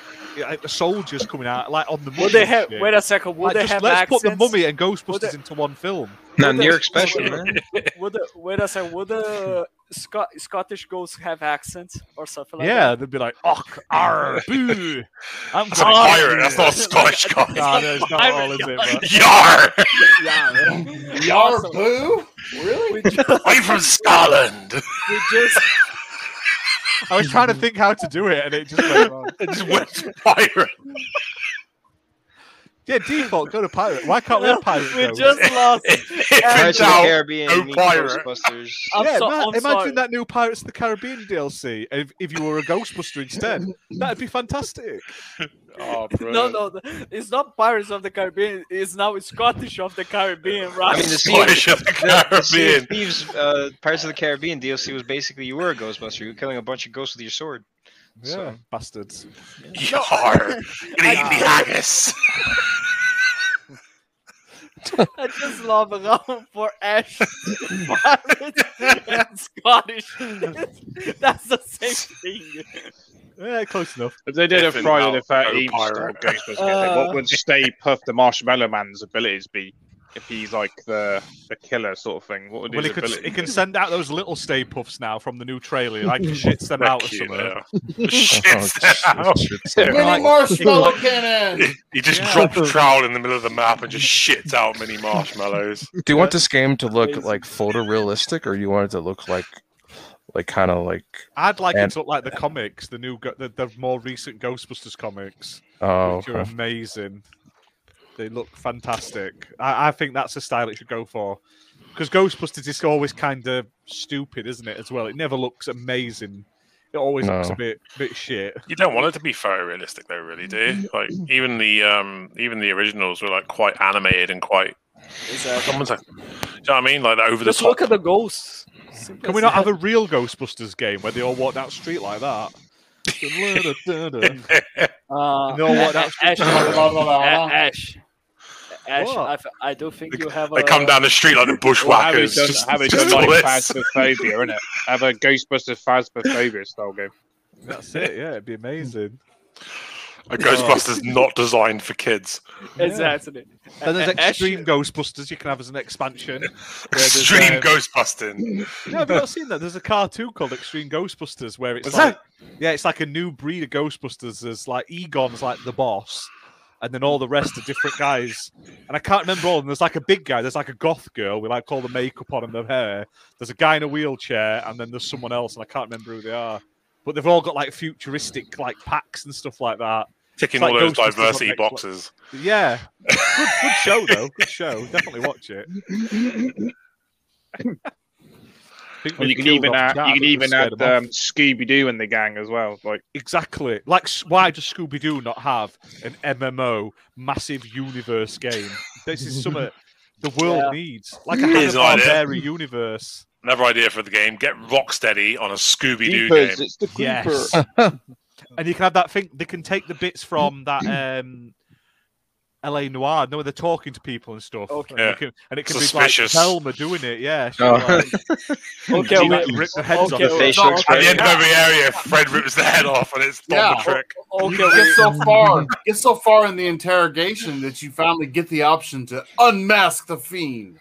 Speaker 1: like the soldiers coming out like on the? mummy
Speaker 2: Would they
Speaker 1: and
Speaker 2: have?
Speaker 1: shit?
Speaker 2: Wait a second. Would
Speaker 1: Like,
Speaker 2: they
Speaker 1: just
Speaker 2: have
Speaker 1: Let's
Speaker 2: accents?
Speaker 1: put the mummy and Ghostbusters
Speaker 2: they-
Speaker 1: into one film.
Speaker 8: Not New York special,
Speaker 2: would,
Speaker 8: man.
Speaker 2: the- would the- wait a second. Would the Scot- Scottish ghosts have accents or something like
Speaker 1: yeah,
Speaker 2: that?
Speaker 1: they'd be like, "Och, arr, boo." I'm
Speaker 2: It's a
Speaker 1: gonna
Speaker 2: pirate,
Speaker 1: kill you."
Speaker 2: that's not a Scottish
Speaker 1: Nah,
Speaker 2: guy.
Speaker 1: no, it's not all, is it?
Speaker 2: Pirate.
Speaker 1: but-
Speaker 5: Yar!
Speaker 2: Yeah.
Speaker 3: Yar
Speaker 2: Awesome.
Speaker 3: boo? Really?
Speaker 5: Are you from Scotland?
Speaker 2: We just
Speaker 1: I was trying to think how to do it, and it just went wrong.
Speaker 5: It just went pirate.
Speaker 1: Yeah, default, go to pirate. Why can't we have pirate?
Speaker 2: we
Speaker 1: though?
Speaker 2: just lost.
Speaker 5: Pirates of the
Speaker 1: out,
Speaker 8: Caribbean,
Speaker 5: no
Speaker 8: meet
Speaker 5: pirate.
Speaker 8: Ghostbusters.
Speaker 2: I'm
Speaker 1: yeah,
Speaker 2: so-
Speaker 1: man,
Speaker 2: I'm
Speaker 1: imagine
Speaker 2: sorry.
Speaker 1: that new Pirates of the Caribbean DLC if, if you were a Ghostbuster instead. That'd be fantastic.
Speaker 4: Oh,
Speaker 2: No,
Speaker 4: brilliant.
Speaker 2: no, the- it's not Pirates of the Caribbean. It's now Scottish of the Caribbean, right?
Speaker 8: I mean, the sea,
Speaker 5: Scottish of the
Speaker 8: the, the sea
Speaker 5: Caribbean.
Speaker 8: of Thieves, uh, Pirates of the Caribbean DLC was basically you were a Ghostbuster. You were killing a bunch of ghosts with your sword. So,
Speaker 1: Bastards.
Speaker 5: Yar! Gonna eat me haggis.
Speaker 2: I just love how for Ash, Pirates, and Scottish. That's the same thing.
Speaker 1: Yeah, close enough.
Speaker 4: If they did a
Speaker 5: Definitely
Speaker 4: Friday the
Speaker 5: not
Speaker 4: 13th
Speaker 5: no
Speaker 4: style
Speaker 5: pirate.
Speaker 4: Ghostbusters game,
Speaker 2: Uh.
Speaker 4: what would Stay Puff the Marshmallow Man's abilities be? If he's like the the killer sort of thing, what would
Speaker 1: Well,
Speaker 4: his
Speaker 1: he, could,
Speaker 4: ability?
Speaker 1: he can send out those little Stay Puffs now from the new trailer. Like, he shits them out or
Speaker 5: Fuck you,
Speaker 1: something.
Speaker 5: yeah.
Speaker 6: Oh,
Speaker 5: Shit's out.
Speaker 3: Mini marshmallow cannon.
Speaker 5: He just drops trowel in the middle of the map and just shits out mini marshmallows.
Speaker 6: Do you want this game to look
Speaker 2: Amazing.
Speaker 6: like photorealistic, or you want it to look like, like kind of like,
Speaker 1: I'd like it
Speaker 6: And-
Speaker 1: to look like the comics, the new, go- the, the more recent Ghostbusters comics,
Speaker 6: oh,
Speaker 1: which are
Speaker 6: okay.
Speaker 1: amazing. They look fantastic. I, I think that's the style it should go for, because Ghostbusters is always kind of stupid, isn't it? As well, it never looks amazing. It always looks a
Speaker 6: No.
Speaker 1: bit, bit shit.
Speaker 5: You don't want it to be photorealistic though, really, do you? Like even the um even the originals were like quite animated and quite someone's like do you know what I mean? Like over the
Speaker 2: Just
Speaker 5: top.
Speaker 2: look at the ghosts. Simple
Speaker 1: Can we
Speaker 2: as
Speaker 1: not
Speaker 2: that.
Speaker 1: have a real Ghostbusters game where they all walk down the street like that? and
Speaker 2: Uh,
Speaker 1: they all walk down the street
Speaker 2: Ash,
Speaker 1: like that.
Speaker 5: Uh-huh.
Speaker 2: Ash, Ash,
Speaker 1: What?
Speaker 2: I, f- I don't think you have.
Speaker 5: They
Speaker 2: a...
Speaker 5: come down the street like the
Speaker 4: Well, have it
Speaker 5: bushwhackers.
Speaker 4: done,
Speaker 5: just-
Speaker 4: have it
Speaker 5: just
Speaker 4: done like
Speaker 5: all this.
Speaker 4: Phasmophobia, innit? Have a Ghostbusters Phasmophobia style game.
Speaker 1: That's it. Yeah, it'd be amazing.
Speaker 5: A Ghostbusters not designed for kids.
Speaker 2: Exactly.
Speaker 1: Then there's
Speaker 2: Uh, uh,
Speaker 1: E-, Extreme Ghostbusters you can have as an expansion.
Speaker 5: Extreme Ghostbusting.
Speaker 1: No, have you not seen that? There's a cartoon called Extreme Ghostbusters where it's
Speaker 5: What's
Speaker 1: like, yeah, it's like a new breed of Ghostbusters. There's like Egon's like the boss, and then all the rest are different guys. And I can't remember all of them. There's like a big guy. There's like a goth girl with like all the makeup on and the hair. There's a guy in a wheelchair, and then there's someone else, and I can't remember who they are. But they've all got like futuristic like packs and stuff like that.
Speaker 5: Ticking
Speaker 1: It's
Speaker 5: all
Speaker 1: like
Speaker 5: those
Speaker 1: Ghostbusters on
Speaker 5: diversity
Speaker 1: Xbox.
Speaker 5: boxes.
Speaker 1: Yeah, good, good show though. Good show. Definitely watch it. Think
Speaker 4: And you
Speaker 1: we've
Speaker 4: can
Speaker 1: killed
Speaker 4: even
Speaker 1: off
Speaker 4: add,
Speaker 1: Jack,
Speaker 4: you
Speaker 1: but
Speaker 4: can
Speaker 1: we
Speaker 4: even
Speaker 1: scared
Speaker 4: add
Speaker 1: him off.
Speaker 4: um, Scooby Doo in the gang as well. Like
Speaker 1: Exactly. Like, s- why does Scooby Doo not have an MMO massive universe game? This is something the world
Speaker 5: Yeah.
Speaker 1: needs, like a Hanna
Speaker 5: Here's an idea.
Speaker 1: Barbera universe.
Speaker 5: Another idea for the game: get Rocksteady on a Scooby Doo
Speaker 1: Jeepers,
Speaker 5: game.
Speaker 1: it's the Yes. and you can have that thing. They can take the bits from that um, L.A. Noir. No, they're talking to people and stuff. Okay. And, you
Speaker 5: Yeah.
Speaker 1: can, and it can
Speaker 5: Suspicious.
Speaker 1: be like Velma doing it. Yeah. she,
Speaker 5: Oh.
Speaker 1: like,
Speaker 5: Okay,
Speaker 1: she,
Speaker 5: we-
Speaker 1: like, rip the heads
Speaker 5: okay,
Speaker 1: off.
Speaker 5: we- Facial At the end of every area, Fred rips the head off, and it's
Speaker 3: Yeah.
Speaker 5: not the trick.
Speaker 3: You get so far, get so far in the interrogation that you finally get the option to unmask the fiend.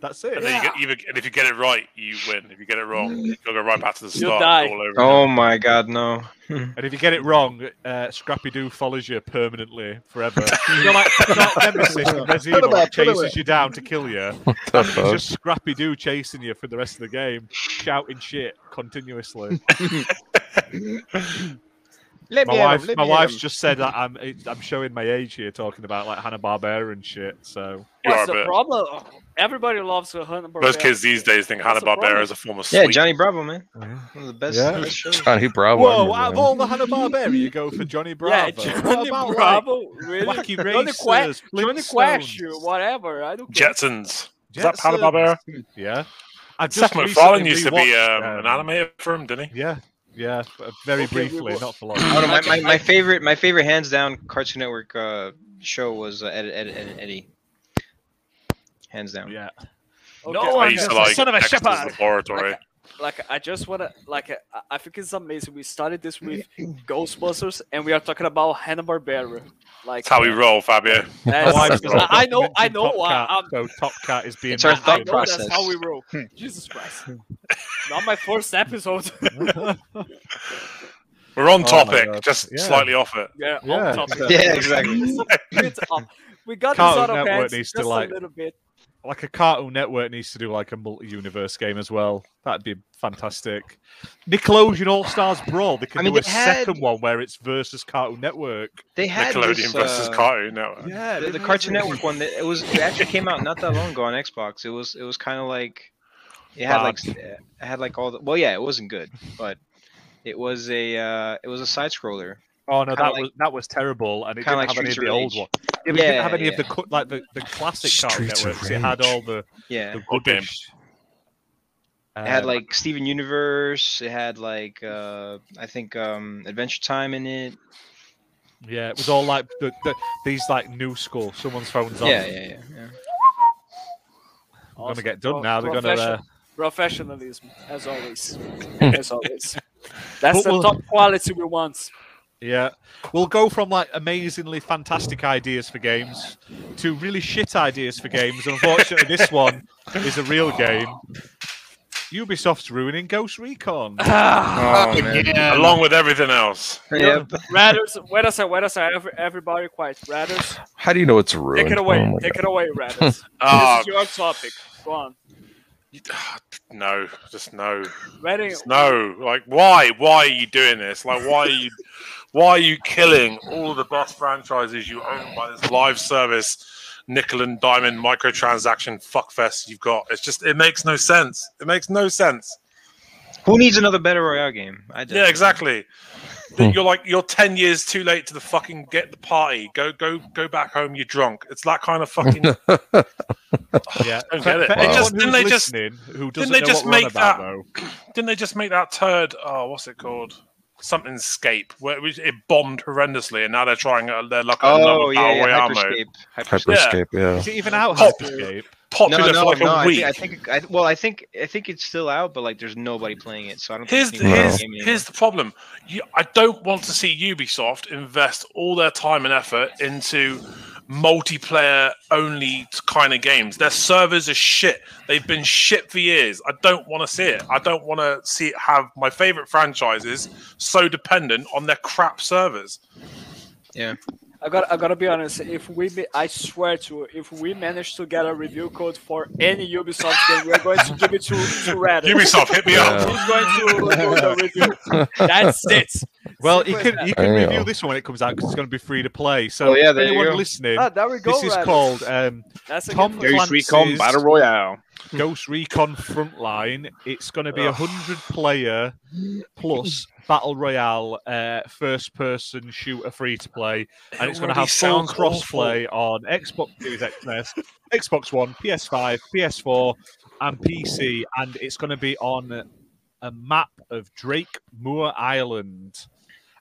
Speaker 1: That's it.
Speaker 5: And, then you get, you, and if you get it right, you win. If you get it wrong, you'll go right back to the
Speaker 1: You'll
Speaker 5: start
Speaker 1: die.
Speaker 5: all over.
Speaker 8: Oh my god, no.
Speaker 1: And if you get it wrong, uh, Scrappy Doo follows you permanently forever. you know, like not Nemesis from Resident
Speaker 4: Put him
Speaker 1: Evil
Speaker 4: back, put him
Speaker 1: chases
Speaker 4: back.
Speaker 1: you down to kill you.
Speaker 6: the
Speaker 1: It's
Speaker 6: fuck?
Speaker 1: just Scrappy Doo chasing you for the rest of the game, shouting shit continuously.
Speaker 8: Let
Speaker 1: my
Speaker 8: me have
Speaker 1: wife,
Speaker 8: him, let
Speaker 1: my
Speaker 8: me have
Speaker 1: wife's
Speaker 8: him.
Speaker 1: just said that I'm it, I'm showing my age here, talking about like Hanna Barbera and shit. So
Speaker 2: What's the problem? Everybody loves Hanna Barbera.
Speaker 5: Those kids these days think Hanna Barbera is a form of
Speaker 8: Yeah,
Speaker 5: sleep.
Speaker 8: Johnny Bravo, man. One of the best.
Speaker 6: Yeah.
Speaker 8: best shows.
Speaker 6: Johnny Bravo. I
Speaker 1: Whoa!
Speaker 6: remember
Speaker 1: Out of
Speaker 6: him.
Speaker 1: all the Hanna Barbera, you go for Johnny Bravo.
Speaker 2: Yeah,
Speaker 1: What
Speaker 2: Johnny
Speaker 1: about, like,
Speaker 2: Bravo, really?
Speaker 1: Wacky
Speaker 2: Johnny Quash,
Speaker 1: Racers,
Speaker 2: Johnny Quash, whatever. I don't care.
Speaker 5: Jetsons. Is that
Speaker 1: uh,
Speaker 5: Hanna Barbera?
Speaker 1: Jetsons. Yeah. I've
Speaker 5: Seth
Speaker 1: just
Speaker 5: MacFarlane
Speaker 1: recently
Speaker 5: used to be
Speaker 1: rewatched,
Speaker 5: um, an animator for him, didn't he?
Speaker 1: Yeah, yeah, but very
Speaker 5: Okay, we
Speaker 1: briefly,
Speaker 5: will-
Speaker 1: not for long.
Speaker 8: Oh, no, my, my, my favorite, my favorite hands down Cartoon Network uh, show was uh, Ed, Ed, Ed, Eddie. Hands down.
Speaker 1: Yeah.
Speaker 2: No
Speaker 5: I
Speaker 2: one
Speaker 5: used to
Speaker 2: gets
Speaker 5: like
Speaker 2: the son of a
Speaker 5: Dexter's
Speaker 2: shepherd.
Speaker 5: Laboratory.
Speaker 2: Like I just wanna like uh, I, I think it's amazing. We started this with Ghostbusters, and we are talking about Hanna Barbera. Like
Speaker 5: That's how we roll, Fabio.
Speaker 2: That's-
Speaker 1: Why
Speaker 2: I,
Speaker 1: does Rob
Speaker 2: I know, I
Speaker 1: mention
Speaker 2: know
Speaker 1: Top
Speaker 2: why.
Speaker 1: Cat?
Speaker 2: I'm,
Speaker 1: so Top Cat is being
Speaker 8: It's our
Speaker 1: mentioned.
Speaker 8: thought
Speaker 2: I know
Speaker 8: process.
Speaker 2: that's how we roll. Jesus Christ! Not my first episode.
Speaker 5: We're on
Speaker 6: my
Speaker 5: topic,
Speaker 6: God.
Speaker 5: just
Speaker 6: Yeah.
Speaker 5: slightly off it.
Speaker 2: yeah,
Speaker 1: Yeah,
Speaker 2: on topic.
Speaker 8: Yeah, exactly.
Speaker 2: It's up. We got
Speaker 1: Cartoon
Speaker 2: this out of
Speaker 1: Network
Speaker 2: hands
Speaker 1: needs
Speaker 2: just
Speaker 1: to, like-
Speaker 2: a little bit.
Speaker 1: Like a Cartoon Network needs to do like a multi-universe game as well. That'd be fantastic. Nickelodeon All Stars Brawl. They could
Speaker 8: I mean,
Speaker 1: do a
Speaker 8: they had-
Speaker 1: second one where it's versus Cartoon Network.
Speaker 8: They had
Speaker 5: Nickelodeon
Speaker 8: this,
Speaker 5: versus
Speaker 8: uh,
Speaker 5: Cartoon Network.
Speaker 1: Yeah,
Speaker 8: the, the Cartoon Network one. That, it was it actually came out not that long ago on Xbox. It was it was kind of like it had like s- it had like all the well yeah it wasn't good but it was a uh, it was a side scroller.
Speaker 1: Oh no,
Speaker 8: Kinda
Speaker 1: that
Speaker 8: like-
Speaker 1: was that was terrible, and it didn't
Speaker 8: kinda like
Speaker 1: have any of
Speaker 8: Streets of
Speaker 1: the old
Speaker 8: Rage.
Speaker 1: ones. Yeah, but it didn't have
Speaker 8: Yeah,
Speaker 1: any of the cut like the, the classic Cartoon
Speaker 6: Streets of
Speaker 1: Networks. It had
Speaker 6: Rage.
Speaker 1: all the
Speaker 8: Yeah,
Speaker 1: the
Speaker 5: Old game.
Speaker 1: rubbish.
Speaker 8: it had
Speaker 1: Um,
Speaker 8: like Steven Universe. It had like uh, I think um, Adventure Time in it.
Speaker 1: Yeah, it was all like the, the, these like new school. Someone's phone's on.
Speaker 8: Yeah, yeah, yeah. yeah.
Speaker 1: We're gonna get done now. They're gonna.
Speaker 2: Profession-
Speaker 1: Uh, Hmm.
Speaker 2: professionalism as always as always that's
Speaker 1: But
Speaker 2: the
Speaker 1: we'll-
Speaker 2: top quality we want
Speaker 1: yeah, we'll go from like amazingly fantastic ideas for games to really shit ideas for games. Unfortunately, this one is a real game. Ubisoft's ruining Ghost Recon. Ah.
Speaker 3: Ah,
Speaker 8: Oh man.
Speaker 3: Again.
Speaker 5: Along with everything else.
Speaker 8: Yep.
Speaker 2: Radders, wait a second, wait a second. Every, everybody quiet. Radders,
Speaker 6: How do you know it's ruined?
Speaker 2: take it away.
Speaker 6: Oh my
Speaker 2: take
Speaker 6: God.
Speaker 2: it away, Radders.
Speaker 5: Ah,
Speaker 2: this is your topic. Go on.
Speaker 5: no, just no,
Speaker 2: Ready?
Speaker 5: just no. Like, why? Why are you doing this? Like, why are you? Why are you killing all the best franchises you own by this live service, nickel and diamond microtransaction fuckfest you've got? It's just, it makes no sense. It makes no sense.
Speaker 8: Who needs another battle royale game? I do.
Speaker 5: Yeah, exactly. That You're like you're ten years too late to the fucking get the party. Go go go back home. You're drunk. It's that kind of fucking. Don't
Speaker 1: yeah,
Speaker 5: get
Speaker 1: For
Speaker 5: it. They
Speaker 1: anyone
Speaker 5: just- didn't
Speaker 1: who's
Speaker 5: they just-
Speaker 1: listening who doesn't
Speaker 5: they
Speaker 1: know
Speaker 5: just
Speaker 1: what we're on
Speaker 5: make
Speaker 1: about,
Speaker 5: that-
Speaker 1: though,
Speaker 5: Didn't they just make that turd? Oh, what's it called? Something scape. Where it, was- it bombed horrendously, and now they're trying uh, their luck at another
Speaker 8: Oh
Speaker 5: Battle
Speaker 8: yeah, yeah.
Speaker 5: Royale mode.
Speaker 8: Hyperscape. Hyperscape.
Speaker 6: Hyperscape. Yeah.
Speaker 1: Is it even out?
Speaker 5: Pop.
Speaker 1: Hyperscape?
Speaker 5: popular for like a
Speaker 8: I
Speaker 5: week.
Speaker 8: Think, I think I, well, I think I think it's still out, but like there's nobody playing it, so I don't.
Speaker 5: Here's
Speaker 8: think
Speaker 5: the, here's, here's the problem. You, I don't want to see Ubisoft invest all their time and effort into multiplayer only kind of games. Their servers are shit. They've been shit for years. I don't want to see it. I don't want to see it have my favorite franchises so dependent on their crap servers.
Speaker 8: Yeah.
Speaker 2: I got I gotta be honest. If we, ma- I swear to, you, if we manage to get a review code for any Ubisoft game, we're going to give it to, to Reddit.
Speaker 5: Ubisoft, hit me up.
Speaker 2: Who's going to do the review? That's it.
Speaker 1: Well, you
Speaker 2: Simple
Speaker 1: can
Speaker 2: as
Speaker 1: you
Speaker 2: that.
Speaker 1: can
Speaker 6: There you
Speaker 1: review
Speaker 6: go.
Speaker 1: this one when it comes out because it's going to be free to play. So
Speaker 10: Oh, yeah, there you
Speaker 1: anyone
Speaker 10: go.
Speaker 1: listening,
Speaker 2: Ah, there we go,
Speaker 1: this is
Speaker 2: Rabbit.
Speaker 1: called um,
Speaker 2: That's a
Speaker 1: Tom
Speaker 2: good one.
Speaker 1: Clancy's
Speaker 2: Ghost Recon Battle
Speaker 1: Royale. Ghost Recon Frontline. It's going to be a
Speaker 10: Ugh.
Speaker 1: hundred player plus battle royale uh, first person shooter free to play, and it's going to
Speaker 5: already
Speaker 1: have full
Speaker 5: sounds
Speaker 1: cross play on Xbox Series XS, Xbox One, PS5, PS4, and PC, and it's going to be on a map of Drake Moor Island.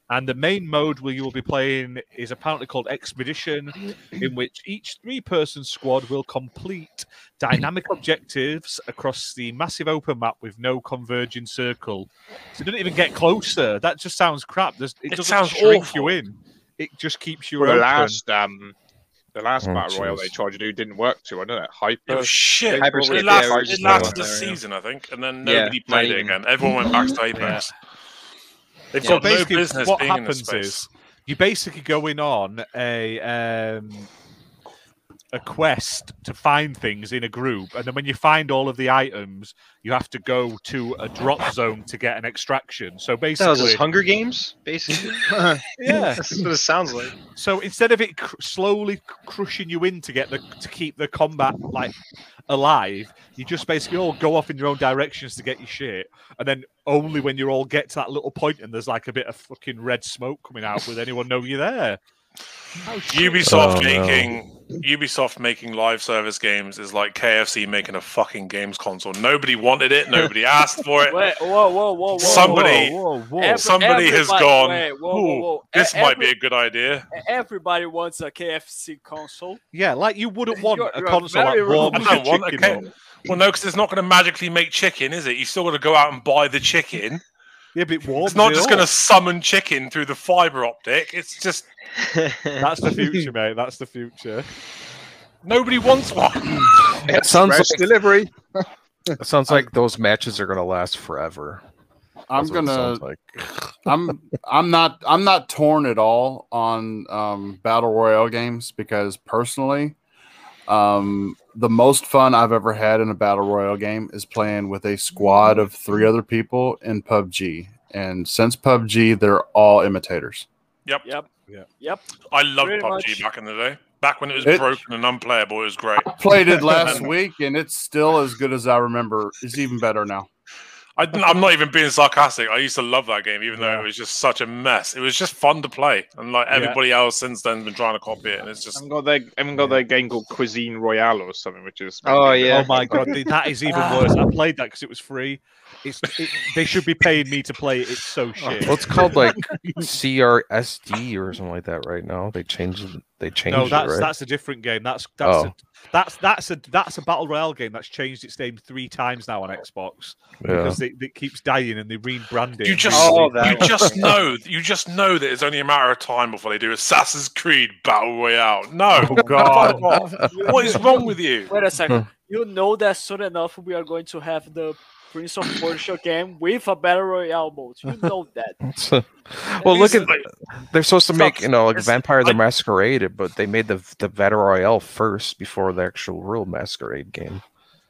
Speaker 1: And the main mode where you will be playing is apparently called Expedition, in which each three person squad will complete dynamic objectives across the massive open map with no converging circle. So it doesn't even get closer. That just sounds crap. There's, it,
Speaker 5: It
Speaker 1: doesn't
Speaker 5: sounds
Speaker 1: shrink
Speaker 5: awful.
Speaker 1: you in, it just keeps you
Speaker 10: Well, the
Speaker 1: open.
Speaker 10: last um, the last
Speaker 6: Oh,
Speaker 10: battle royale they
Speaker 6: jeez.
Speaker 10: tried to do didn't work too. I don't know. Hyper.
Speaker 5: It was Oh, shit.
Speaker 8: Hyper
Speaker 5: it
Speaker 8: Scape,
Speaker 5: lasted,
Speaker 8: yeah, we
Speaker 5: it
Speaker 8: just
Speaker 5: lasted
Speaker 8: know.
Speaker 5: a season, I think, and then
Speaker 8: Yeah,
Speaker 5: nobody
Speaker 8: not
Speaker 5: played it
Speaker 8: even.
Speaker 5: again. Everyone went back to Apex. They've
Speaker 1: So
Speaker 5: got no
Speaker 1: basically,
Speaker 5: business
Speaker 1: what
Speaker 5: being in the
Speaker 1: happens
Speaker 5: space.
Speaker 1: is you're basically going on a um, a quest to find things in a group, and then when you find all of the items, you have to go to a drop zone to get an extraction. So
Speaker 8: That was
Speaker 1: basically,
Speaker 8: just Hunger Games, basically.
Speaker 1: yeah.
Speaker 8: That's what it sounds like.
Speaker 1: So instead of it cr- slowly c- crushing you in to get the to keep the combat like alive, you just basically all go off in your own directions to get your shit, and then only when you all get to that little point and there's like a bit of fucking red smoke coming out, would anyone know you're there? How shit.
Speaker 5: Ubisoft
Speaker 6: Oh, no.
Speaker 5: making Ubisoft making live service games is like KFC making a fucking games console. Nobody wanted it. Nobody asked for it.
Speaker 2: Wait, whoa, whoa, whoa, whoa!
Speaker 5: Somebody-
Speaker 1: Whoa, whoa,
Speaker 2: Every-
Speaker 5: Somebody has
Speaker 2: everybody-
Speaker 5: gone.
Speaker 2: wait, whoa, whoa,
Speaker 5: "Ooh,
Speaker 2: whoa.
Speaker 5: This
Speaker 2: E-
Speaker 5: might be
Speaker 2: every-
Speaker 5: a good idea.
Speaker 2: Everybody wants a KFC console.
Speaker 1: Yeah, like you wouldn't want
Speaker 2: You're-
Speaker 1: a
Speaker 2: you're
Speaker 1: console
Speaker 2: very
Speaker 1: that warms
Speaker 5: I don't
Speaker 1: your
Speaker 5: want a
Speaker 1: chicken
Speaker 5: K-
Speaker 1: up.
Speaker 5: Well, no, because it's not going to magically make chicken, is it? You still got to go out and buy the chicken.
Speaker 1: Yeah, but it warms
Speaker 5: It's not
Speaker 1: it
Speaker 5: just
Speaker 1: up.
Speaker 5: going to summon chicken through the fiber optic. It's just
Speaker 1: That's the future, mate. That's the future.
Speaker 5: nobody wants one.
Speaker 6: It sounds
Speaker 4: Fresh
Speaker 6: like,
Speaker 4: delivery.
Speaker 6: it sounds like those matches are gonna last forever.
Speaker 13: I'm
Speaker 6: That's what it
Speaker 13: gonna
Speaker 6: sounds like.
Speaker 13: I'm I'm not I'm not torn at all on um, battle royale games because personally, um, the most fun I've ever had in a battle royale game is playing with a squad of three other people in PUBG. And since PUBG, they're all imitators.
Speaker 5: Yep.
Speaker 2: Yep.
Speaker 1: Yeah.
Speaker 2: Yep.
Speaker 5: I loved
Speaker 2: Pretty
Speaker 5: PUBG
Speaker 2: much.
Speaker 5: back in the day. Back when it was
Speaker 13: It-
Speaker 5: broken and unplayable, it was great.
Speaker 13: Played it last week, and it's still as good as I remember. It's even better now.
Speaker 5: I, didn't- I'm not even being sarcastic. I used to love that game, even though it was just such a mess. It was just fun to play, and like
Speaker 1: Yeah.
Speaker 5: everybody else since then has been trying to copy it, and
Speaker 4: I
Speaker 5: it's just
Speaker 4: haven't got their, I haven't got their game called Cuisine Royale or something, which is
Speaker 8: Oh yeah.
Speaker 1: Oh my god, th- that is even worse. I played that because it was free. It's it, they should be paying me to play it. It's so shit.
Speaker 6: Well, it's called like CRSD or something like that right now. They changed it- they changed
Speaker 1: No, that's
Speaker 6: it, right?
Speaker 1: that's a different game. That's that's
Speaker 6: Oh.
Speaker 1: a, that's that's a that's a battle royale game that's changed its name three times now on Xbox
Speaker 6: yeah.
Speaker 1: because it, it keeps dying and they rebrand it.
Speaker 5: you
Speaker 1: and
Speaker 5: just
Speaker 1: re-
Speaker 8: Oh,
Speaker 5: you
Speaker 8: that one.
Speaker 5: just know you just know that it's only a matter of time before they do Assassin's Creed Battle Royale. No,
Speaker 1: God.
Speaker 5: what is wrong with you?
Speaker 2: Wait a second. you know that soon enough we are going to have the Prince of Persia game with a battle royale mode. You know that.
Speaker 6: So- well, look
Speaker 5: These-
Speaker 6: at
Speaker 5: like,
Speaker 6: they're supposed to
Speaker 5: it's not-
Speaker 6: make you know like
Speaker 5: it's-
Speaker 6: Vampire the
Speaker 5: I-
Speaker 6: Masquerade, but they made the the Battle Royale first before the actual real Masquerade game.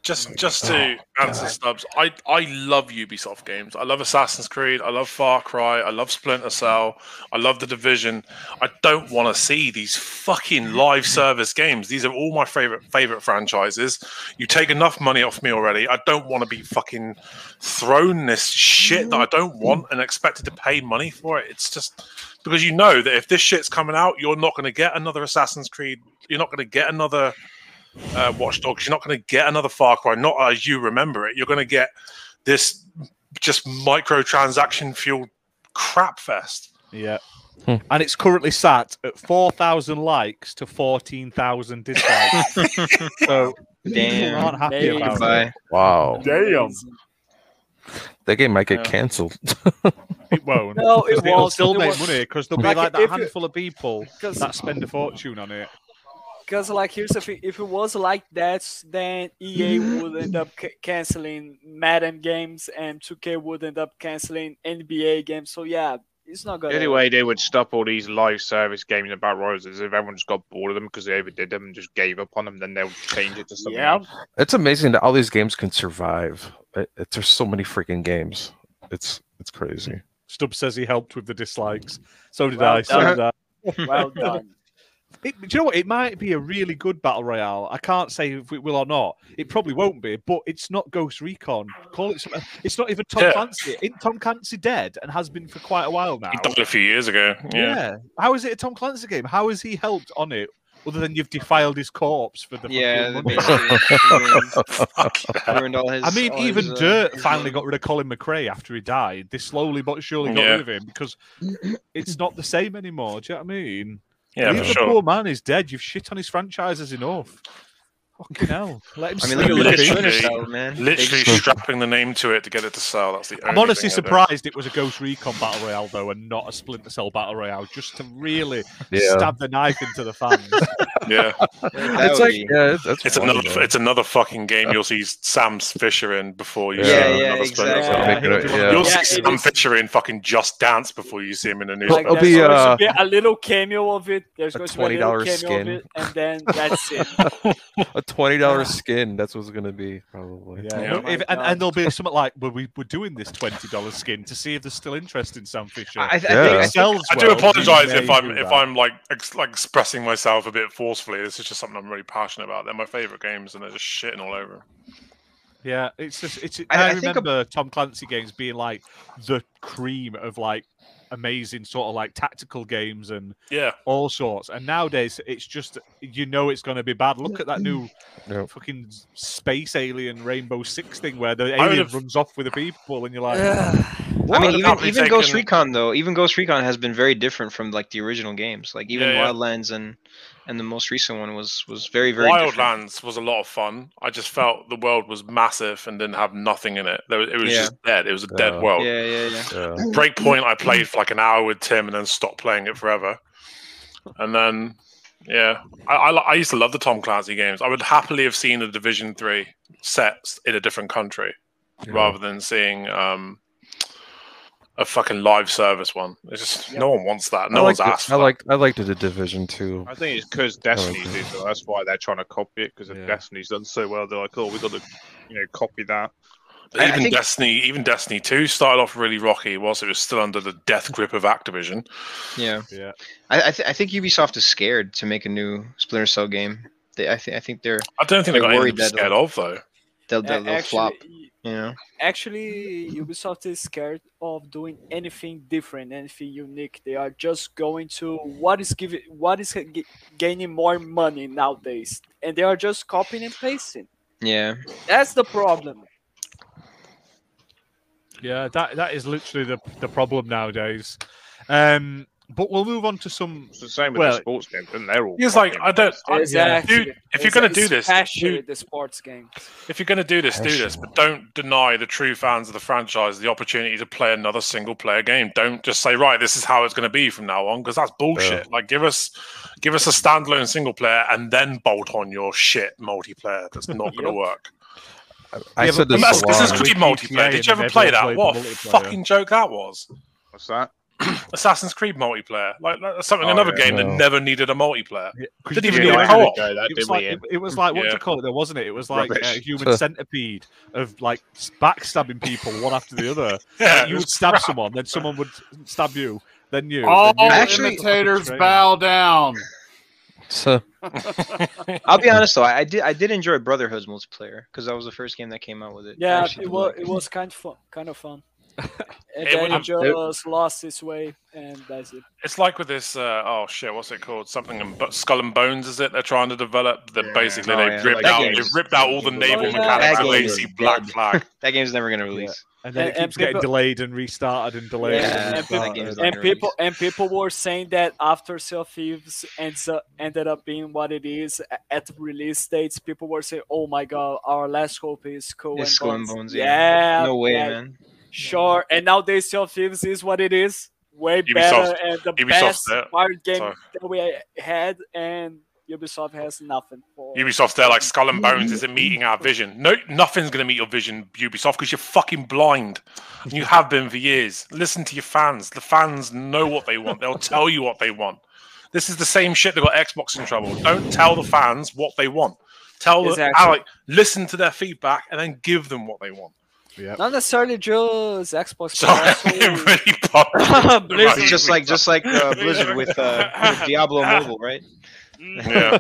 Speaker 5: just just to answer Stubbs, I I love Ubisoft games. I love Assassin's Creed. I love Far Cry. I love Splinter Cell. I love The Division. I don't want to see these fucking live service games. These are all my favorite favorite franchises. You take enough money off me already. I don't want to be fucking thrown this shit that I don't want and expected to pay money for it. It's just because you know that if this shit's coming out, you're not going to get another Assassin's Creed. You're not going to get another uh, Watch Dogs. You're not going to get another Far Cry, not as you remember it. You're going to get this just microtransaction fueled crap fest.
Speaker 1: Yeah.
Speaker 6: Hmm.
Speaker 1: And it's currently sat at 4,000 likes to 14,000 dislikes. so people
Speaker 6: Damn.
Speaker 1: aren't happy
Speaker 6: Damn.
Speaker 1: about
Speaker 6: Goodbye.
Speaker 1: it.
Speaker 6: Wow.
Speaker 1: Damn.
Speaker 6: That game might get
Speaker 1: Yeah.
Speaker 6: canceled.
Speaker 1: It won't.
Speaker 2: No, it
Speaker 1: will
Speaker 2: won't.
Speaker 1: still
Speaker 2: It
Speaker 1: make
Speaker 2: won't.
Speaker 1: money because there'll be
Speaker 2: Like,
Speaker 1: like that
Speaker 2: if you-
Speaker 1: handful of people
Speaker 2: 'Cause-
Speaker 1: that spend a fortune on it.
Speaker 2: Because like here's the thing: if it was like that, then EA would end up ca- canceling Madden games, and 2K would end up canceling NBA games. So yeah, it's not
Speaker 4: The
Speaker 2: gonna.
Speaker 4: only way they would stop all these live service games and battle royals is if everyone just got bored of them because they overdid them and just gave up on them, then they'll change it to something
Speaker 2: Yeah.
Speaker 4: else.
Speaker 6: It's amazing that all these games can survive. It, it- there's so many freaking games. It's it's crazy.
Speaker 1: Stubb says he helped with the dislikes. So did
Speaker 6: Well
Speaker 1: I. So did I.
Speaker 6: done. Well done.
Speaker 1: It, do you know what? It might be a really good battle royale. I can't say if it will or not. It probably won't be, but it's not Ghost Recon. Call it. Something. It's not even Tom
Speaker 5: Yeah.
Speaker 1: Clancy. Isn't Tom Clancy dead and has been for quite a while now?
Speaker 5: He died a few years ago. Yeah.
Speaker 1: How is it a Tom Clancy game? How has he helped on it other than you've defiled his corpse for the fucking
Speaker 8: Yeah, they
Speaker 1: money?
Speaker 8: basically ruined- ruined all his-
Speaker 1: I mean,
Speaker 8: all
Speaker 1: even
Speaker 8: his, uh,
Speaker 1: Dirt
Speaker 8: his
Speaker 1: finally got rid of Colin McRae after he died. They slowly but surely got
Speaker 5: Yeah.
Speaker 1: rid of him because it's not the same anymore. Do you know what I mean?
Speaker 5: Yeah,
Speaker 1: Leave
Speaker 5: for
Speaker 1: the
Speaker 5: sure.
Speaker 1: poor man is dead. You've shit on his franchises enough. Fucking hell. Let him
Speaker 5: I
Speaker 1: sleep in peace.
Speaker 5: literally strapping the name to it to get it to sell. That's the.
Speaker 1: I'm
Speaker 5: only
Speaker 1: honestly
Speaker 5: thing I do.
Speaker 1: surprised it was a Ghost Recon Battle Royale, though, and not a Splinter Cell Battle Royale, just to really
Speaker 5: Yeah.
Speaker 1: stab the knife into the fans.
Speaker 5: Yeah,
Speaker 1: That It's would like- be- yeah, it's- that's
Speaker 5: it's
Speaker 1: funny,
Speaker 5: another
Speaker 1: though.
Speaker 5: it's another fucking game you'll see Sam Fisher in before you
Speaker 6: Yeah,
Speaker 5: see
Speaker 6: yeah,
Speaker 5: another Splinter
Speaker 6: exactly.
Speaker 5: Cell.
Speaker 6: Make it a- yeah.
Speaker 5: You'll
Speaker 2: Yeah,
Speaker 5: see
Speaker 2: it
Speaker 5: Sam
Speaker 2: is-
Speaker 5: Fisher in fucking Just Dance before you see him in the news.
Speaker 2: Like, there's going to be a little cameo of it. There's going to be a little
Speaker 6: $20
Speaker 2: cameo
Speaker 6: skin.
Speaker 2: of it, and then that's it.
Speaker 6: a twenty dollar skin. That's what's gonna be probably.
Speaker 1: Well, if- and, and there'll be something like, well, we, we're doing this $20 skin to see if there's still interest in Sam Fisher.
Speaker 5: I,
Speaker 1: If it sells
Speaker 5: I do
Speaker 1: well, we
Speaker 5: apologize
Speaker 1: may
Speaker 5: if I'm
Speaker 1: do
Speaker 5: if
Speaker 1: that.
Speaker 5: I'm like ex- like expressing myself a bit forcefully. This is just something I'm really passionate about. They're my favorite games, and they're just shitting all over. 'em.
Speaker 1: Yeah, it's just it's.
Speaker 5: I-
Speaker 1: I,
Speaker 5: I think a-
Speaker 1: remember Tom Clancy games being like the cream of like amazing sort of like tactical games and
Speaker 5: Yeah.
Speaker 1: all sorts. And nowadays it's just you know it's going to be bad. Look at that new
Speaker 6: Yep.
Speaker 1: fucking space alien Rainbow Six thing where the
Speaker 8: I would
Speaker 1: alien
Speaker 8: have-
Speaker 1: runs off with the people and you're like,
Speaker 8: I
Speaker 1: "What?"
Speaker 8: mean, even, even Ghost Recon though, even Ghost Recon has been very different from like the original games. Like even
Speaker 5: Yeah, yeah.
Speaker 8: Wildlands and and the most recent one was was very very different.
Speaker 5: Wildlands was a lot of fun. I just felt the world was massive and didn't have nothing in it. There was, it was
Speaker 8: Yeah.
Speaker 5: just dead. It was a dead
Speaker 8: Yeah.
Speaker 4: Oh.
Speaker 5: world.
Speaker 8: Yeah, yeah, yeah. Yeah.
Speaker 5: Breakpoint, I played for like an hour with Tim and then stopped playing it forever. And then, yeah, I, I, li- I used to love the Tom Clancy games. I would happily have seen a Division Three set in a different country rather than seeing um, a fucking live service one. It's just no one wants that. No
Speaker 6: I
Speaker 5: one's
Speaker 6: liked it-
Speaker 5: asked.
Speaker 6: I liked I liked the division too.
Speaker 4: I think it's because Destiny's did so that's why they're trying to copy it because Destiny's done so well. They're like, oh, we got to, you know, copy that.
Speaker 5: Even Destiny, even Destiny Two started off really rocky whilst it was still under the death grip of Activision.
Speaker 8: Yeah.
Speaker 1: Yeah.
Speaker 8: I I, th- I think Ubisoft is scared to make a new Splinter Cell game. They, I think I think they're
Speaker 5: I don't think they got
Speaker 8: they're
Speaker 5: anything
Speaker 8: worried
Speaker 5: to be
Speaker 8: that
Speaker 5: scared
Speaker 8: they'll-
Speaker 5: of though.
Speaker 8: They'll, they'll,
Speaker 2: A-
Speaker 8: they'll
Speaker 2: actually,
Speaker 8: flop. You know.
Speaker 2: Actually, Ubisoft is scared of doing anything different, anything unique. They are just going to what is giving, what is g- gaining more money nowadays, and they are just copying and pasting.
Speaker 8: Yeah.
Speaker 2: That's the problem.
Speaker 1: Yeah, that that is literally the the problem nowadays. Um, but we'll move on to some.
Speaker 4: It's the same
Speaker 5: with the
Speaker 4: sports games, and they're all.
Speaker 5: He's like, I don't. I, dude, if you're gonna do this,
Speaker 2: especially
Speaker 5: dude,
Speaker 2: the sports game.
Speaker 5: if you're gonna do this, do this. But don't deny the true fans of the franchise the opportunity to play another single player game. Don't just say, right, this is how it's gonna be from now on, because that's bullshit. Like, give us, give us a standalone single player, and then bolt on your shit multiplayer. That's not gonna
Speaker 1: Yep.
Speaker 5: work.
Speaker 6: I
Speaker 5: Yeah,
Speaker 6: said
Speaker 5: but
Speaker 6: this
Speaker 5: that's-
Speaker 6: a
Speaker 5: Assassin's
Speaker 6: lot.
Speaker 5: Creed multiplayer. Did you ever play that? What a fucking joke that was.
Speaker 4: What's that?
Speaker 5: Assassin's Creed multiplayer, like, like something
Speaker 4: Oh,
Speaker 5: another
Speaker 4: yeah.
Speaker 5: game
Speaker 4: No.
Speaker 5: that never needed a multiplayer.
Speaker 1: Could
Speaker 5: Didn't
Speaker 1: you
Speaker 5: even
Speaker 1: do it
Speaker 5: need a
Speaker 1: like-
Speaker 5: co-op.
Speaker 1: It was like it, it was like what
Speaker 5: Yeah.
Speaker 1: to call it, though, wasn't it? It was like a
Speaker 5: Rubbish.
Speaker 1: human centipede of like s- backstabbing people one after the other.
Speaker 5: Yeah,
Speaker 1: Like, you
Speaker 5: it
Speaker 1: would
Speaker 5: was
Speaker 1: stab
Speaker 5: crap.
Speaker 1: someone, then someone would stab you, then you.
Speaker 3: All
Speaker 1: then you.
Speaker 3: imitators bow down.
Speaker 6: So
Speaker 8: I'll be honest though, I, I did I did enjoy Brotherhood's multiplayer because that was the first game that came out with it. I
Speaker 2: Yeah,
Speaker 8: actually
Speaker 2: it
Speaker 8: did
Speaker 2: was
Speaker 8: like
Speaker 2: it was kind of fun, kind of fun. and
Speaker 5: It
Speaker 2: then
Speaker 5: would-
Speaker 2: it
Speaker 5: I'm-
Speaker 2: just
Speaker 5: it-
Speaker 2: lost its way, and that's it.
Speaker 5: It's like with this. Uh, oh shit! What's it called? Something in but Skull and Bones. Is it? They're trying to develop. That basically
Speaker 8: Oh,
Speaker 5: they
Speaker 8: yeah.
Speaker 5: ripped
Speaker 8: That
Speaker 5: out.
Speaker 8: game
Speaker 5: They
Speaker 8: is-
Speaker 5: ripped out all the naval
Speaker 8: That
Speaker 5: mechanics.
Speaker 8: game
Speaker 5: and
Speaker 8: is
Speaker 5: Lazy Black
Speaker 8: dead.
Speaker 5: Flag.
Speaker 8: That game's never going to release.
Speaker 1: And then it
Speaker 2: And-
Speaker 1: keeps
Speaker 2: and
Speaker 1: getting
Speaker 2: people-
Speaker 1: delayed and restarted and delayed
Speaker 8: Yeah,
Speaker 1: and
Speaker 8: and people-
Speaker 1: restarted.
Speaker 8: Game's not
Speaker 2: and
Speaker 8: gonna
Speaker 2: people and people were saying that after Sea of Thieves ends up, ended up being what it is a- at release dates, people were saying, "Oh my god, our last hope is Skull
Speaker 8: It's
Speaker 2: and
Speaker 8: Skull and
Speaker 2: Bones."
Speaker 8: Bones, yeah.
Speaker 2: yeah,
Speaker 8: No way,
Speaker 2: yeah,
Speaker 8: man.
Speaker 2: Sure, and nowadays Sea of Thieves is what it is, way
Speaker 8: Ubisoft-
Speaker 2: better and the
Speaker 5: Ubisoft's
Speaker 2: best
Speaker 5: there,
Speaker 2: pirate game
Speaker 5: so-
Speaker 2: that we had, and Ubisoft has nothing for.
Speaker 5: Ubisoft's there like Skull and Bones isn't meeting our vision. No, nothing's going to meet your vision, Ubisoft, because you're fucking blind. And You have been for years. Listen to your fans. The fans know what they want. They'll tell you what they want. This is the same shit that got Xbox in trouble. Don't tell the fans what they want. Tell them,
Speaker 2: Exactly.
Speaker 5: like, listen to their feedback and then give them what they want.
Speaker 2: Not necessarily just Xbox. but
Speaker 5: Sorry,
Speaker 2: also-
Speaker 5: it really popped.
Speaker 2: Blizzard.
Speaker 5: Right.
Speaker 8: Just like just like uh, Blizzard with, uh, with Diablo Mobile, right?
Speaker 5: Yeah.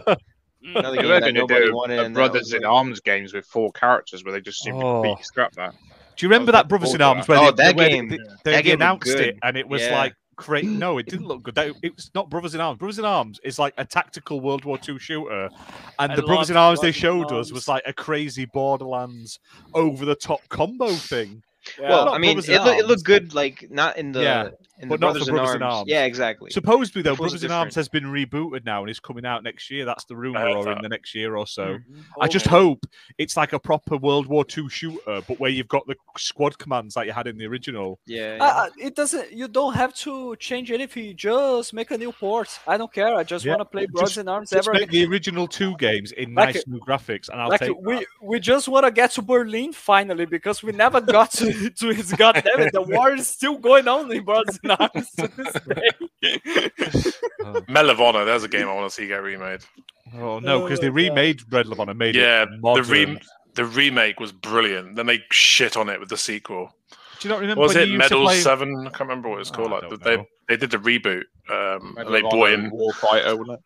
Speaker 8: Another
Speaker 4: They
Speaker 8: game
Speaker 4: were
Speaker 8: that
Speaker 4: gonna
Speaker 8: nobody
Speaker 4: do
Speaker 8: wanted.
Speaker 4: a
Speaker 8: and that
Speaker 4: Brothers
Speaker 8: was
Speaker 4: in
Speaker 8: like-
Speaker 4: Arms games with four characters where they just seem
Speaker 1: Oh.
Speaker 4: to completely scrap that.
Speaker 1: Do you remember that Brothers in Arms where
Speaker 4: Oh,
Speaker 1: they,
Speaker 4: that
Speaker 1: where
Speaker 4: game.
Speaker 1: they,
Speaker 4: Yeah.
Speaker 1: they,
Speaker 4: That
Speaker 1: they
Speaker 4: game looked
Speaker 1: announced it
Speaker 4: good.
Speaker 1: and it was
Speaker 4: Yeah.
Speaker 1: like great? No, it didn't look good. That, it was not Brothers in Arms. Brothers in Arms is like a tactical World War II shooter, and
Speaker 2: I
Speaker 1: the Brothers
Speaker 2: loved
Speaker 1: in Arms they
Speaker 2: Brothers in
Speaker 1: showed us
Speaker 2: Arms.
Speaker 1: was like a crazy Borderlands over the top combo thing.
Speaker 2: Yeah.
Speaker 8: Well,
Speaker 1: Not
Speaker 8: I mean,
Speaker 1: Brothers
Speaker 8: it,
Speaker 1: in
Speaker 8: loo- it
Speaker 1: Arms.
Speaker 8: looked good, like not in the
Speaker 1: Yeah,
Speaker 8: in the
Speaker 1: but not
Speaker 8: Brothers,
Speaker 1: for
Speaker 8: in,
Speaker 1: Brothers
Speaker 8: arms.
Speaker 1: in Arms.
Speaker 8: Yeah, exactly.
Speaker 1: Supposedly though,
Speaker 8: It was
Speaker 1: Brothers in Arms has been
Speaker 8: different.
Speaker 1: rebooted now and is coming out next year. That's the rumor,
Speaker 5: heard
Speaker 1: or in
Speaker 5: that.
Speaker 1: the next year or so. I
Speaker 2: Oh,
Speaker 1: just hope it's like a proper World War II shooter, but where you've got the squad commands like you had in the original.
Speaker 8: Yeah,
Speaker 2: Uh, uh, it doesn't. You don't have to change anything. you Just make a new port. I don't care. I just
Speaker 1: Yeah,
Speaker 2: want to play
Speaker 1: just-
Speaker 2: Brothers in Arms
Speaker 1: Just
Speaker 2: ever.
Speaker 1: make the original two games in
Speaker 2: Like
Speaker 1: nice
Speaker 2: it-
Speaker 1: new graphics, and I'll
Speaker 2: Like
Speaker 1: take.
Speaker 2: we we just want to get to Berlin finally because we never got to to his goddamn it. The war is still going on in Brothers in Arms. to this day.
Speaker 5: Medal of Honor. There's a game I want to see get remade.
Speaker 1: Oh no, because they
Speaker 2: Oh, God.
Speaker 1: remade Red Levon and made
Speaker 5: Yeah,
Speaker 1: it
Speaker 5: the,
Speaker 1: modern.
Speaker 5: re- the remake was brilliant. Then they shit on it with the sequel.
Speaker 1: Do you not remember
Speaker 5: was
Speaker 1: when
Speaker 5: it
Speaker 1: you used
Speaker 5: Medal
Speaker 1: to play?
Speaker 5: Seven? I can't remember what it's called.
Speaker 1: Oh, I
Speaker 5: like
Speaker 1: don't
Speaker 5: they
Speaker 1: know.
Speaker 5: they did the reboot. Um, and
Speaker 4: Medal
Speaker 5: they
Speaker 4: of
Speaker 5: brought
Speaker 4: Honor
Speaker 5: in
Speaker 4: and Warfighter, wasn't it?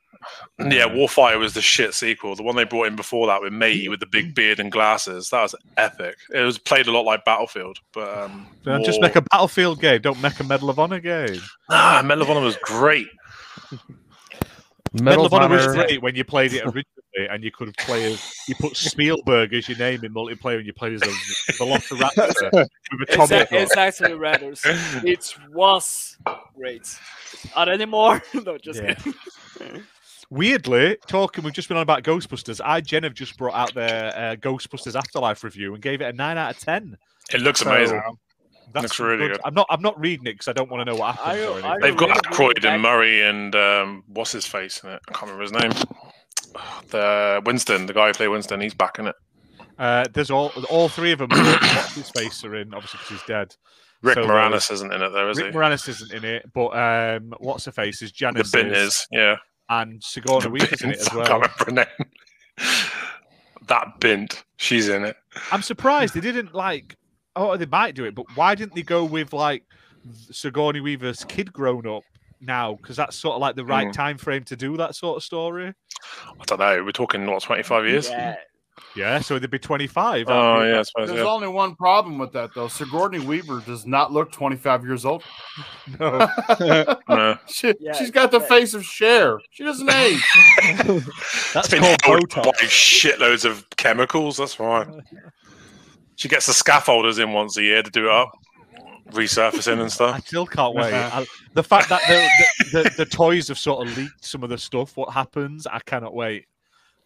Speaker 5: yeah, Warfighter was the shit sequel. The one they brought in before that with Matey with the big beard and glasses. That was epic. It was played a lot like Battlefield, but um,
Speaker 1: Don't Just
Speaker 5: more-
Speaker 1: make a Battlefield game. Don't make a Medal of Honor game.
Speaker 5: ah, Medal of Honor was great.
Speaker 1: Medal
Speaker 6: Medal
Speaker 1: of Honor was great when you played it originally, and you could have played. As, you put Spielberg as your name in multiplayer, and you played as a Velociraptor with a tomahawk.
Speaker 2: Exactly, exactly, Raiders. It was great. Not anymore. no, just
Speaker 1: Yeah.
Speaker 2: kidding.
Speaker 1: Weirdly, talking, we've just been on about Ghostbusters. I Jen have just brought out their uh, Ghostbusters Afterlife review and gave it a nine out of ten.
Speaker 5: It looks
Speaker 1: So, um,
Speaker 5: amazing.
Speaker 1: That's
Speaker 5: Looks really good.
Speaker 1: I'm not. I'm not reading it because I don't want to know what happens.
Speaker 2: I-
Speaker 1: or
Speaker 2: I
Speaker 1: anything.
Speaker 5: They've got
Speaker 2: really
Speaker 5: Aykroyd
Speaker 2: good act-
Speaker 5: and Murray and um, what's his face in it? I can't remember his name. The Winston, the guy who played Winston, he's back in it.
Speaker 1: Uh, there's all all three of them. What's his face are in, obviously, because he's dead.
Speaker 5: Rick
Speaker 1: So
Speaker 5: Moranis isn't in it though, is
Speaker 1: there's- Rick
Speaker 5: he?
Speaker 1: Moranis isn't in it, but um, what's her face is
Speaker 5: The
Speaker 1: Janice
Speaker 5: bin is, yeah.
Speaker 1: and Sigourney Weaver's in it as
Speaker 5: Bint, I can't
Speaker 1: well.
Speaker 5: remember her name. that Bint, she's in it.
Speaker 1: I'm surprised they didn't like. Oh, they might do it, but why didn't they go with like Sigourney Weaver's kid grown up now? Because that's sort of like the right
Speaker 5: Hmm.
Speaker 1: time frame to do that sort of story.
Speaker 5: I don't know. We're talking what twenty five years.
Speaker 2: Yeah.
Speaker 1: Yeah, so they'd be 25.
Speaker 5: Oh
Speaker 1: aren't they?
Speaker 5: yeah, I suppose.
Speaker 3: There's
Speaker 5: Yeah.
Speaker 3: only one problem with that though. Sigourney Weaver does not look 25 years old.
Speaker 1: No.
Speaker 5: No.
Speaker 3: She,
Speaker 2: Yeah,
Speaker 3: she's got the
Speaker 2: yeah.
Speaker 3: face of Cher. She doesn't age.
Speaker 1: That's
Speaker 5: It's been
Speaker 1: called
Speaker 5: held
Speaker 1: Botox.
Speaker 5: by shitloads of chemicals. That's why. She gets the scaffolders in once a year to do it up, resurfacing and
Speaker 1: I
Speaker 5: stuff.
Speaker 1: still can't wait. I- the fact that the, the, the, the toys have sort of leaked some of the stuff, what happens, I cannot wait.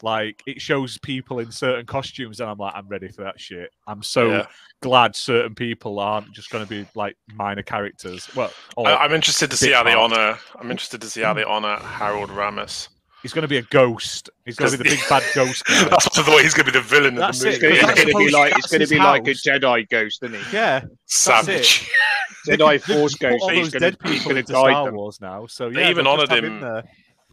Speaker 1: Like it shows people in certain costumes, and I'm like, I'm ready for that shit. I'm so
Speaker 5: Yeah.
Speaker 1: glad certain people aren't just going to be like minor characters. Well, or
Speaker 5: I, I'm interested to see
Speaker 1: Bit
Speaker 5: how they
Speaker 1: hard.
Speaker 5: honor. I'm interested to see how they honor Harold Ramis.
Speaker 1: he's going to be a ghost. He's going to be the big bad ghost. guy.
Speaker 5: That's the way he's going to be the villain of
Speaker 1: That's
Speaker 5: the
Speaker 1: it,
Speaker 5: movie.
Speaker 1: Yeah,
Speaker 4: It's
Speaker 1: that's
Speaker 4: going to be
Speaker 1: supposed-
Speaker 4: like it's
Speaker 1: that's
Speaker 4: going to
Speaker 1: his
Speaker 4: be like a
Speaker 1: house.
Speaker 4: Jedi ghost, isn't he?
Speaker 1: Yeah,
Speaker 5: Savage.
Speaker 1: They
Speaker 4: Jedi
Speaker 1: could- they
Speaker 4: Force
Speaker 1: could put
Speaker 4: ghost.
Speaker 1: all
Speaker 4: he's
Speaker 1: those
Speaker 4: gonna-
Speaker 1: dead
Speaker 4: he's
Speaker 1: people
Speaker 4: gonna
Speaker 1: into
Speaker 4: guide
Speaker 1: Star
Speaker 4: them.
Speaker 1: Wars now. So
Speaker 5: They
Speaker 1: yeah,
Speaker 5: even
Speaker 1: they'll just
Speaker 5: honoured
Speaker 1: have
Speaker 5: him.
Speaker 1: there.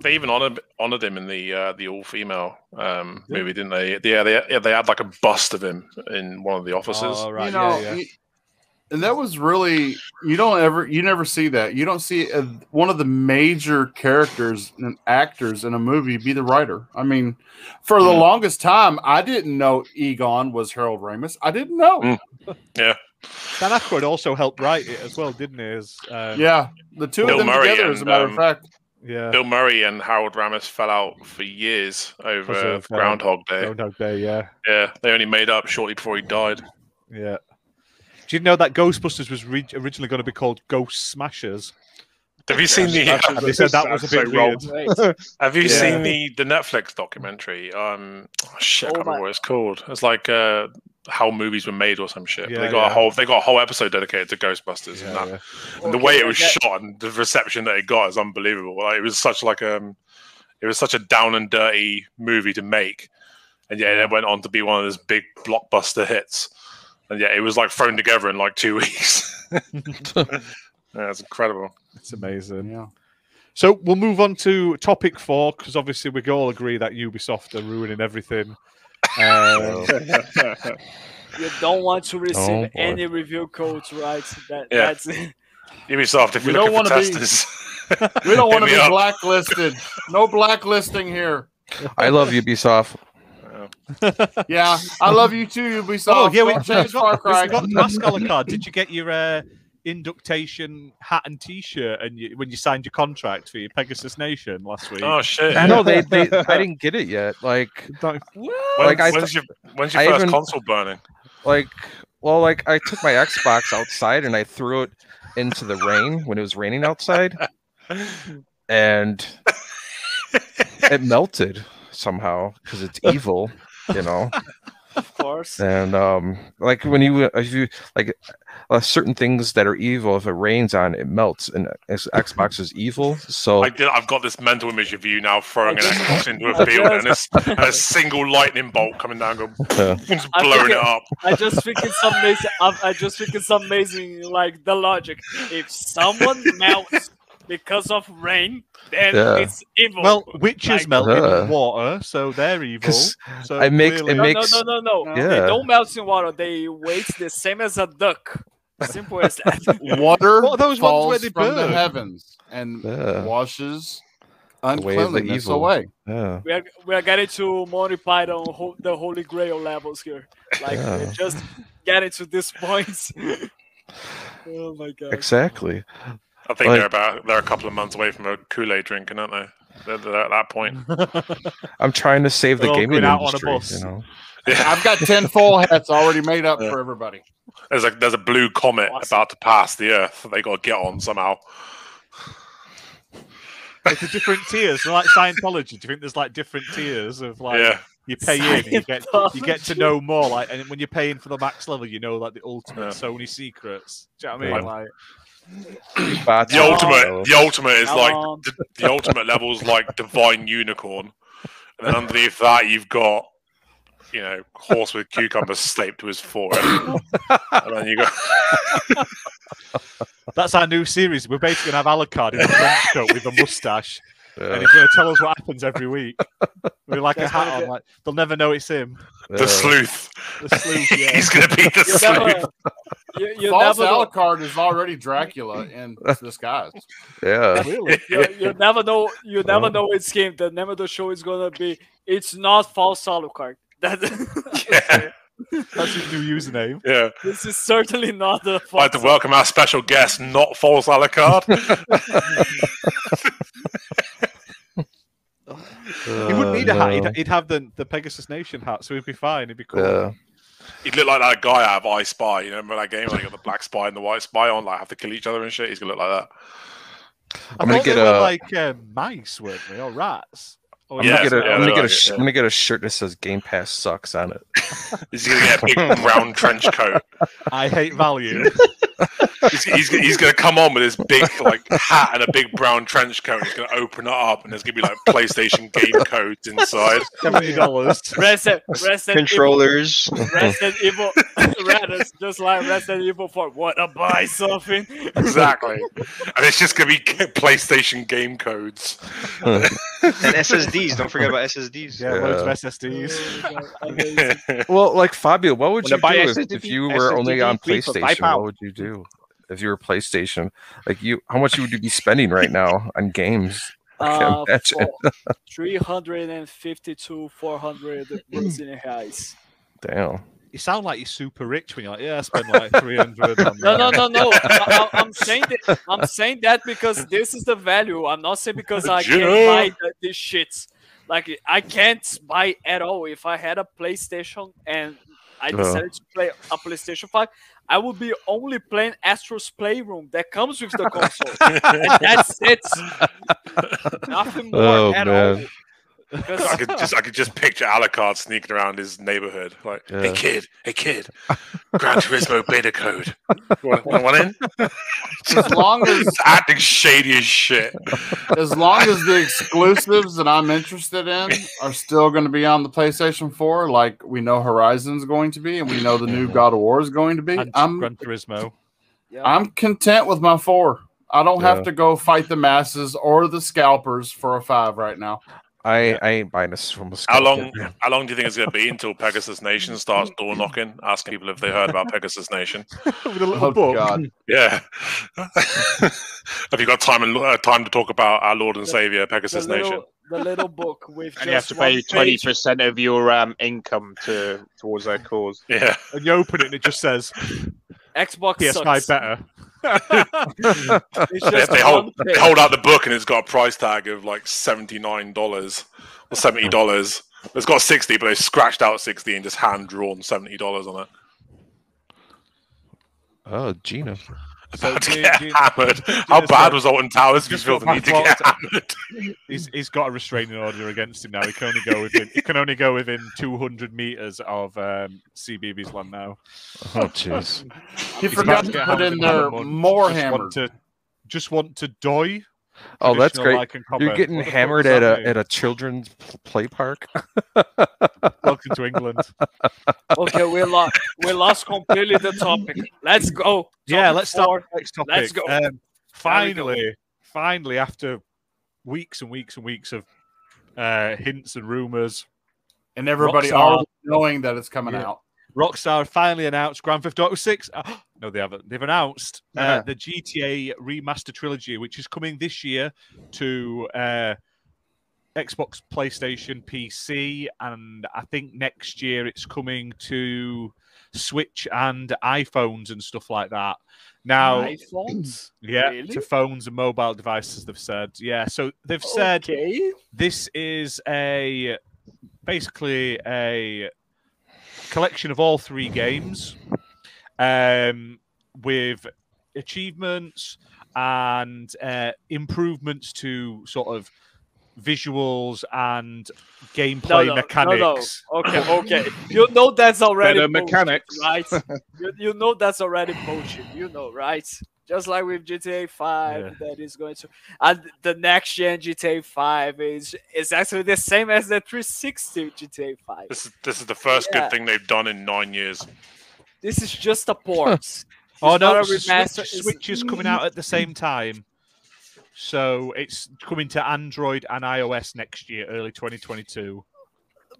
Speaker 5: They even honored honored him in the uh, the all female um, movie, didn't they? Yeah, they yeah, they had like a bust of him in one of the offices.
Speaker 1: Oh, right,
Speaker 3: you know,
Speaker 1: yeah, yeah.
Speaker 3: y- and that was really you don't ever you never see that. You don't see uh one of the major characters and actors in a movie be the writer. I mean, for the longest time, I didn't know Egon was Harold Ramis. I didn't know.
Speaker 5: Mm. Yeah.
Speaker 1: Dan Aykroyd also helped write it as well, didn't he? As, uh,
Speaker 3: Yeah, the two
Speaker 5: Bill
Speaker 3: of them
Speaker 5: Murray
Speaker 3: together, as a
Speaker 5: and,
Speaker 3: matter of
Speaker 5: um,
Speaker 3: fact.
Speaker 1: Yeah.
Speaker 5: Bill Murray and Harold Ramis fell out for years over
Speaker 1: because of, uh,
Speaker 5: Groundhog Day.
Speaker 1: Groundhog Day, yeah.
Speaker 5: Yeah, they only made up shortly before he died.
Speaker 1: Yeah. Do you know that Ghostbusters was re- originally going to be called Ghost Smashers?
Speaker 5: Have you seen the?
Speaker 1: And they said that was a bit weird.
Speaker 5: Have you
Speaker 1: Yeah.
Speaker 5: seen the the Netflix documentary? Um, oh, shit, I
Speaker 1: Oh
Speaker 5: can't
Speaker 1: my-
Speaker 5: remember what it's called. It's like uh, how movies were made or some shit. But
Speaker 1: Yeah,
Speaker 5: they got
Speaker 1: yeah.
Speaker 5: a whole they got a whole episode dedicated to Ghostbusters and that. And the way it was shot and the reception that it got is unbelievable. Like, it was such like um, it was such a down and dirty movie to make, and yeah, it went on to be one of those big blockbuster hits. And yeah, it was like thrown together in like two weeks. yeah, it's incredible.
Speaker 1: It's amazing.
Speaker 3: Yeah.
Speaker 1: So we'll move on to topic four because obviously we all agree that Ubisoft are ruining everything. Um,
Speaker 2: You don't want to receive
Speaker 1: Oh, boy.
Speaker 2: any review codes, right? That,
Speaker 5: Yeah.
Speaker 2: That's it.
Speaker 5: Ubisoft, if
Speaker 3: We
Speaker 5: you're
Speaker 3: don't
Speaker 5: looking for
Speaker 3: wanna be-
Speaker 5: testers,
Speaker 3: We don't
Speaker 5: Hit
Speaker 3: want to
Speaker 5: me
Speaker 3: be
Speaker 5: up.
Speaker 3: blacklisted. No blacklisting here.
Speaker 6: I love Ubisoft.
Speaker 3: Yeah, I love you too, Ubisoft.
Speaker 1: oh yeah, we,
Speaker 3: Don't
Speaker 1: we
Speaker 3: change Far
Speaker 1: forgot,
Speaker 3: Cry.
Speaker 1: we forgot to ask Alucard. Did you get your uh, inductation hat and T-shirt and you, when you signed your contract for your Pegasus Nation last week?
Speaker 5: Oh, shit.
Speaker 6: No, they, they I didn't get it yet. Like,
Speaker 5: When-
Speaker 6: like I
Speaker 5: when's your
Speaker 6: th-
Speaker 5: when's your
Speaker 6: I
Speaker 5: first
Speaker 6: even-
Speaker 5: console burning?
Speaker 6: like well like i took my xbox outside and i threw it into the rain when it was raining outside and it melted somehow because it's evil you know
Speaker 2: Of course.
Speaker 6: and um like when you if you like uh, certain things that are evil if it rains on it melts and uh, X- xbox is evil so
Speaker 5: I did, I've got this mental image of you now throwing an Xbox into a field and, it's, and a single lightning bolt coming down, go,
Speaker 6: Yeah.
Speaker 5: just
Speaker 2: I
Speaker 5: blowing
Speaker 2: think
Speaker 5: it up.
Speaker 2: I just think it's amazing. I, I just think it's amazing, like the logic. If someone melts because of rain, then
Speaker 6: Yeah.
Speaker 2: it's evil.
Speaker 1: Well, witches
Speaker 2: Like-
Speaker 1: melt
Speaker 6: Uh.
Speaker 1: in water, so they're evil.
Speaker 6: 'Cause
Speaker 1: So
Speaker 6: it makes- it
Speaker 1: clearly-
Speaker 2: no,
Speaker 6: makes-
Speaker 2: no, no, no, no. They
Speaker 6: Yeah.
Speaker 2: don't melt in water. They wait the same as a duck. Simple as that.
Speaker 3: Water
Speaker 1: What are those ones
Speaker 3: falls
Speaker 1: where they
Speaker 3: from the
Speaker 1: burn?
Speaker 3: heavens and
Speaker 6: Yeah.
Speaker 3: washes
Speaker 6: way of Uh, the
Speaker 3: uncleanliness
Speaker 6: evil.
Speaker 3: away.
Speaker 6: yeah
Speaker 2: we are we are getting to Monty Python, ho- the Holy Grail levels here. Like
Speaker 6: Yeah.
Speaker 2: we're just getting to this point. oh my god!
Speaker 6: exactly
Speaker 5: I think
Speaker 6: Like-
Speaker 5: they're about they're a couple of months away from a Kool Aid drinking, aren't they? They're, they're at that point.
Speaker 6: i'm trying to save the
Speaker 1: They're all
Speaker 6: gaming
Speaker 1: going out on a
Speaker 6: industry
Speaker 1: bus.
Speaker 6: you know
Speaker 3: I've got ten full hats already made up for everybody.
Speaker 5: There's a there's a blue comet about to pass the Earth. that They got to get on somehow.
Speaker 1: it's the different tiers. They're like Scientology. Do you think there's like different tiers of like
Speaker 5: Yeah.
Speaker 1: you pay in, and you get you get to
Speaker 2: Scientology.
Speaker 1: know more. Like, and when you're paying for the max level, you know like the ultimate
Speaker 5: Yeah.
Speaker 1: Sony secrets. Do you know what I
Speaker 5: Yeah.
Speaker 1: mean? Like,
Speaker 6: Bots
Speaker 5: The
Speaker 6: and
Speaker 5: ultimate
Speaker 6: stuff.
Speaker 5: the ultimate is
Speaker 2: Come
Speaker 5: like
Speaker 2: on.
Speaker 5: the, the ultimate level is like divine unicorn, and then underneath that you've got you know horse with cucumbers slaped to his forehead, and then you got.
Speaker 1: that's our new series. We're basically gonna have Alucard in a trench coat with a mustache,
Speaker 6: Yeah,
Speaker 1: and he's gonna tell us what happens every week. We like a
Speaker 2: That's
Speaker 1: hat
Speaker 2: gonna
Speaker 1: on,
Speaker 2: get-
Speaker 1: like they'll never know it's him.
Speaker 5: the
Speaker 6: yeah.
Speaker 5: sleuth.
Speaker 1: The sleuth, yeah.
Speaker 5: He's gonna be the
Speaker 2: You
Speaker 5: sleuth.
Speaker 2: never, you, you
Speaker 3: False
Speaker 2: never know.
Speaker 3: Alucard is already Dracula in disguise.
Speaker 6: yeah
Speaker 1: Really?
Speaker 2: You, you never know. You never
Speaker 6: Oh.
Speaker 2: know which game. The name of the show is gonna be. It's not false Alucard. That
Speaker 5: Yeah,
Speaker 1: That's his new username.
Speaker 5: yeah.
Speaker 2: this is certainly not a
Speaker 5: I'd
Speaker 2: false.
Speaker 5: like to welcome our special guest, not false Alucard.
Speaker 1: He wouldn't
Speaker 6: Uh,
Speaker 1: need a hat.
Speaker 6: no.
Speaker 1: He'd, he'd have the, the Pegasus Nation hat, so he'd be fine. He'd be cool.
Speaker 6: Yeah.
Speaker 5: He'd look like that guy out of I Spy. You know, remember that game where they got the black spy and the white spy on, like have to kill each other and shit. He's gonna look like
Speaker 1: I
Speaker 6: I'm gonna
Speaker 1: thought
Speaker 6: get
Speaker 1: they were
Speaker 6: a-
Speaker 1: like uh, mice, weren't they, or rats? Or
Speaker 6: I'm
Speaker 5: Yeah,
Speaker 6: gonna get a,
Speaker 5: yeah, they're
Speaker 6: am gonna get a
Speaker 5: like it,
Speaker 6: sh-
Speaker 5: yeah.
Speaker 6: I'm gonna get a shirt that says Game Pass sucks on it.
Speaker 5: that. He's gonna get a big brown trench coat.
Speaker 1: I hate value.
Speaker 5: He's, he's, gonna- he's gonna come on with his big like hat and a big brown trench coat. He's gonna open it up and there's gonna be like PlayStation game codes inside.
Speaker 1: Seventy dollars.
Speaker 2: Resident, Resident
Speaker 8: Controllers.
Speaker 2: Evil, Resident Evil, Raditz, just like Resident Evil 4. What a buy something.
Speaker 5: Exactly. And it's just gonna be PlayStation game codes.
Speaker 8: and SSDs. Don't forget about SSDs.
Speaker 1: Yeah, loads of SSDs.
Speaker 2: Amazing.
Speaker 6: Well, like Fabio, what would
Speaker 4: Wanna
Speaker 6: you
Speaker 4: buy
Speaker 6: do if,
Speaker 4: SSD?
Speaker 6: if you were only
Speaker 4: SSD
Speaker 6: on
Speaker 4: free for five
Speaker 6: PlayStation? What
Speaker 4: pound.
Speaker 6: would you do if you were PlayStation? Like you, how much would you be spending right now on games?
Speaker 2: Uh,
Speaker 6: imagine.
Speaker 2: four- 350 to 400 Brazilian reais.
Speaker 6: Damn.
Speaker 1: You sound like you're super rich when you're like, yeah, I spend like 300 on uh,
Speaker 2: No, no,
Speaker 1: that."
Speaker 2: no, no. I, I- I'm saying that. I'm saying that because this is the value. I'm not saying because I
Speaker 1: Sure.
Speaker 2: can't buy the, these shits. Like I can't buy at all. If I had a PlayStation and I
Speaker 6: Uh-huh.
Speaker 14: Yeah.
Speaker 2: decided to play a PlayStation Five, I would be only playing Astro's Playroom that comes with the console. and that's it. Nothing more
Speaker 6: Oh,
Speaker 2: at
Speaker 6: man.
Speaker 2: all. Because
Speaker 5: I could just I could just picture Alucard sneaking around his neighborhood, like,
Speaker 6: Yeah.
Speaker 5: "Hey kid, hey kid, Gran Turismo beta code. You want, want one in?
Speaker 3: As long as-
Speaker 5: It's acting shady as shit.
Speaker 3: as long as the exclusives that I'm interested in are still going to be on the PlayStation 4, like we know Horizon's going to be, and we know the new God of War is going to be, I'm
Speaker 1: Gran Turismo.
Speaker 3: I'm content with my four. I don't
Speaker 6: Yeah.
Speaker 3: have to go fight the masses or the scalpers for a five right now.
Speaker 6: I, I ain't buying this from a
Speaker 5: How
Speaker 6: scalper.
Speaker 5: long? How long do you think it's going to be until Pegasus Nation starts door knocking, asking people if they heard about Pegasus Nation?
Speaker 1: With a little
Speaker 3: Oh,
Speaker 1: book.
Speaker 3: God.
Speaker 5: Yeah. Have you got time and uh, time to talk about our Lord and Savior Pegasus
Speaker 2: the
Speaker 5: Nation?
Speaker 2: little, the little book with just
Speaker 4: And you have to
Speaker 2: one
Speaker 4: pay twenty
Speaker 2: page.
Speaker 4: percent of your um, income to towards their cause.
Speaker 5: Yeah.
Speaker 1: And you open it and it just says
Speaker 2: Xbox
Speaker 1: PS5
Speaker 2: sucks.
Speaker 1: better.
Speaker 2: It's
Speaker 5: They,
Speaker 2: just
Speaker 5: they hold,
Speaker 2: one
Speaker 5: they
Speaker 2: page.
Speaker 5: hold out the book and it's got a price tag of like seventy nine dollars or seventy dollars. It's got sixty, but they scratched out sixty and just hand drawn seventy dollars on it.
Speaker 6: Oh, Gina.
Speaker 5: About to
Speaker 1: Gina-
Speaker 5: get
Speaker 1: Gina-
Speaker 5: hammered. How
Speaker 1: Gina's
Speaker 5: bad
Speaker 1: got-
Speaker 5: was Alton Towers? You
Speaker 1: Just
Speaker 5: feel
Speaker 1: got
Speaker 5: the need to get
Speaker 1: back
Speaker 5: hammered.
Speaker 1: He's, he's got a restraining order against him now. He can only go within he can only go within 200 meters of um, CBB's land now.
Speaker 6: Oh, jeez.
Speaker 3: He
Speaker 1: He's about
Speaker 3: forgot to
Speaker 1: get
Speaker 3: put
Speaker 1: hammered
Speaker 3: in
Speaker 1: another
Speaker 3: there
Speaker 1: month.
Speaker 3: more
Speaker 1: Just
Speaker 3: hammered.
Speaker 1: Want to, just want to die.
Speaker 6: Oh, that's
Speaker 1: Traditional
Speaker 6: great.
Speaker 1: like and
Speaker 6: You're
Speaker 1: copper.
Speaker 6: getting
Speaker 1: What the fuck
Speaker 6: hammered
Speaker 1: does
Speaker 6: at
Speaker 1: that
Speaker 6: a
Speaker 1: mean?
Speaker 6: at a children's pl- play park.
Speaker 1: Welcome to England.
Speaker 2: Okay, we lost. We lost completely the topic. Let's go.
Speaker 1: yeah,
Speaker 2: Topic
Speaker 1: let's start
Speaker 2: four.
Speaker 1: with the next topic.
Speaker 2: Let's go.
Speaker 1: Um,
Speaker 2: There we go.
Speaker 1: finally, finally, after weeks and weeks and weeks of uh, hints and rumors,
Speaker 3: And everybody
Speaker 1: Rockstar-
Speaker 3: already knowing that it's coming
Speaker 1: Yeah.
Speaker 3: out.
Speaker 1: Rockstar finally announced Grand Theft Auto 6. Uh, no, they haven't. They've announced uh,
Speaker 6: Uh-huh.
Speaker 1: the GTA remaster trilogy, which is coming this year to uh, Xbox, PlayStation, PC, and I think next year it's coming to Switch and iPhones and stuff like that. Now,
Speaker 2: iPhones.
Speaker 1: yeah,
Speaker 2: Really? Oh,
Speaker 1: to phones and mobile devices, they've said. Yeah, so they've said
Speaker 2: Okay.
Speaker 1: this is a basically a collection of all three games um, with achievements and uh, improvements to sort of visuals and gameplay mechanics.
Speaker 2: No, no. Okay, okay. You know that's already
Speaker 4: Better
Speaker 2: bullshit,
Speaker 4: mechanics.
Speaker 2: right? you, you know that's already bullshit. You know, right? Just like with GTA Five, that is going to, and the next gen GTA Five is is actually the same as the 360 GTA Five.
Speaker 5: This is this is the first
Speaker 2: Yeah.
Speaker 5: good thing they've done in nine years.
Speaker 2: This is just a port. It's
Speaker 1: Oh
Speaker 2: not
Speaker 1: no,
Speaker 2: a
Speaker 1: Switch,
Speaker 2: remaster, it's-
Speaker 1: Switch is coming out at the same time. So it's coming to Android and iOS next year, early 2022.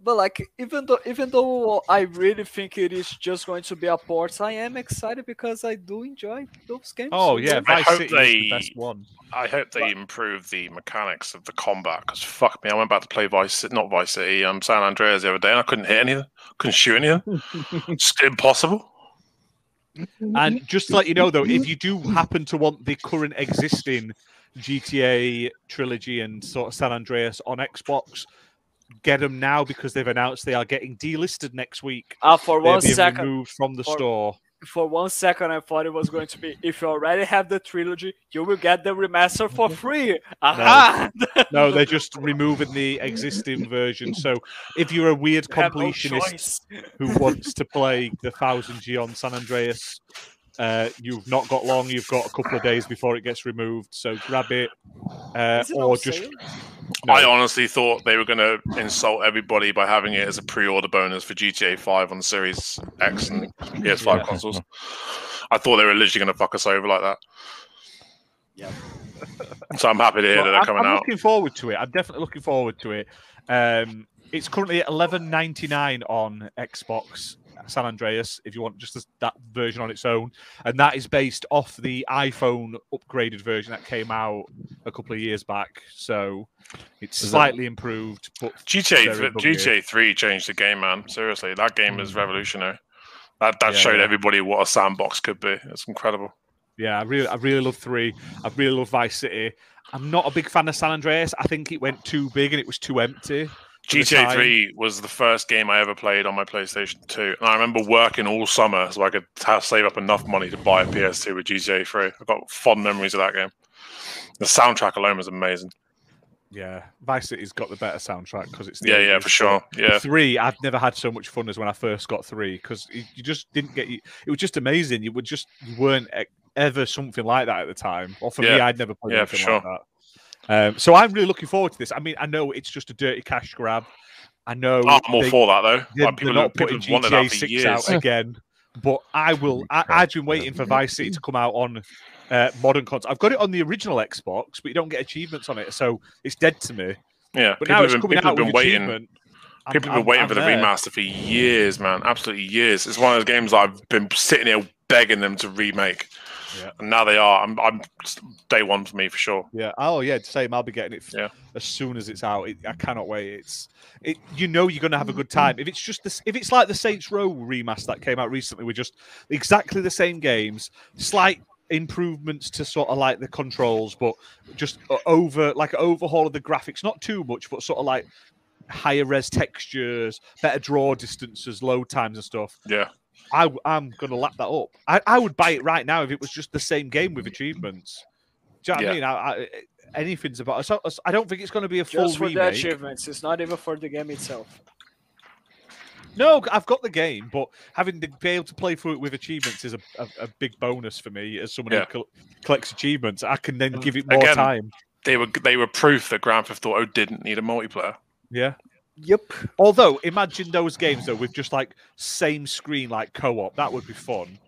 Speaker 2: but like even though even though I really think it is just going to be a port, I am excited because I do enjoy those games.
Speaker 1: Oh
Speaker 2: so
Speaker 1: yeah,
Speaker 2: that's-
Speaker 5: I
Speaker 1: Vice
Speaker 5: hope
Speaker 1: City is the
Speaker 5: they-
Speaker 1: best one.
Speaker 5: I hope they improve the mechanics of the combat because fuck me, I went back to play Vice, Ci- not Vice City, um, San Andreas the other day, and I couldn't hit anything, couldn't shoot anything. it's impossible.
Speaker 1: And just to let you know, though, if you do happen to want the current existing GTA trilogy and sort of San Andreas on Xbox, get them now because they've announced they are getting delisted next week.
Speaker 2: Ah, for
Speaker 1: They're
Speaker 2: one
Speaker 1: being
Speaker 2: second,
Speaker 1: removed from the
Speaker 2: For-
Speaker 1: store.
Speaker 2: for one second, I thought it was going to be if you already have the trilogy, you will get the remaster for free. Aha!
Speaker 1: No, they're just removing the existing version. So if you're a weird
Speaker 2: You have no
Speaker 1: completionist
Speaker 2: choice.
Speaker 1: who wants to play the 1000G on San Andreas, uh, you've not got long. You've got a couple of days before it gets removed. So grab it uh,
Speaker 2: Is it on
Speaker 1: or just.
Speaker 2: sale?
Speaker 1: No.
Speaker 5: I honestly thought they were going to insult everybody by having it as a pre-order bonus for GTA 5 on Series X and PS5
Speaker 1: Yeah.
Speaker 5: consoles. I thought they were literally going to fuck us over like that.
Speaker 2: Yeah.
Speaker 5: So I'm happy to hear
Speaker 1: Well,
Speaker 5: that they're
Speaker 1: I'm,
Speaker 5: coming
Speaker 1: I'm
Speaker 5: out.
Speaker 1: looking forward to it. I'm definitely looking forward to it. Um, it's currently at 11.99 on Xbox San Andreas if you want just this, that version on its own, and that is based off the iPhone upgraded version that came out a couple of years back. So it's
Speaker 6: Is that-
Speaker 1: slightly improved, but
Speaker 5: GTA
Speaker 1: Very
Speaker 5: th-
Speaker 1: buggy.
Speaker 5: GTA 3 changed the game, man. Seriously, that game is revolutionary. That that
Speaker 1: Mm. Yeah,
Speaker 5: showed
Speaker 1: yeah.
Speaker 5: everybody what a sandbox could be. It's incredible.
Speaker 1: Yeah, I really, I really love three. I really love Vice City. I'm not a big fan of San Andreas. I think it went too big and it was too empty. for the
Speaker 5: GTA
Speaker 1: time.
Speaker 5: 3 was the first game I ever played on my PlayStation 2, and I remember working all summer so I could ta- save up enough money to buy a PS2 with GTA 3. I've got fond memories of that game. The soundtrack alone was amazing.
Speaker 1: Yeah, Vice City's got the better soundtrack because it's the
Speaker 5: Yeah, yeah,
Speaker 1: 80s,
Speaker 5: for sure.
Speaker 1: but
Speaker 5: Yeah.
Speaker 1: three. I've never had so much fun as when I first got three because you just didn't get. It was just amazing. You were just you weren't e- ever something like that at the time. Or for me,
Speaker 5: Yeah.
Speaker 1: I'd never played
Speaker 5: Yeah, for
Speaker 1: anything like
Speaker 5: sure.
Speaker 1: that. Um, so I'm really looking forward to this. I mean, I know it's just a dirty cash grab. I know.
Speaker 5: Oh, I'm all for that, though.
Speaker 1: They're,
Speaker 5: Like,
Speaker 1: they're
Speaker 5: people
Speaker 1: not
Speaker 5: have- people
Speaker 1: putting
Speaker 5: have wanted that
Speaker 1: GTA
Speaker 5: for
Speaker 1: Six
Speaker 5: years.
Speaker 1: out again. But I will. I, I've been waiting for Vice City to come out on uh, modern console. I've got it on the original Xbox, but you don't get achievements on it, so it's dead to me.
Speaker 5: Yeah,
Speaker 1: but
Speaker 5: people
Speaker 1: now
Speaker 5: have
Speaker 1: it's
Speaker 5: been-
Speaker 1: coming
Speaker 5: people
Speaker 1: out
Speaker 5: have been
Speaker 1: with
Speaker 5: waiting.
Speaker 1: achievement. I'm-
Speaker 5: People have
Speaker 1: I'm-
Speaker 5: been waiting
Speaker 1: I'm
Speaker 5: for the
Speaker 1: there.
Speaker 5: remaster for years, man. Absolutely years. It's one of those games that I've been sitting here begging them to remake,
Speaker 1: Yeah.
Speaker 5: and now they are. I'm, I'm day one for me for sure.
Speaker 1: Yeah. Oh, yeah. Same. I'll be getting it f-
Speaker 5: Yeah.
Speaker 1: as soon as it's out. It, I cannot wait. It's, it, you know, you're gonna have a good time. If it's just this, if it's like the Saints Row remaster that came out recently, with just exactly the same games, slight improvements to sort of like the controls, but just o- over like overhaul of the graphics. Not too much, but sort of like higher res textures, better draw distances, load times and stuff.
Speaker 5: Yeah.
Speaker 1: I, am gonna lap that up. I, I would buy it right now if it was just the same game with achievements. Do you know what
Speaker 5: Yeah.
Speaker 1: I mean? I, I, anything's about. So, so I don't think it's going to be a full
Speaker 2: Just for the
Speaker 1: remake.
Speaker 2: achievements. It's not even for the game itself.
Speaker 1: no, I've got the game, but having to be able to play through it with achievements is a, a, a big bonus for me as someone
Speaker 5: Yeah.
Speaker 1: who col- collects achievements. I can then give it more
Speaker 5: Again,
Speaker 1: time.
Speaker 5: They were they were proof that Grand Theft Auto didn't need a multiplayer.
Speaker 1: Yeah. Yep. Although, imagine those games though with just like same screen, like co-op. That would be fun.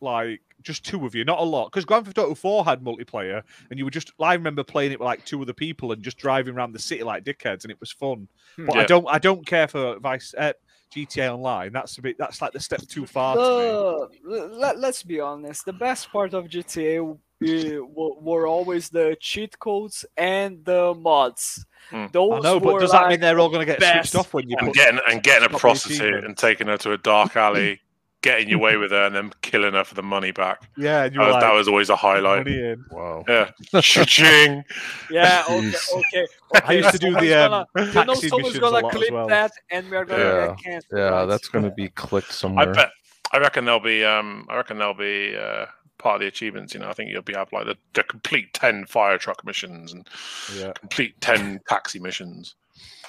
Speaker 1: Like just two of you, not a lot, because Grand Theft Auto Four had multiplayer, and you were just. I remember playing it with like two other people and just driving around the city like dickheads, and it was fun.
Speaker 2: Hmm.
Speaker 1: But I
Speaker 2: Yeah.
Speaker 1: don't. I don't care for Vice uh, GTA Online. That's a bit. That's like the step too far. to me.
Speaker 2: The- Uh, let, us be honest. The best part of GTA w- eh, w- were always the cheat codes and the mods.
Speaker 6: Hmm.
Speaker 2: Those
Speaker 1: I know, but
Speaker 2: were
Speaker 1: does that
Speaker 2: like
Speaker 1: mean they're all going to get
Speaker 2: best.
Speaker 1: switched off when you
Speaker 5: And
Speaker 1: put
Speaker 5: getting and getting a
Speaker 1: stop the
Speaker 5: prostitute
Speaker 1: achievement?
Speaker 5: and taking her to a dark alley, getting your way with her, and then killing her for the money back.
Speaker 1: Yeah, and
Speaker 5: That
Speaker 1: you're
Speaker 5: was,
Speaker 1: like,
Speaker 5: that was always a highlight.
Speaker 1: money in.
Speaker 6: Wow.
Speaker 5: Yeah, Cha-ching.
Speaker 2: Yeah, okay,
Speaker 5: Jeez.
Speaker 2: okay.
Speaker 1: I used to do
Speaker 2: someone's
Speaker 1: the, um,
Speaker 2: gonna- you know,
Speaker 1: taxi
Speaker 2: someone's
Speaker 1: missions a
Speaker 2: gonna
Speaker 1: lot as
Speaker 2: clip
Speaker 1: well.
Speaker 2: that, and we are gonna
Speaker 6: Yeah,
Speaker 2: get canceled.
Speaker 6: yeah,
Speaker 2: right?
Speaker 6: that's gonna be clicked
Speaker 5: I
Speaker 6: somewhere.
Speaker 5: bet. I reckon they'll be. Um, I reckon they'll be uh, part of the achievements. You know, I think you'll be have like the, the complete ten fire truck missions and
Speaker 1: Yeah.
Speaker 5: complete ten taxi missions.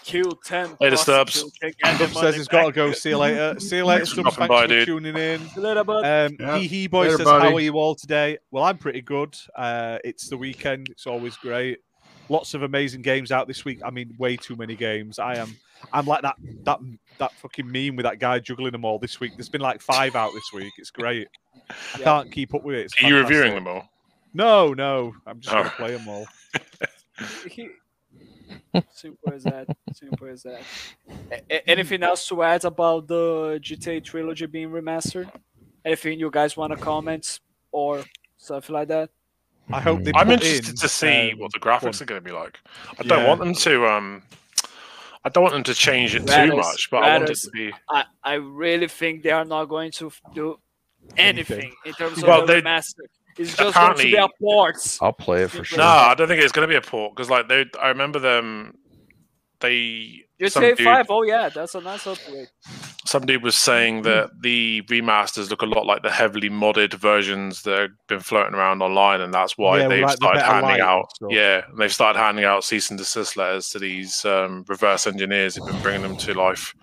Speaker 2: kill ten.
Speaker 5: Later, Stubbs.
Speaker 2: prostitutes and get the
Speaker 1: Stubbs says
Speaker 2: money
Speaker 1: he's got to
Speaker 2: back.
Speaker 1: go. See you later. See you later.
Speaker 5: Thanks for
Speaker 1: Stubbs,
Speaker 5: stopping
Speaker 1: thanks
Speaker 5: by,
Speaker 1: for
Speaker 5: dude.
Speaker 1: tuning in.
Speaker 2: See you later, bud.
Speaker 1: Um,
Speaker 13: Yeah.
Speaker 1: Hee Hee Boy
Speaker 13: Later,
Speaker 1: says,
Speaker 13: buddy.
Speaker 1: How are you all today? Well, I'm pretty good. Uh, it's the weekend. It's always great. Lots of amazing games out this week. I mean, way too many games. I am, I'm like that that that fucking meme with that guy juggling them all this week. There's been like five out this week. It's great. I
Speaker 2: Yeah.
Speaker 1: can't keep up with it. It's
Speaker 5: Are you
Speaker 1: fantastic.
Speaker 5: reviewing them all?
Speaker 1: No, no. I'm just
Speaker 5: Oh.
Speaker 1: gonna play them all.
Speaker 2: He- Simple as that. Simple as that. A- a- anything else to add about the GTA trilogy being remastered? Anything you guys want to comment or stuff like that?
Speaker 1: I hope they.
Speaker 5: I'm
Speaker 1: put
Speaker 5: interested
Speaker 1: in,
Speaker 5: to see
Speaker 1: um,
Speaker 5: what the graphics
Speaker 1: one.
Speaker 5: are going to be like. I don't
Speaker 1: Yeah.
Speaker 5: want them to. Um, I don't want them to change it
Speaker 2: Rattles,
Speaker 5: too much, but I want it
Speaker 2: rattles.
Speaker 5: to be.
Speaker 2: I, I really think they are not going to f- do anything,
Speaker 1: Anything.
Speaker 2: in terms of
Speaker 5: Well,
Speaker 2: the
Speaker 5: they-
Speaker 2: remaster. It's just going to be
Speaker 5: apparently-
Speaker 2: a port.
Speaker 6: I'll play it for sure.
Speaker 5: No, I don't think it's going to be a port because, like, they. I remember them. They. some
Speaker 2: GTA
Speaker 5: dude-
Speaker 2: 5, oh yeah, that's a nice upgrade.
Speaker 5: somebody was saying that the remasters look a lot like the heavily modded versions that have been floating around online, and that's why
Speaker 1: Yeah,
Speaker 5: they've
Speaker 1: like the
Speaker 5: started
Speaker 1: better light
Speaker 5: handing
Speaker 1: and
Speaker 5: out.
Speaker 1: stuff.
Speaker 5: Yeah, and they've started handing out cease and desist letters to these um, reverse engineers who've been bringing them to life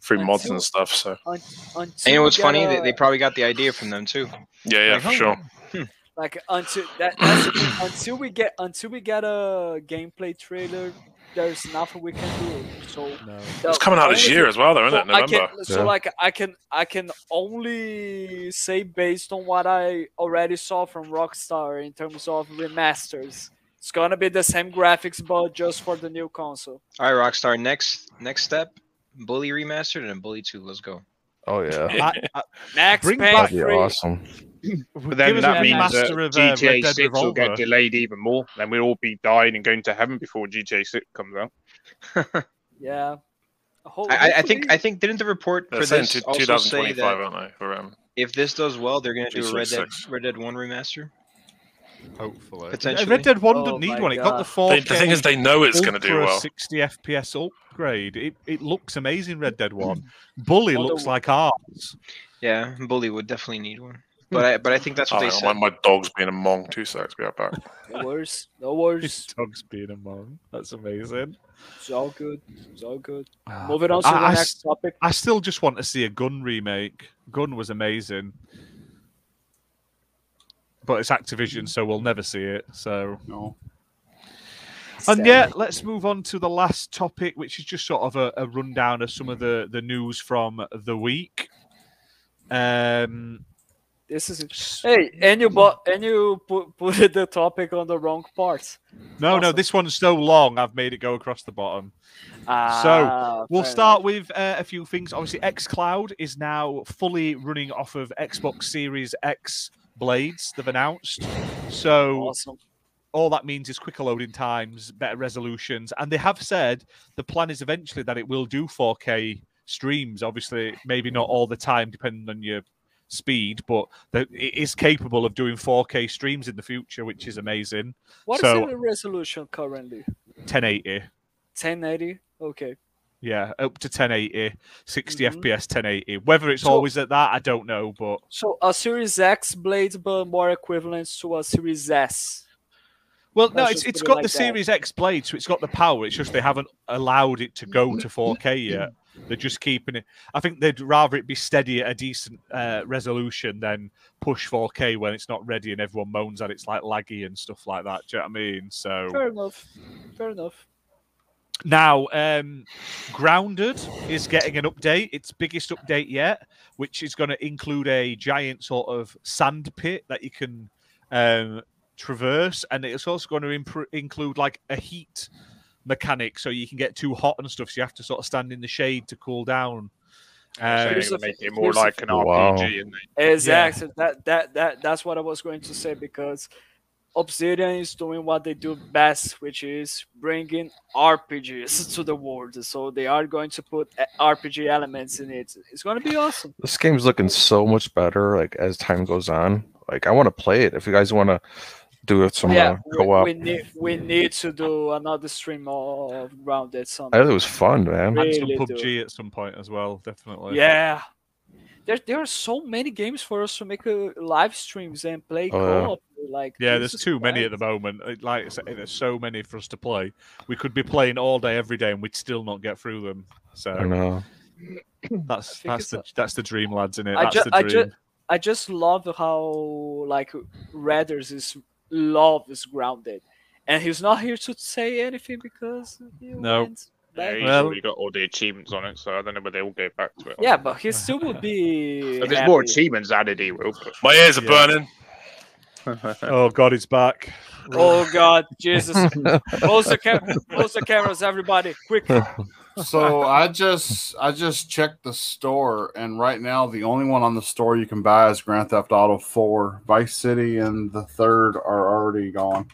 Speaker 5: through
Speaker 2: Until-
Speaker 5: mods and stuff. So
Speaker 2: Until
Speaker 8: And you know what's
Speaker 2: we
Speaker 8: funny?
Speaker 2: get
Speaker 8: They,
Speaker 2: a-
Speaker 8: they probably got the idea from them too.
Speaker 5: yeah, yeah,
Speaker 8: Like,
Speaker 5: for
Speaker 8: huh.
Speaker 5: sure.
Speaker 2: like until that that's the thing, until we get until we get a gameplay trailer, there's nothing we can do. So
Speaker 1: No.
Speaker 5: It's coming out this year as well, though, isn't it?
Speaker 2: So I
Speaker 5: November.
Speaker 2: can, so
Speaker 6: Yeah.
Speaker 2: like I can I can only say based on what I already saw from Rockstar in terms of remasters. It's gonna be the same graphics but just for the new console.
Speaker 8: All right, Rockstar. Next next step, Bully remastered and Bully Two. Let's go.
Speaker 6: Oh yeah,
Speaker 1: I- I-
Speaker 2: Max
Speaker 1: Bring
Speaker 2: Payne
Speaker 1: back
Speaker 6: that'd be
Speaker 2: 3.
Speaker 6: awesome.
Speaker 4: But
Speaker 1: give
Speaker 4: then
Speaker 1: us
Speaker 4: that
Speaker 1: a
Speaker 4: means that
Speaker 1: remaster of uh, Red
Speaker 4: GTA
Speaker 1: Dead
Speaker 4: 6 will get
Speaker 1: Revolver.
Speaker 4: delayed even more. Then we'll all be dying and going to heaven before GTA 6 comes out.
Speaker 2: Yeah. Ho-
Speaker 8: I, I- I
Speaker 2: hopefully-
Speaker 8: think I think didn't the report
Speaker 5: They're
Speaker 8: for
Speaker 5: saying
Speaker 8: this
Speaker 5: two-
Speaker 8: also say
Speaker 5: 2025,
Speaker 8: that
Speaker 5: aren't they, for, um,
Speaker 8: if this does well, they're going to do a Red Dead
Speaker 5: 366.
Speaker 8: Red Dead One remaster?
Speaker 1: Hopefully,
Speaker 8: potentially.
Speaker 1: Red Dead One
Speaker 8: Oh
Speaker 1: didn't
Speaker 8: my
Speaker 1: need one. It got
Speaker 8: God.
Speaker 1: the four.
Speaker 5: They- the thing is, they know it's gonna do well.
Speaker 1: Sixty FPS upgrade. It, it looks amazing. Red Dead One. Bully looks like ours.
Speaker 8: Yeah, Bully would definitely need one. But I but I think that's what
Speaker 5: I
Speaker 8: they
Speaker 5: don't know,
Speaker 8: said.
Speaker 5: my, my dog's being a mong two seconds. Be right back.
Speaker 2: No worries. No worries.
Speaker 1: Dog's being a mom. That's amazing.
Speaker 2: It's all good. It's all good.
Speaker 1: Ah,
Speaker 2: Moving on to
Speaker 1: I-
Speaker 2: the
Speaker 1: I
Speaker 2: next
Speaker 1: s-
Speaker 2: topic.
Speaker 1: I still just want to see a Gun remake. Gun was amazing, but it's Activision, so we'll never see it. So
Speaker 3: no.
Speaker 1: And yeah, let's move on to the last topic, which is just sort of a, a rundown of some of the, the news from the week. Um,
Speaker 2: This is hey, and you bought and you put put the topic on the wrong part.
Speaker 1: no, no, this one's so long, I've made it go across the bottom.
Speaker 2: Ah,
Speaker 1: so we'll
Speaker 2: fair
Speaker 1: start with uh, a few things. Obviously, xCloud is now fully running off of Xbox Series X blades they've announced. So all that means is quicker loading times, better resolutions, and they have said the plan is eventually that it will do 4K streams. Obviously, maybe not all the time, depending on your speed, but that it is capable of doing 4K streams in the future, which is amazing.
Speaker 2: What is
Speaker 1: so
Speaker 2: the resolution currently?
Speaker 1: 1080.
Speaker 2: 1080. Okay.
Speaker 1: Yeah, up to 1080, 60
Speaker 2: Mhm.
Speaker 1: FPS, 1080. Whether it's
Speaker 2: So-
Speaker 1: always at that, I don't know, but
Speaker 2: So a Series X blade, but more equivalent to a Series S.
Speaker 1: Well, no,
Speaker 2: Let's
Speaker 1: it's
Speaker 2: just
Speaker 1: it's
Speaker 2: put it
Speaker 1: got
Speaker 2: like
Speaker 1: the
Speaker 2: that.
Speaker 1: Series X blade, so it's got the power. It's just they haven't allowed it to go to 4K yet. They're just keeping it. I think they'd rather it be steady at a decent uh, resolution than push 4K when it's not ready and everyone moans that it's like laggy and stuff like that. Do you know what I mean? So
Speaker 2: Fair enough. Fair enough.
Speaker 1: now, um, Grounded is getting an update, its biggest update yet, which is going to include a giant sort of sand pit that you can um, traverse, and it's also going to impr- include like a heat mechanic, so you can get too hot and stuff. So you have to sort of stand in the shade to cool down.
Speaker 10: So
Speaker 1: Um,
Speaker 10: they're gonna make it more
Speaker 2: here's the-
Speaker 10: like an RPG,
Speaker 1: Wow.
Speaker 10: and they
Speaker 2: Exactly. That that that that's what I was going to say because Obsidian is doing what they do best, which is bringing RPGs to the world. So they are going to put uh, RPG elements in it. It's going to be awesome.
Speaker 6: This game's looking so much better. Like as time goes on, like I want to play it. If you guys want to do
Speaker 1: Uh-huh.
Speaker 6: it some uh,
Speaker 2: we-
Speaker 6: co-op,
Speaker 2: we, need we need to do another stream of grounded
Speaker 6: I
Speaker 2: something.
Speaker 6: thought it was fun, man.
Speaker 1: and some
Speaker 2: really do.
Speaker 1: PUBG at some point as well, definitely.
Speaker 2: Yeah. There, there are so many games for us to make uh, live streams and play
Speaker 1: Oh, yeah.
Speaker 2: co-op. Like
Speaker 1: Yeah, there's
Speaker 2: Jesus
Speaker 1: too many
Speaker 2: Christ.
Speaker 1: at the moment. It- Like I say, there's so many for us to play. We could be playing all day, every day, and we'd still not get through them. So
Speaker 6: I know.
Speaker 1: that's
Speaker 2: think
Speaker 1: that's the that's the dream, lads, isn't it?
Speaker 2: I,
Speaker 1: That's
Speaker 2: ju-
Speaker 1: the
Speaker 2: I,
Speaker 1: dream.
Speaker 2: ju- I just love how like Redders is love is grounded, and he's not here to say anything because he
Speaker 1: No.
Speaker 2: went back.
Speaker 10: Yeah, he's
Speaker 1: Well-
Speaker 10: already got all the achievements on it, so I don't know whether they will go back to it.
Speaker 2: Yeah, but he still would be.
Speaker 10: If there's more
Speaker 2: happy.
Speaker 10: achievements added, he will.
Speaker 5: My ears are
Speaker 1: Yeah.
Speaker 5: burning.
Speaker 1: Oh God, he's back.
Speaker 2: Oh God, Jesus! close the cam- close the cameras, everybody, quick!
Speaker 3: So I just I just checked the store, and right now the only one on the store you can buy is Grand Theft Auto Four. Vice City and the third are already gone.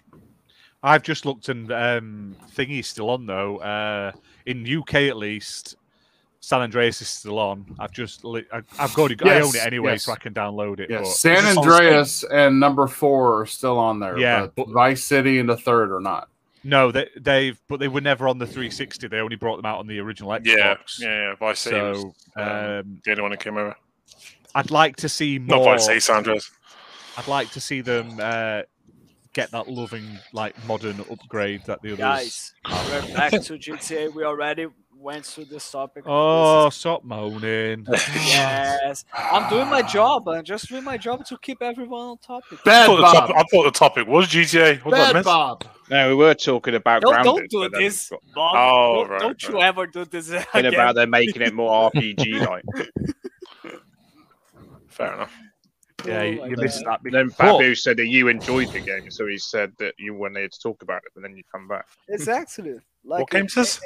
Speaker 1: I've just looked and um, thingy's still on though. Uh, in UK at least, San Andreas is still on. I've just li- I, I've got it. I own it
Speaker 3: Yes,
Speaker 1: anyway,
Speaker 3: yes.
Speaker 1: so I can download it.
Speaker 3: Yes,
Speaker 1: but-
Speaker 3: San Andreas and number four are still on there.
Speaker 1: Yeah,
Speaker 3: but Vice City and the third are not.
Speaker 1: No, they, they've but they were never on the 360. They only brought them out on the original Xbox.
Speaker 5: Yeah, yeah, yeah. Vice City was,
Speaker 1: So um,
Speaker 5: the only one that came over.
Speaker 1: I'd like to see more.
Speaker 5: Not Vice City, San Andreas.
Speaker 1: I'd like to see them uh, get that loving, like modern upgrade that the others.
Speaker 2: Guys, we're back to GTA. We already went through this topic.
Speaker 1: Oh, stop moaning!
Speaker 5: Oh
Speaker 2: Yes, I'm doing my job. I'm just doing my job to keep everyone on topic.
Speaker 5: I thought, the topic, I thought the topic was GTA. What did I miss?
Speaker 3: Bob.
Speaker 10: No, we were talking about
Speaker 2: No,
Speaker 10: grounded.
Speaker 2: don't do
Speaker 10: but then
Speaker 2: this,
Speaker 10: we've
Speaker 2: Bob.
Speaker 5: Oh,
Speaker 2: don't
Speaker 5: right,
Speaker 2: don't you
Speaker 5: right.
Speaker 2: ever do this
Speaker 10: got-
Speaker 2: again.
Speaker 10: Been about they're making it more RPG like.
Speaker 5: Fair enough.
Speaker 1: Yeah, you,
Speaker 2: my
Speaker 1: you missed that. bit.
Speaker 10: Then
Speaker 1: But-
Speaker 10: Babu said that you enjoyed the game, so he said that you wanted to talk about it, but then you come back.
Speaker 2: Exactly. Like,
Speaker 5: what game's this?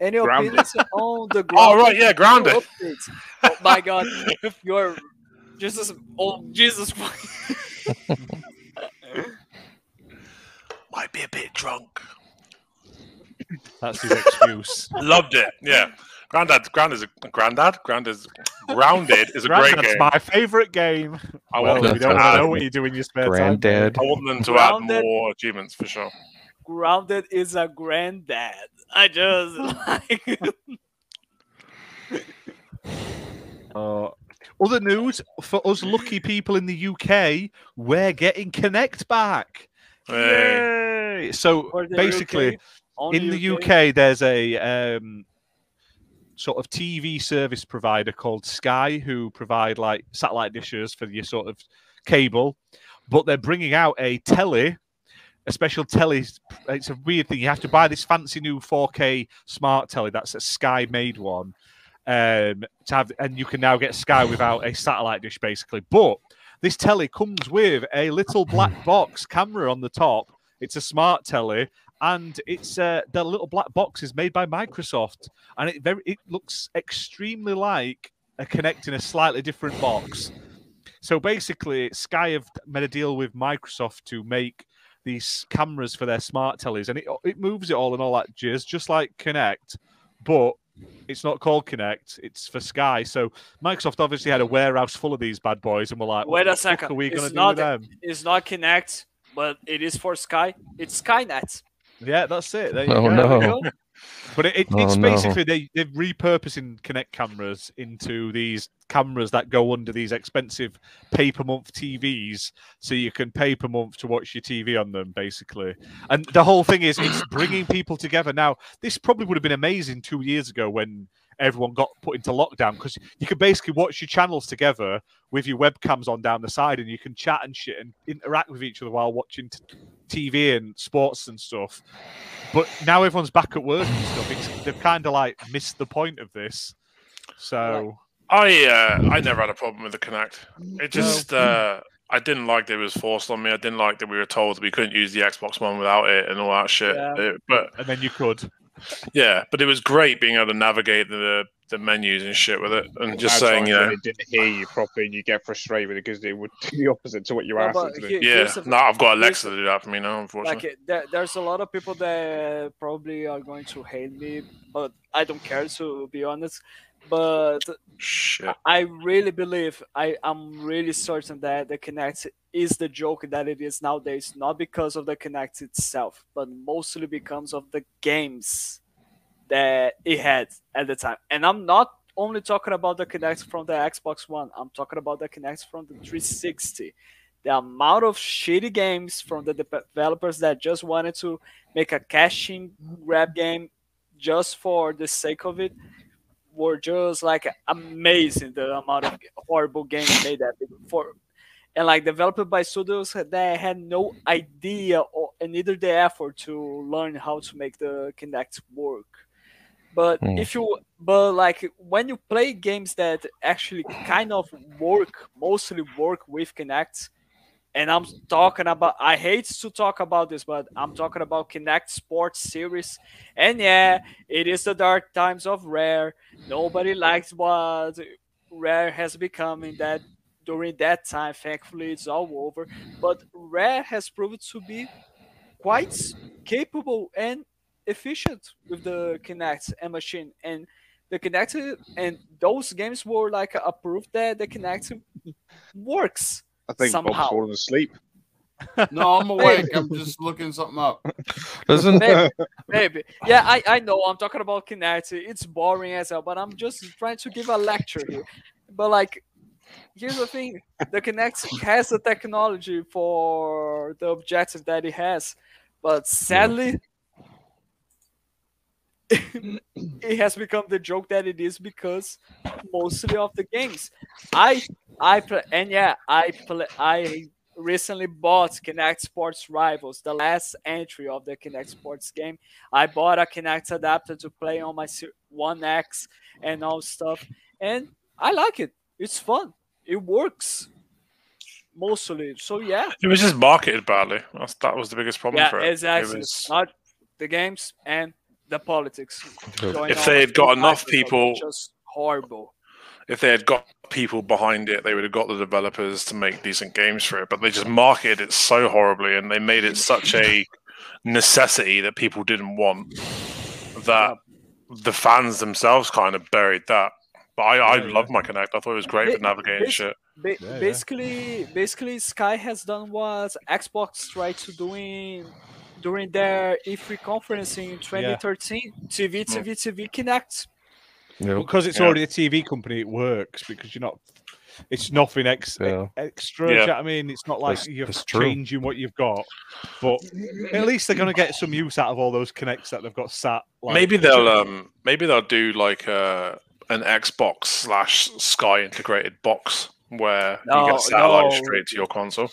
Speaker 2: Any
Speaker 10: Grounded.
Speaker 2: opinions on the
Speaker 5: Oh,
Speaker 2: ground?
Speaker 5: right, yeah, grounded.
Speaker 2: Updates? Oh my God, you're Jesus. Oh Jesus.
Speaker 5: Might be a bit drunk.
Speaker 1: That's his excuse.
Speaker 5: Loved it. Yeah. Grandad, Grand is a Grandad, Grand is Grounded is a great
Speaker 1: Grandad's
Speaker 5: game.
Speaker 1: my favorite game.
Speaker 5: I Uh,
Speaker 1: Well,
Speaker 5: want them
Speaker 1: you
Speaker 5: to
Speaker 1: don't
Speaker 5: add
Speaker 1: know what you do in your spare
Speaker 6: Granddad.
Speaker 5: I want them to add
Speaker 2: Grounded.
Speaker 5: more achievements for sure.
Speaker 2: Grounded is a granddad. I just like.
Speaker 1: Uh, other news for us lucky people in the UK, we're getting Connect back.
Speaker 5: Hey.
Speaker 1: Yay! So
Speaker 5: For the
Speaker 1: basically,
Speaker 5: UK? Only
Speaker 1: in the UK,
Speaker 5: UK?
Speaker 1: there's a um, sort of TV service provider called Sky who provide like satellite dishes for your sort of cable, but they're bringing out a telly. A special telly. It's a weird thing. You have to buy this fancy new 4K smart telly. That's a Sky made one um, to have, and you can now get Sky without a satellite dish, basically. But this telly comes with a little black box camera on the top. It's a smart telly, and it's uh, the little black box is made by Microsoft, and it very it looks extremely like a Kinect in a slightly different box. So basically, Sky have made a deal with Microsoft to make these cameras for their smart tellies, and it it moves it all and all that jizz, just like Connect, but it's not called Connect. It's for Sky. So Microsoft obviously had a warehouse full of these bad boys, and we're like, what
Speaker 2: Wait a
Speaker 1: the fuck
Speaker 2: second.
Speaker 1: are we going to
Speaker 2: it's
Speaker 1: do
Speaker 2: not
Speaker 1: with them?
Speaker 2: it's not Kinect, but it is for Sky. It's Skynet.
Speaker 1: Yeah, that's it. There you
Speaker 6: Oh,
Speaker 1: go.
Speaker 6: no.
Speaker 1: But it, it-
Speaker 6: Oh,
Speaker 1: it's
Speaker 6: no.
Speaker 1: basically they, they're repurposing Kinect cameras into these cameras that go under these expensive pay per month TVs, so you can pay per month to watch your TV on them, basically. And the whole thing is it's bringing people together. Now, this probably would have been amazing two years ago when everyone got put into lockdown because you could basically watch your channels together with your webcams on down the side and you can chat and shit and interact with each other while watching t- TV and sports and stuff. But now everyone's back at work and stuff. It's, they've kind of like missed the point of this. So
Speaker 5: I uh, I never had a problem with the Connect. It just uh, I didn't like that it was forced on me. I didn't like that we were told that we couldn't use the Xbox One without it and all that shit.
Speaker 1: Yeah.
Speaker 5: It- but
Speaker 1: and then you could.
Speaker 5: yeah, but it was great being able to navigate the the menus and shit with it, and just
Speaker 4: That's
Speaker 5: saying
Speaker 4: why
Speaker 5: you know.
Speaker 4: they didn't hear you properly, and you get frustrated with it because they would do the opposite to what you
Speaker 2: No,
Speaker 4: asked.
Speaker 2: but
Speaker 4: them to do.
Speaker 2: here-
Speaker 5: Yeah,
Speaker 2: here's the-
Speaker 5: no, I've got
Speaker 2: here's
Speaker 5: Alexa to do that for me now,
Speaker 2: Like
Speaker 5: unfortunately.
Speaker 2: uh, there, there's a lot of people that probably are going to hate me, but I don't care to be honest. But
Speaker 5: Shit.
Speaker 2: I really believe I am really certain that the Kinect is the joke that it is nowadays, not because of the Kinect itself, but mostly because of the games that it had at the time. And I'm not only talking about the Kinect from the Xbox One. I'm talking about the Kinect from the 360. The amount of shitty games from the de- developers that just wanted to make a cash-in grab game just for the sake of it were just like amazing. The amount of horrible games made that for and like developed by studios that had no idea or and neither the effort to learn how to make the Kinect work. But
Speaker 14: Hmm.
Speaker 2: if you but like when you play games that actually kind of work, mostly work with Kinect, and I'm talking about I hate to talk about this, but I'm talking about Kinect Sports Series. And yeah, it is the dark times of Rare. Nobody likes what Rare has become in that during that time. Thankfully it's all over. But Rare has proven to be quite capable and efficient with the Kinect and machine and the Kinect and those games were like a proof that the Kinect works.
Speaker 4: I think
Speaker 2: somehow.
Speaker 4: Bob's fallen asleep.
Speaker 3: No, I'm awake. I'm just looking something up.
Speaker 2: maybe, maybe. Yeah, I, I know. I'm talking about Kinect. It's boring as hell, but I'm just trying to give a lecture here. But like, here's the thing: the Kinect has the technology for the objective that it has, but sadly, it has become the joke that it is because mostly of the games. I I play, and yeah, I play, I recently bought Kinect Sports Rivals, the last entry of the Kinect Sports game. I bought a Kinect adapter to play on my Ser- One X and all stuff, and I like it. It's fun. It works mostly. So yeah,
Speaker 5: It was just marketed badly. That's, that was the biggest problem
Speaker 2: yeah,
Speaker 5: for it. It
Speaker 2: exactly.
Speaker 5: was-
Speaker 2: Not the games and the politics.
Speaker 5: True.
Speaker 2: Going
Speaker 5: If
Speaker 2: on
Speaker 5: they had got
Speaker 2: with
Speaker 5: enough
Speaker 2: Microsoft,
Speaker 5: people-
Speaker 2: just horrible.
Speaker 5: if they had got people behind it, they would have got the developers to make decent games for it. But they just marketed it so horribly, and they made it such a necessity that people didn't want that the fans themselves kind of buried that. But I, I love my connect. I thought it was great for
Speaker 2: Ba-
Speaker 5: navigating
Speaker 2: basi-
Speaker 5: shit.
Speaker 2: ba-
Speaker 5: Yeah, yeah.
Speaker 2: basically, basically, Sky has done what Xbox tried to do in during their E3 conference in 2013. TV,
Speaker 5: Hmm.
Speaker 2: TV, TV, Kinect.
Speaker 1: Because it's
Speaker 2: Yeah.
Speaker 1: already a TV company, it works because you're not. It's nothing ex- e-,
Speaker 6: Yeah.
Speaker 1: extra. do you
Speaker 6: Yeah.
Speaker 1: know what I mean, it's not like
Speaker 6: That's-
Speaker 1: you're
Speaker 6: that's true.
Speaker 1: changing what you've got, but at least they're going to get some use out of all those connects that they've got sat. Like,
Speaker 5: maybe they'll um maybe they'll do like uh, an Xbox slash Sky integrated box where you
Speaker 1: No,
Speaker 5: get satellite
Speaker 1: no.
Speaker 5: straight to your console.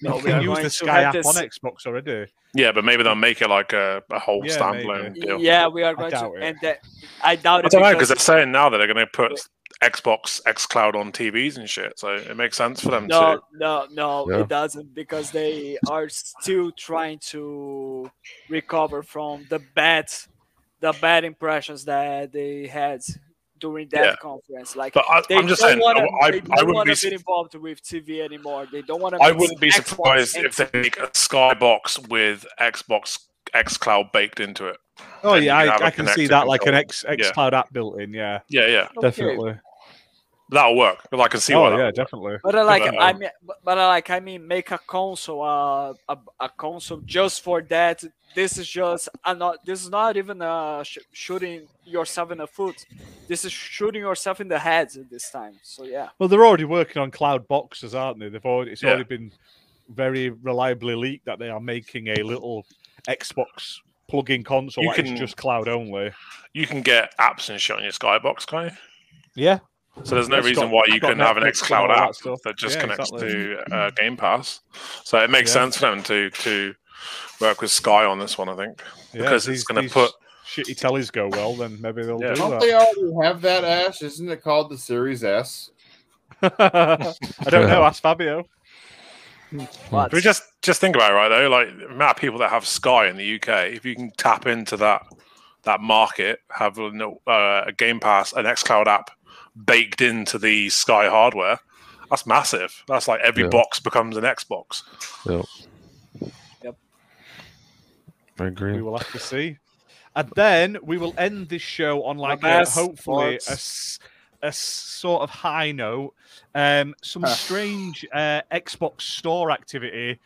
Speaker 1: You
Speaker 2: No,
Speaker 5: uh,
Speaker 2: we
Speaker 1: can
Speaker 2: are
Speaker 1: use
Speaker 2: going
Speaker 1: the
Speaker 2: to
Speaker 1: Sky
Speaker 2: have
Speaker 1: app on
Speaker 2: this-
Speaker 1: Xbox already.
Speaker 5: Yeah, but maybe they'll make it like a, a whole
Speaker 1: Yeah,
Speaker 5: standalone
Speaker 1: maybe.
Speaker 5: deal.
Speaker 2: Yeah, we are going to, and that I doubt
Speaker 5: I
Speaker 2: it.
Speaker 5: don't know
Speaker 2: because-
Speaker 5: because they're saying now that they're going to put Xbox XCloud on TVs and shit, so it makes sense for them
Speaker 2: no,
Speaker 5: to.
Speaker 2: no, no,
Speaker 5: Yeah.
Speaker 2: it doesn't because they are still trying to recover from the bad, the bad impressions that they had during that
Speaker 5: Yeah.
Speaker 2: conference. Like,
Speaker 5: But I-
Speaker 2: they
Speaker 5: I'm just
Speaker 2: don't
Speaker 5: saying,
Speaker 2: wanna,
Speaker 5: I-
Speaker 2: they
Speaker 5: I
Speaker 2: don't
Speaker 5: wouldn't
Speaker 2: wanna
Speaker 5: be
Speaker 2: be
Speaker 5: su-
Speaker 2: involved with TV anymore. They don't want to.
Speaker 5: I wouldn't be surprised if they make a Skybox with Xbox XCloud baked into it.
Speaker 1: Oh
Speaker 5: And you
Speaker 1: yeah,
Speaker 5: can have a
Speaker 1: I, I can see
Speaker 5: connected
Speaker 1: that like an
Speaker 5: controller.
Speaker 1: X X
Speaker 5: Yeah.
Speaker 1: Cloud app built in. Yeah,
Speaker 5: Yeah, yeah,
Speaker 1: definitely.
Speaker 5: That'll work. But I can see. why
Speaker 1: Oh
Speaker 5: that
Speaker 1: yeah,
Speaker 5: would work.
Speaker 1: definitely.
Speaker 2: But I like,
Speaker 5: But,
Speaker 2: I
Speaker 5: um,
Speaker 2: mean, but- but I like, I mean, make a console, uh, a, a console just for that. This is just, i not. This is not even uh, sh- shooting yourself in the foot. This is shooting yourself in the head this time. So yeah.
Speaker 1: Well, they're already working on cloud boxes, aren't they? They've already it's
Speaker 2: Yeah.
Speaker 1: already been very reliably leaked that they are making a little Xbox plug-in console
Speaker 5: You
Speaker 1: that is
Speaker 5: can-
Speaker 1: just cloud only.
Speaker 5: you can get apps and shit on your Skybox, can't you?
Speaker 1: Yeah.
Speaker 5: So there's no
Speaker 1: It's
Speaker 5: reason
Speaker 1: got-
Speaker 5: why
Speaker 1: it's
Speaker 5: you
Speaker 1: got
Speaker 5: couldn't have an
Speaker 1: Netflix and all
Speaker 5: XCloud
Speaker 1: that
Speaker 5: app
Speaker 1: stuff.
Speaker 5: that just
Speaker 1: Yeah,
Speaker 5: connects
Speaker 1: exactly.
Speaker 5: to uh, Game Pass. So it makes
Speaker 1: Yeah.
Speaker 5: sense for them to to work with Sky on this one, I think,
Speaker 1: Yeah,
Speaker 5: because
Speaker 1: these-
Speaker 5: it's going to
Speaker 1: these
Speaker 5: put.
Speaker 1: shitty tellies go well, then maybe they'll do
Speaker 3: Don't
Speaker 1: that.
Speaker 3: they already have that, Ash? Isn't it called the Series S?
Speaker 1: I don't know. Ask Fabio.
Speaker 5: But we just just think about it, right? Though, like the amount of people that have Sky in the UK, if you can tap into that that market, have a, no- uh, a Game Pass, an XCloud app baked into the Sky hardware, that's massive. That's like every
Speaker 6: Yeah.
Speaker 5: box becomes an Xbox.
Speaker 6: Yep.
Speaker 2: Yep.
Speaker 6: I agree.
Speaker 1: We will have to see. And then we will end this show on like a,
Speaker 6: best
Speaker 1: hopefully a,
Speaker 6: sports.
Speaker 1: s- a s- sort of high note. Um, some strange uh, Xbox Store activity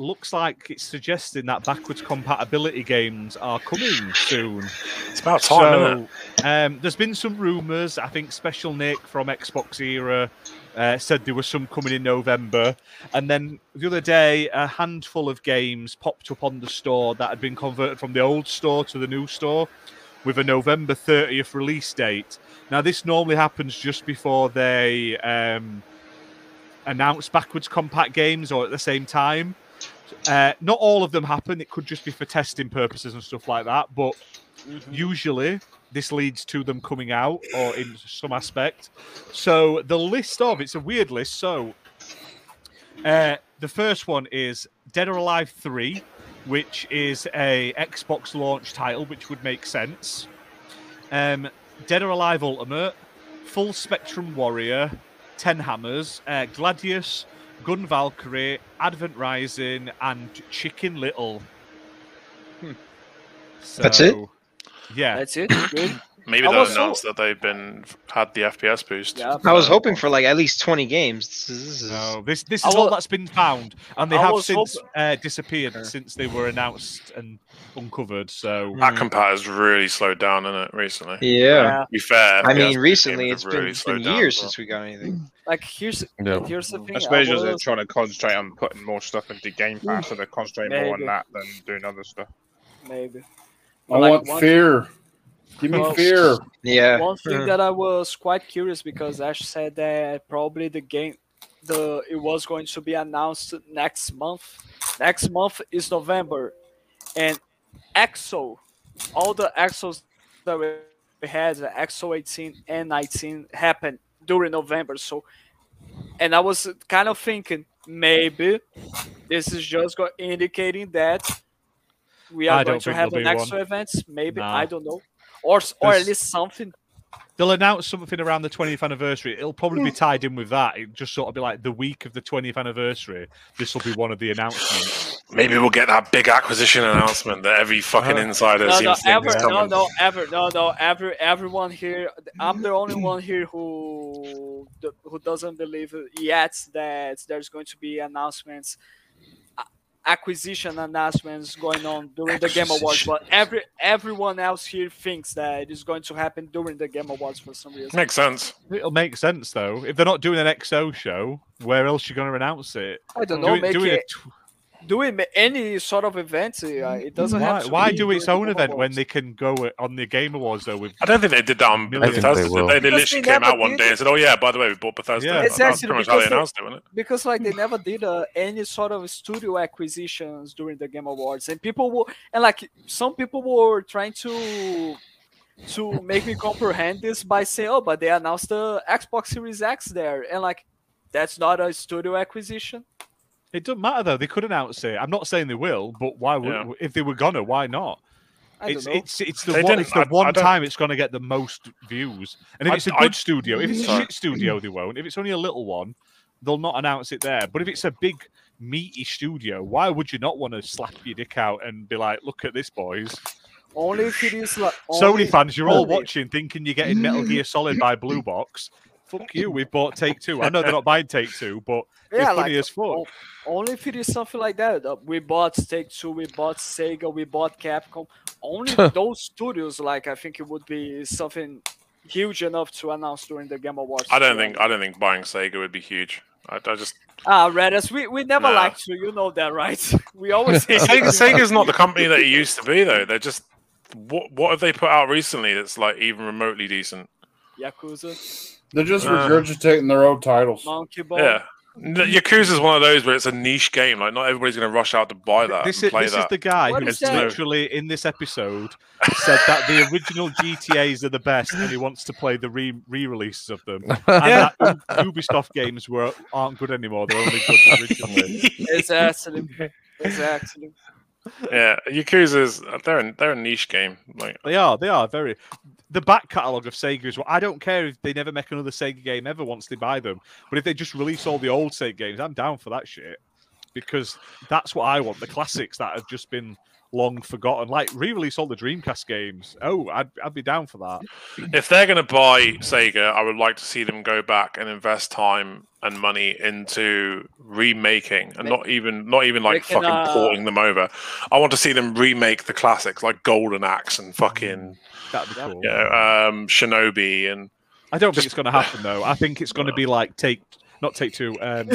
Speaker 1: looks like it's suggesting that backwards compatibility games are coming soon.
Speaker 5: It's about time, isn't it?
Speaker 1: um, there's been some rumours. I think Special Nick from Xbox Era uh, said there were some coming in November, and then the other day a handful of games popped up on the store that had been converted from the old store to the new store with a November 30th release date. Now this normally happens just before they um, announce backwards compact games or at the same time. Uh, not all of them happen. It could just be for testing purposes and stuff like that. But usually, this leads to them coming out or in some aspect. So the list of it's a weird list. So uh, the first one is Dead or Alive 3, which is a Xbox launch title, which would make sense. Um, Dead or Alive Ultimate, Full Spectrum Warrior, Ten Hammers, uh, Gladius, Gun Valkyrie, Advent Rising, and Chicken Little. So,
Speaker 8: That's it?
Speaker 1: Yeah,
Speaker 2: that's it.
Speaker 5: Maybe
Speaker 8: I
Speaker 5: they'll
Speaker 8: was so-
Speaker 5: announce that they've been had the FPS boost.
Speaker 8: I was hoping for like at least 20 games. This is, this is...
Speaker 1: No, this this
Speaker 8: I
Speaker 1: is all
Speaker 8: wa-
Speaker 1: that's been found, and they
Speaker 8: I
Speaker 1: have
Speaker 8: was
Speaker 1: since
Speaker 8: hoping-
Speaker 1: uh, disappeared since they were announced and uncovered. So
Speaker 2: Mm.
Speaker 5: That compat has really slowed down, isn't it, recently?
Speaker 8: Yeah.
Speaker 5: To be fair.
Speaker 8: I
Speaker 5: FPS
Speaker 8: mean, recently
Speaker 5: games
Speaker 8: it's
Speaker 5: have
Speaker 8: been,
Speaker 5: really
Speaker 8: it's
Speaker 5: slowed
Speaker 8: been
Speaker 5: down as
Speaker 8: years
Speaker 5: well.
Speaker 8: since we got anything.
Speaker 2: Like here's
Speaker 6: Yeah.
Speaker 2: here's the thing.
Speaker 4: I suppose
Speaker 2: was-
Speaker 4: they're trying to concentrate on putting more stuff into Game Pass, so they're concentrating more on
Speaker 2: Maybe.
Speaker 4: that than doing other stuff.
Speaker 2: maybe.
Speaker 3: I
Speaker 2: But, like,
Speaker 3: want
Speaker 2: one-
Speaker 3: fear. Give me
Speaker 2: Well,
Speaker 3: fear.
Speaker 8: Yeah.
Speaker 2: One thing that I was quite curious because Ash said that probably the game, the it was going to be announced next month. Next month is November, and EXO, all the EXOs that we we had, the EXO 18 and 19 happened during November. So, and I was kind of thinking maybe this is just go- indicating that we are
Speaker 1: I
Speaker 2: going
Speaker 1: don't
Speaker 2: to
Speaker 1: think
Speaker 2: have
Speaker 1: there'll
Speaker 2: an
Speaker 1: be
Speaker 2: EXO
Speaker 1: one.
Speaker 2: event. Maybe
Speaker 1: Nah.
Speaker 2: I don't know, or s- or
Speaker 1: There's-
Speaker 2: at least something
Speaker 1: They'll announce something around the 20th anniversary. It'll probably
Speaker 2: Mm.
Speaker 1: be tied in with that. It just sort of be like the week of the 20th anniversary. This will be one of the announcements.
Speaker 5: Maybe we'll get that big acquisition announcement that every fucking
Speaker 8: Uh,
Speaker 5: insider
Speaker 2: No, no,
Speaker 5: seems to think
Speaker 2: ever,
Speaker 5: is
Speaker 2: no,
Speaker 5: coming.
Speaker 2: no, ever, no, no, every, everyone here. I'm the only one here who who doesn't believe yet that there's going to be announcements, a- acquisition announcements going on during the Game Awards. But every everyone else here thinks that it is going to happen during the Game Awards for some reason.
Speaker 5: sense.
Speaker 1: It'll make sense though. If they're not doing an XO show, where else are you going to announce it?
Speaker 2: I don't know.
Speaker 1: Do it-
Speaker 2: Make
Speaker 1: do it a
Speaker 2: it. Doing any sort of event, uh, it doesn't
Speaker 1: why,
Speaker 2: have to
Speaker 1: why
Speaker 2: be
Speaker 1: do
Speaker 2: during
Speaker 1: its
Speaker 2: the
Speaker 1: own
Speaker 2: Game
Speaker 1: event
Speaker 2: Awards.
Speaker 1: when they can go uh, on the Game Awards though? With
Speaker 5: I don't think they did that on
Speaker 1: Millions.
Speaker 5: Bethesda. did They, they
Speaker 2: Because
Speaker 5: literally
Speaker 2: they
Speaker 5: came
Speaker 2: never
Speaker 5: out one
Speaker 2: did
Speaker 5: day
Speaker 2: it.
Speaker 5: and said, "Oh yeah, by the way, we bought Bethesda."
Speaker 1: Yeah.
Speaker 5: That's
Speaker 2: Exactly,
Speaker 5: pretty much how they
Speaker 2: because they-
Speaker 5: announced it, wasn't it?
Speaker 2: because like they never did uh, any sort of studio acquisitions during the game awards and people were and like some people were trying to to make me comprehend this by saying oh but they announced the xbox series x there and like that's not a studio acquisition
Speaker 1: It doesn't matter though. They could announce it. I'm not saying they will, but why would
Speaker 5: Yeah.
Speaker 1: if they were gonna? Why not?
Speaker 2: I don't
Speaker 1: it's,
Speaker 2: know.
Speaker 1: it's it's the
Speaker 5: They
Speaker 1: one
Speaker 5: didn't-
Speaker 1: it's the
Speaker 5: I-
Speaker 1: one
Speaker 5: I don't-
Speaker 1: time it's gonna get the most views. And if
Speaker 5: I-
Speaker 1: it's a
Speaker 5: I-
Speaker 1: good studio, if it's a
Speaker 5: Sorry.
Speaker 1: shit studio, they won't. If it's only a little one, they'll not announce it there. But if it's a big meaty studio, why would you not want to slap your dick out and be like, "Look at this, boys"?
Speaker 2: only if it is like only-
Speaker 1: Sony fans, you're all
Speaker 2: only-
Speaker 1: watching, thinking you're getting Metal Gear Solid by Blue Box. Fuck you, we've bought Take Two. I know they're not buying Take Two, but they're
Speaker 2: Yeah,
Speaker 1: funny
Speaker 2: like,
Speaker 1: as fuck.
Speaker 2: o- Only if it is something like that. uh, We bought Take Two, we bought Sega, we bought Capcom. Only those studios, like I think it would be something huge enough to announce during the Game Awards.
Speaker 5: I don't think I don't think buying Sega would be huge. I, I just
Speaker 2: Ah, Redis, we, we never
Speaker 5: Nah.
Speaker 2: liked you. You know that, right? We always hated
Speaker 5: Sega,
Speaker 2: you.
Speaker 5: Sega's not the company that it used to be though. They're just what what have they put out recently that's like even remotely decent?
Speaker 2: Yakuza,
Speaker 13: They're just
Speaker 5: Uh.
Speaker 13: regurgitating their old titles.
Speaker 2: Monkey Ball.
Speaker 5: Yeah. Yakuza is one of those where it's a niche game. Like not everybody's going to rush out to buy that.
Speaker 1: This
Speaker 5: and
Speaker 1: is
Speaker 5: play
Speaker 1: this is
Speaker 5: that.
Speaker 1: the guy
Speaker 2: What
Speaker 1: who
Speaker 2: is
Speaker 1: has
Speaker 2: that?
Speaker 1: literally in this episode said that the original GTA's are the best, and he wants to play the re releases of them. And that U- Ubisoft games were aren't good anymore; they're only good originally.
Speaker 2: Exactly. Exactly.
Speaker 5: Yeah, Yakuza's uh, they're a, they're a niche game. Like
Speaker 1: They are. They are very. The back catalogue of Sega is what I don't care if they never make another Sega game ever once they buy them, but if they just release all the old Sega games, I'm down for that shit because that's what I want the classics that have just been long forgotten. Like re release all the Dreamcast games. Oh, I'd, I'd be down for that.
Speaker 5: if they're going to buy Sega, I would like to see them go back and invest time and money into remaking and not even not even like
Speaker 2: making,
Speaker 5: fucking
Speaker 2: uh,
Speaker 5: porting them over. I want to see them remake the classics like Golden Axe and fucking
Speaker 1: That'd be cool.
Speaker 5: you know, um, Shinobi and
Speaker 1: I don't think
Speaker 5: Just-
Speaker 1: it's going to happen though. I think it's going to be like take not take two. Um,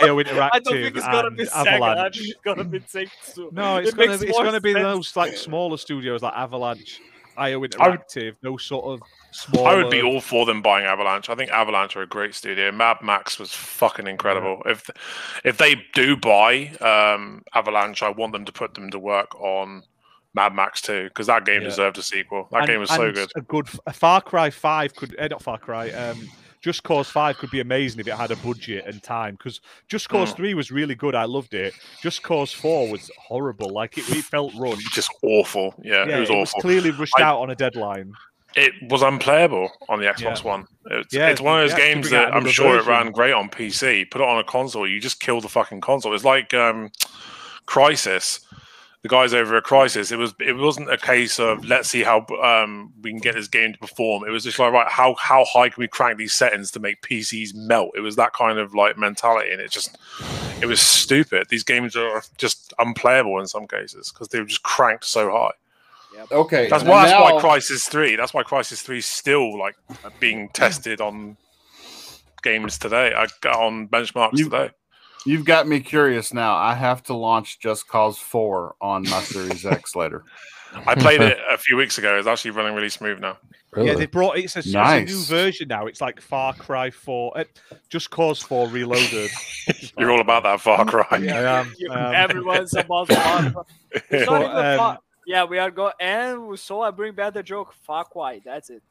Speaker 1: IO Interactive.
Speaker 2: I don't think it's gonna
Speaker 1: and
Speaker 2: be Sega. I
Speaker 1: Avalanche.
Speaker 2: think it's gonna be Take Two.
Speaker 1: No, it's
Speaker 2: It
Speaker 1: going to
Speaker 2: makes
Speaker 1: be it's
Speaker 2: more
Speaker 1: going to be
Speaker 2: sense.
Speaker 1: those like smaller studios like Avalanche, IO Interactive, those sort of small.
Speaker 5: I would be all for them buying Avalanche. I think Avalanche are a great studio. Mad Max was fucking incredible. If if they do buy um, Avalanche, I want them to put them to work on Mad Max 2 because that game
Speaker 1: Yeah.
Speaker 5: deserved a sequel. That game was so good.
Speaker 1: A good a Far Cry Five could eh, not Far Cry. Um, just Cause Five could be amazing if it had a budget and time. Because Just
Speaker 5: Mm.
Speaker 1: Cause Three was really good. I loved it. Just Cause Four was horrible. Like it, it felt run.
Speaker 5: Just awful. Yeah,
Speaker 1: Yeah,
Speaker 5: it was awful.
Speaker 1: clearly rushed
Speaker 5: I-
Speaker 1: out on a deadline.
Speaker 5: it was unplayable on the Xbox
Speaker 1: Yeah.
Speaker 5: One. It's,
Speaker 1: Yeah,
Speaker 5: it's one of
Speaker 1: you
Speaker 5: those
Speaker 1: have to
Speaker 5: games
Speaker 1: bring out
Speaker 5: that I'm
Speaker 1: another
Speaker 5: sure it
Speaker 1: version.
Speaker 5: ran great on PC. Put it on a console, you just kill the fucking console. It's like um, Crisis. The guys over at Crisis, it was it wasn't a case of let's see how um, we can get this game to perform. It was just like right, how how high can we crank these settings to make PCs melt? It was that kind of like mentality, and it just it was stupid. These games are just unplayable in some cases because they were just cranked so high.
Speaker 13: Okay,
Speaker 5: That's
Speaker 13: and
Speaker 5: why. That's
Speaker 13: now-
Speaker 5: why Crisis Three. That's why Crisis Three is still like being tested on games today. I got on benchmarks
Speaker 13: You-
Speaker 5: today.
Speaker 13: You've got me curious now. I have to launch Just Cause 4 on my Series X later.
Speaker 5: I played it a few weeks ago. It's actually running really smooth now.
Speaker 1: Yeah, they brought it's a, it's a new
Speaker 13: Nice.
Speaker 1: version now. It's like Far Cry Four, eh, Just Cause Four Reloaded.
Speaker 5: You're all about that Far Cry.
Speaker 1: I am,
Speaker 2: You-
Speaker 1: I am.
Speaker 2: Everyone's about Far Cry. It's not
Speaker 1: But,
Speaker 2: even
Speaker 1: um,
Speaker 2: Far- Yeah, we are going, and so I bring back the joke. Fuck why? That's it.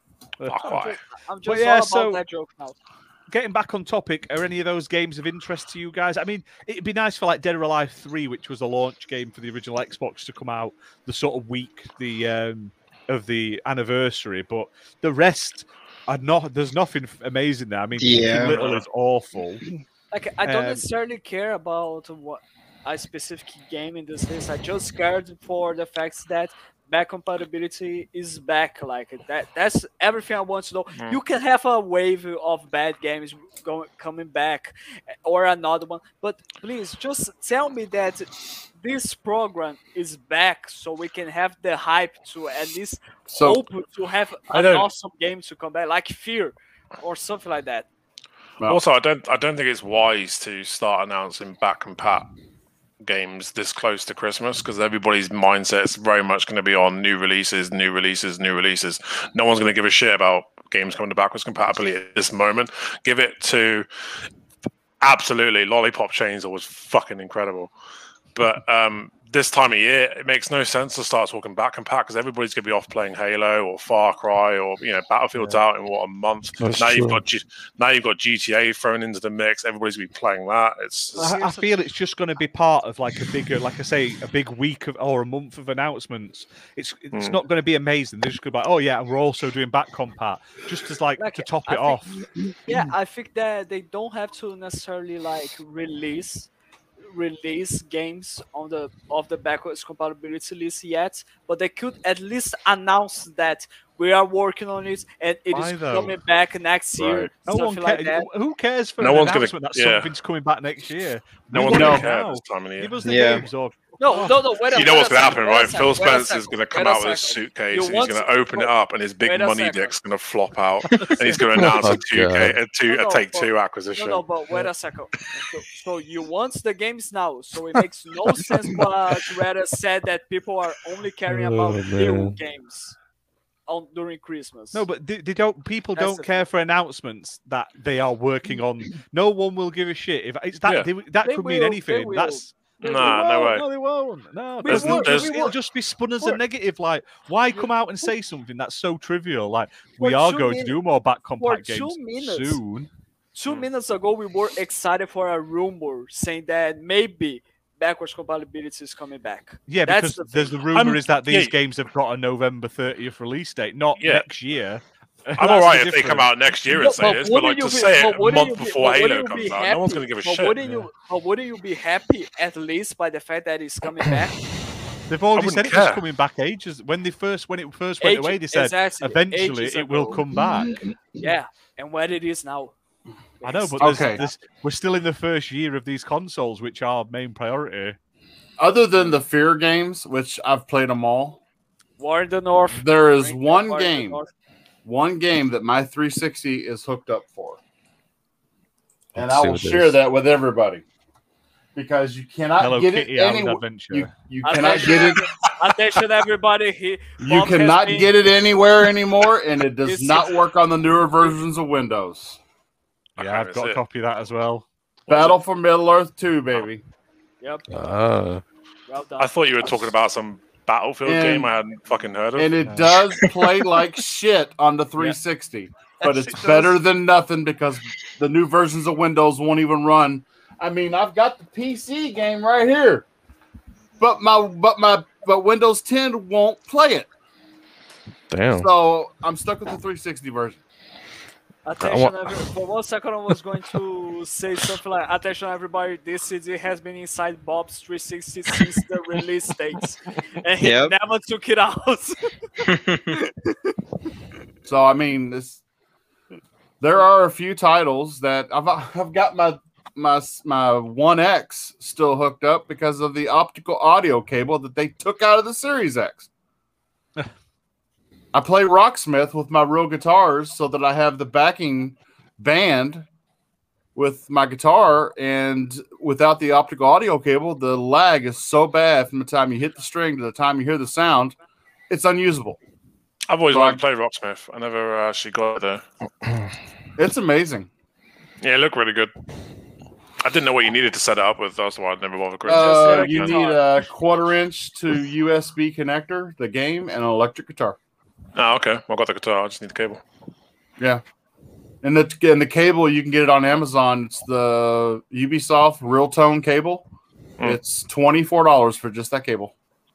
Speaker 5: Far Cry.
Speaker 2: I'm just
Speaker 1: yeah,
Speaker 2: all about
Speaker 1: so-
Speaker 2: that joke now.
Speaker 1: Uh, Getting back on topic, are any of those games of interest to you guys? I mean, it'd be nice for like Dead or Alive Three, which was a launch game for the original Xbox, to come out the sort of week the um, of the anniversary. But the rest, are not. There's nothing f- amazing there. I mean,
Speaker 10: Yeah.
Speaker 1: Chicken Little is awful.
Speaker 2: Like I don't
Speaker 1: Um,
Speaker 2: necessarily care about what a specific game in this list. I just cared for the fact that back compatibility is back. Like that. That's everything I want to know.
Speaker 14: Mm.
Speaker 2: You can have a wave of bad games going coming back, eh, or another one. But please, just tell me that this program is back, so we can have the hype to at least
Speaker 3: So-
Speaker 1: Oh.
Speaker 2: hope to have
Speaker 5: I
Speaker 2: an
Speaker 5: don't-
Speaker 2: awesome game to come back, like Fear or something like that.
Speaker 5: Also, I don't I don't think it's wise to start announcing back and pat games this close to Christmas because everybody's mindset is very much going to be on new releases, new releases, new releases. No one's going to give a shit about games coming to backwards compatibility at this moment. Give it to absolutely Lollipop Chainsaw was fucking incredible, but um. This time of year, it makes no sense to start talking back and pat because everybody's going to be off playing Halo or Far Cry or you know Battlefield's out in what a month.
Speaker 1: That's
Speaker 5: now you've
Speaker 1: true.
Speaker 5: got G- now you've got GTA thrown into the mix. Everybody's gonna be playing that. It's, it's-
Speaker 1: I, I feel it's just going to be part of like a bigger, like I say, a big week of or a month of announcements. It's it's
Speaker 5: Hmm.
Speaker 1: not going to be amazing. They're just going to be like, oh yeah, and we're also doing back compat just as like, to top
Speaker 2: I
Speaker 1: it
Speaker 2: think-
Speaker 1: off.
Speaker 2: yeah i think that they don't have to necessarily like release release games on the of the backwards compatibility list yet but they could at least announce that we are working on it and it is
Speaker 1: Why, though?
Speaker 2: coming back next year
Speaker 1: Right. No one
Speaker 2: something like
Speaker 1: cares.
Speaker 2: that.
Speaker 1: Who cares for
Speaker 5: No
Speaker 1: an
Speaker 5: one's gonna-
Speaker 1: announcement that
Speaker 5: yeah.
Speaker 1: something's coming back next year?
Speaker 5: No
Speaker 1: We
Speaker 5: one's
Speaker 1: want
Speaker 5: gonna
Speaker 1: it
Speaker 5: care
Speaker 1: now.
Speaker 5: this time of the year.
Speaker 1: Give us the
Speaker 5: Yeah.
Speaker 1: games or
Speaker 2: No, no, no. Wait a,
Speaker 5: you know
Speaker 2: wait a
Speaker 5: what's going to
Speaker 2: second,
Speaker 5: happen,
Speaker 2: wait a
Speaker 5: right?
Speaker 2: second,
Speaker 5: Phil
Speaker 2: wait a
Speaker 5: Spencer's
Speaker 2: second,
Speaker 5: going to come
Speaker 2: wait
Speaker 5: out with a
Speaker 2: second.
Speaker 5: suitcase
Speaker 2: You
Speaker 5: and he's
Speaker 2: want
Speaker 5: going to
Speaker 2: to-
Speaker 5: open it up, and his big
Speaker 2: wait a
Speaker 5: money
Speaker 2: second.
Speaker 5: dick's going to flop out, and he's going to announce
Speaker 13: Oh,
Speaker 5: a two K,
Speaker 13: God.
Speaker 5: a two,
Speaker 2: No,
Speaker 5: a
Speaker 2: no,
Speaker 5: take
Speaker 2: but-
Speaker 5: two
Speaker 2: No,
Speaker 5: acquisition.
Speaker 2: no, but wait a second. So, so you want the games now, so it makes no sense what Greta said that people are only caring about
Speaker 1: Oh,
Speaker 2: new
Speaker 1: man.
Speaker 2: games on during Christmas.
Speaker 1: No, but they, they don't. People
Speaker 2: That's the
Speaker 1: don't care for announcements that they are working on. No one will give a shit if it's that.
Speaker 5: Yeah.
Speaker 1: They, that
Speaker 2: They
Speaker 1: could
Speaker 2: will,
Speaker 1: mean
Speaker 2: they
Speaker 1: anything.
Speaker 2: will.
Speaker 1: That's
Speaker 5: They Nah, no
Speaker 1: won't,
Speaker 5: way.
Speaker 1: No, they won't. No,
Speaker 5: There's-
Speaker 1: they won't.
Speaker 5: there's-
Speaker 1: It'll just be spun as a
Speaker 2: Look.
Speaker 1: negative. Like, why come out and say something that's so trivial? Like, we
Speaker 2: For
Speaker 1: are
Speaker 2: two
Speaker 1: going
Speaker 2: minutes-
Speaker 1: to do more back
Speaker 2: for
Speaker 1: compact
Speaker 2: two
Speaker 1: games
Speaker 2: minutes.
Speaker 1: soon.
Speaker 2: Two minutes ago, we were excited for a rumor saying that maybe backwards compatibility is coming back.
Speaker 1: Yeah,
Speaker 2: That's
Speaker 1: because
Speaker 2: the
Speaker 1: there's the
Speaker 2: thing.
Speaker 1: rumor
Speaker 5: I'm-
Speaker 1: is that these
Speaker 5: yeah.
Speaker 1: games have got a November 30th release date, not
Speaker 5: Yeah.
Speaker 1: next year.
Speaker 5: I'm all right if they come out next year and
Speaker 2: But-
Speaker 5: say
Speaker 2: but
Speaker 5: this, but like
Speaker 2: wouldn't
Speaker 5: to
Speaker 2: you be-
Speaker 5: say
Speaker 2: but
Speaker 5: it a
Speaker 2: wouldn't
Speaker 5: month
Speaker 2: you be-
Speaker 5: before
Speaker 2: but
Speaker 5: Halo
Speaker 2: wouldn't you
Speaker 5: comes
Speaker 2: be
Speaker 5: out, no one's
Speaker 2: happy-
Speaker 5: going to give a
Speaker 2: but
Speaker 5: shit.
Speaker 2: Wouldn't you? But wouldn't you be happy at least by the fact that it's coming back?
Speaker 1: They've already
Speaker 5: wouldn't
Speaker 1: said it
Speaker 5: care.
Speaker 1: was coming back ages. When they first when it first went
Speaker 2: Ages-
Speaker 1: away, they said
Speaker 2: exactly,
Speaker 1: eventually
Speaker 2: ages
Speaker 1: it will
Speaker 2: ago.
Speaker 1: come back.
Speaker 2: yeah, and what it is now.
Speaker 1: I know, but there's,
Speaker 3: Okay.
Speaker 1: there's, we're still in the first year of these consoles, which are main priority.
Speaker 3: Other than the Fear games, which I've played them all,
Speaker 2: War in the North.
Speaker 3: there is
Speaker 2: Bring that
Speaker 3: one
Speaker 2: War in the
Speaker 3: game,
Speaker 2: North.
Speaker 3: one game that my 360 is hooked up for, and
Speaker 13: Let's
Speaker 3: I
Speaker 13: see
Speaker 3: will
Speaker 13: what it
Speaker 3: share
Speaker 13: is.
Speaker 3: that with everybody because you cannot
Speaker 1: Hello
Speaker 3: get
Speaker 1: Kitty
Speaker 3: it
Speaker 1: Island
Speaker 3: anywhere.
Speaker 1: Adventure.
Speaker 3: You, you cannot
Speaker 2: Attention,
Speaker 3: get it.
Speaker 2: attention, everybody. He,
Speaker 3: You
Speaker 2: Bob has
Speaker 3: cannot
Speaker 2: been-
Speaker 3: get it anywhere anymore, and it does
Speaker 2: It's-
Speaker 3: not work on the newer versions of Windows.
Speaker 1: yeah, I've
Speaker 5: that's
Speaker 1: got a
Speaker 5: it.
Speaker 1: copy of that as well.
Speaker 3: Battle for Middle Earth 2, baby.
Speaker 2: Yep,
Speaker 6: Ah,
Speaker 2: well done.
Speaker 5: I thought you were talking about some Battlefield
Speaker 3: And-
Speaker 5: game I hadn't fucking heard of.
Speaker 3: And it does play like shit on the 360, but it's
Speaker 5: Yes, it does.
Speaker 3: better than nothing because the new versions of Windows won't even run. I mean, I've got the PC game right here, but my but my but Windows 10 won't play it.
Speaker 6: damn.
Speaker 3: So I'm stuck with the 360 version.
Speaker 2: Attention,
Speaker 6: want-
Speaker 2: every- for one second, I was going to say something like, "Attention, everybody! This CD has been inside Bob's 360 since the release date, and he
Speaker 8: Yep.
Speaker 2: never took it out."
Speaker 3: So I mean, this there are a few titles that I've I've got my my my One X still hooked up because of the optical audio cable that they took out of the Series X. I play Rocksmith with my real guitars so that I have the backing band with my guitar and without the optical audio cable the lag is so bad from the time you hit the string to the time you hear the sound it's unusable
Speaker 5: I've always
Speaker 3: Right.
Speaker 5: liked to play Rocksmith. I never uh, actually got it though.
Speaker 3: it's amazing
Speaker 5: Yeah, it looked really good. I didn't know what you needed to set it up with. That's why I never bothered. Chris.
Speaker 3: Uh,
Speaker 2: electric
Speaker 3: you
Speaker 2: guitar.
Speaker 3: need a quarter inch to USB connector, the game, and an electric guitar.
Speaker 5: Oh, okay. Well, I got the guitar. I just need the cable.
Speaker 3: Yeah. And the and the cable you can get it on Amazon. It's the Ubisoft Real Tone cable. It's twenty four dollars for just that cable.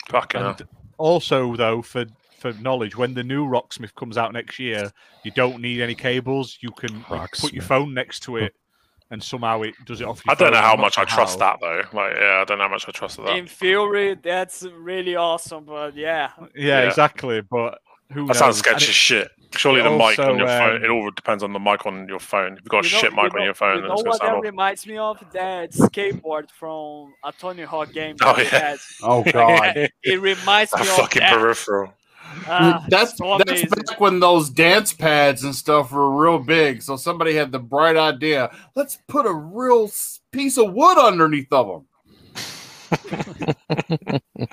Speaker 5: Fucking hell.
Speaker 1: And also, though, for for knowledge, when the new Rocksmith comes out next year, you don't need any cables. You can you can put your
Speaker 5: Rocksmith.
Speaker 1: phone next to it, and somehow it does it off. Your
Speaker 5: I don't know
Speaker 1: phone,
Speaker 5: how
Speaker 1: no
Speaker 5: much I
Speaker 1: matter
Speaker 5: trust
Speaker 1: how.
Speaker 5: that though. Like, yeah, I don't know how much I trust that.
Speaker 2: In theory, that's really awesome, but yeah.
Speaker 1: Yeah,
Speaker 5: Yeah.
Speaker 1: exactly. But who
Speaker 5: that sounds
Speaker 1: knows?
Speaker 5: sketchy
Speaker 1: And it-
Speaker 5: as shit. Surely the
Speaker 1: it
Speaker 5: mic on
Speaker 1: also,
Speaker 5: your phone.
Speaker 1: um,
Speaker 5: It all depends on the mic on your phone. If you've got a
Speaker 2: You know-
Speaker 5: shit mic on your phone,
Speaker 2: You
Speaker 5: then
Speaker 2: know
Speaker 5: it's gonna
Speaker 2: what that
Speaker 5: sound.
Speaker 2: reminds me of? That skateboard from a Tony Hawk game.
Speaker 5: Oh,
Speaker 2: that we
Speaker 5: yeah.
Speaker 2: had.
Speaker 13: Oh, God.
Speaker 2: it reminds me
Speaker 5: awful.
Speaker 2: of
Speaker 5: A fucking
Speaker 2: that.
Speaker 5: peripheral.
Speaker 2: Ah,
Speaker 3: that's
Speaker 2: so
Speaker 3: that's
Speaker 2: amazing.
Speaker 3: back when those dance pads and stuff were real big. So somebody had the bright idea: let's put a real s- piece of wood underneath of them.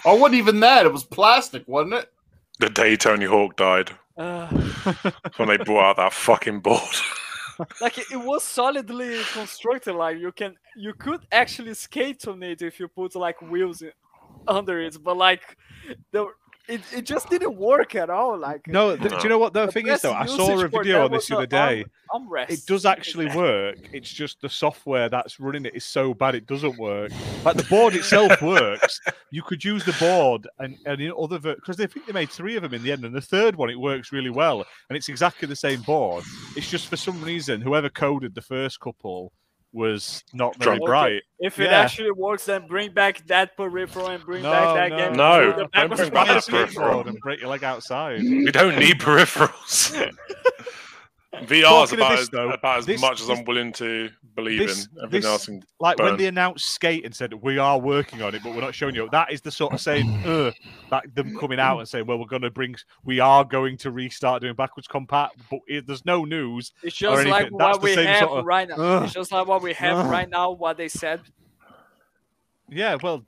Speaker 3: or wasn't even that; it was plastic, wasn't it?
Speaker 5: The day Tony Hawk died,
Speaker 2: ah.
Speaker 5: when they brought out that fucking board.
Speaker 2: like it it was solidly constructed. Like you can, you could actually skate on it if you put like wheels in, under it. But like the. It, it just didn't work at all. Like
Speaker 1: No, th- do you know what the thing is
Speaker 2: best
Speaker 1: though? I saw
Speaker 2: usage
Speaker 1: a
Speaker 2: for
Speaker 1: video
Speaker 2: that
Speaker 1: on this
Speaker 2: was
Speaker 1: the
Speaker 2: a
Speaker 1: other day.
Speaker 2: arm- armrest.
Speaker 1: It does actually work. It's just the software that's running it is so bad it doesn't work. Like the board itself works. You could use the board and and in other because they think they made three of them in the end, and the third one it works really well, and it's exactly the same board. It's just for some reason whoever coded the first couple was not very
Speaker 2: Okay,
Speaker 1: bright.
Speaker 2: If it
Speaker 1: Yeah.
Speaker 2: actually works, then bring back that peripheral and bring
Speaker 1: No,
Speaker 2: back that
Speaker 1: no,
Speaker 2: game.
Speaker 5: No,
Speaker 2: through the
Speaker 5: don't
Speaker 2: backwards
Speaker 5: bring back that
Speaker 2: compatibility.
Speaker 5: peripheral.
Speaker 1: and break your leg outside.
Speaker 5: We don't need peripherals. VR is
Speaker 1: Talking of
Speaker 5: about,
Speaker 1: this,
Speaker 5: as
Speaker 1: though,
Speaker 5: about as
Speaker 1: this-
Speaker 5: much as
Speaker 1: this-
Speaker 5: I'm willing to believe
Speaker 1: This-
Speaker 5: in. Everything
Speaker 1: this-
Speaker 5: else, can
Speaker 1: like when
Speaker 5: burn.
Speaker 1: they announced Skate and said we are working on it, but we're not showing you. That is the sort of saying uh, that them coming out and saying, "Well, we're going to bring, we are going to restart doing backwards compat," but it, there's no news.
Speaker 2: It's
Speaker 1: or
Speaker 2: just like
Speaker 1: anything. That's
Speaker 2: what
Speaker 1: the
Speaker 2: we
Speaker 1: same
Speaker 2: have
Speaker 1: sort of,
Speaker 2: right now.
Speaker 1: "Ugh."
Speaker 2: It's just like what we have
Speaker 1: Ugh.
Speaker 2: right now. What they said.
Speaker 1: yeah, well,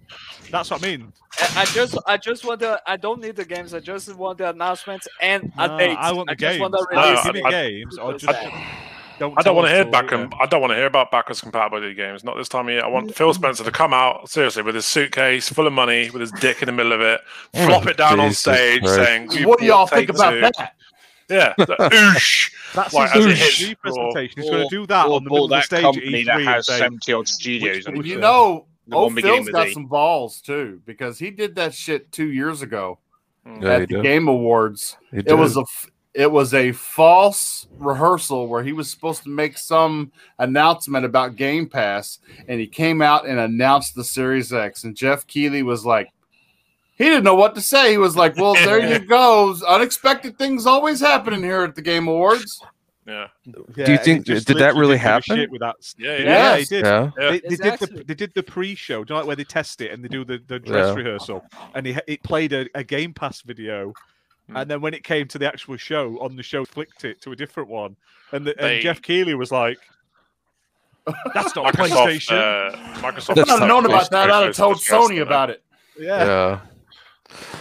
Speaker 1: that's what I mean.
Speaker 2: I, I just, I just want the. I don't need the games. I just want the announcements and a
Speaker 1: No,
Speaker 2: date.
Speaker 1: I want the
Speaker 2: just
Speaker 1: games.
Speaker 2: want the
Speaker 5: No,
Speaker 2: release.
Speaker 5: I-
Speaker 1: Give me
Speaker 5: I-
Speaker 1: games. Or just,
Speaker 5: I
Speaker 1: tell
Speaker 5: don't want
Speaker 1: us
Speaker 5: to hear
Speaker 1: till
Speaker 5: back.
Speaker 1: later.
Speaker 5: I don't want to hear about backwards compatibility games. Not this time of year. I want Phil Spencer to come out seriously with his suitcase full of money, with his dick in the middle of it, flop it down on
Speaker 6: Oh, Jesus
Speaker 5: stage,
Speaker 6: Christ.
Speaker 5: saying, "We
Speaker 3: What do y'all
Speaker 5: bought
Speaker 3: think
Speaker 5: Take
Speaker 3: about
Speaker 5: Two."
Speaker 3: that?
Speaker 5: Yeah, the oosh.
Speaker 1: That's
Speaker 5: Like,
Speaker 1: his
Speaker 5: as it hits
Speaker 1: ESG
Speaker 5: the floor.
Speaker 1: presentation. He's
Speaker 4: Or-
Speaker 1: going to do that
Speaker 4: or
Speaker 1: on the middle of
Speaker 4: bought
Speaker 1: the
Speaker 4: that
Speaker 1: stage at
Speaker 4: company that
Speaker 1: E3 and
Speaker 4: has
Speaker 1: say,
Speaker 4: 70 odd studios.
Speaker 1: Which-
Speaker 4: and
Speaker 3: You know,
Speaker 4: The one
Speaker 3: old
Speaker 4: beginning
Speaker 3: Phil's
Speaker 4: with
Speaker 3: got
Speaker 4: E.
Speaker 3: some balls too because he did that shit two years ago
Speaker 6: Yeah, he
Speaker 3: at the
Speaker 6: did.
Speaker 3: Game Awards.
Speaker 6: He
Speaker 3: it was
Speaker 6: did.
Speaker 3: a f- it was a false rehearsal where he was supposed to make some announcement about Game Pass, and he came out and announced the Series X. And Jeff Keighley was like, he didn't know what to say. He was like, "Well, there you go. Unexpected things always happening here at the Game Awards."
Speaker 1: Yeah,
Speaker 5: Yeah,
Speaker 6: Do you
Speaker 1: and
Speaker 6: think-
Speaker 1: he just
Speaker 6: did that
Speaker 1: literally
Speaker 6: really
Speaker 1: didn't give a
Speaker 6: happen?
Speaker 1: shit With that.
Speaker 5: yeah,
Speaker 1: Yeah,
Speaker 5: yeah.
Speaker 3: Yes.
Speaker 1: he did.
Speaker 6: Yeah.
Speaker 5: Yeah.
Speaker 1: They, they did
Speaker 2: Exactly.
Speaker 1: the they did the pre-show, do you know, like where they test it and they do the, the dress
Speaker 6: Yeah.
Speaker 1: rehearsal, and he it played a, a Game Pass video,
Speaker 5: Hmm.
Speaker 1: and then when it came to the actual show, on the show flicked it to a different one, and, the,
Speaker 5: They-
Speaker 1: and Jeff Keeley was like, "That's not a
Speaker 5: Microsoft.
Speaker 1: PlayStation."
Speaker 5: Uh, Microsoft.
Speaker 3: If
Speaker 6: That's
Speaker 3: I'd have
Speaker 6: not
Speaker 3: known
Speaker 6: cool.
Speaker 3: about that, I'd have told Sony about it.
Speaker 1: yeah.
Speaker 6: Yeah.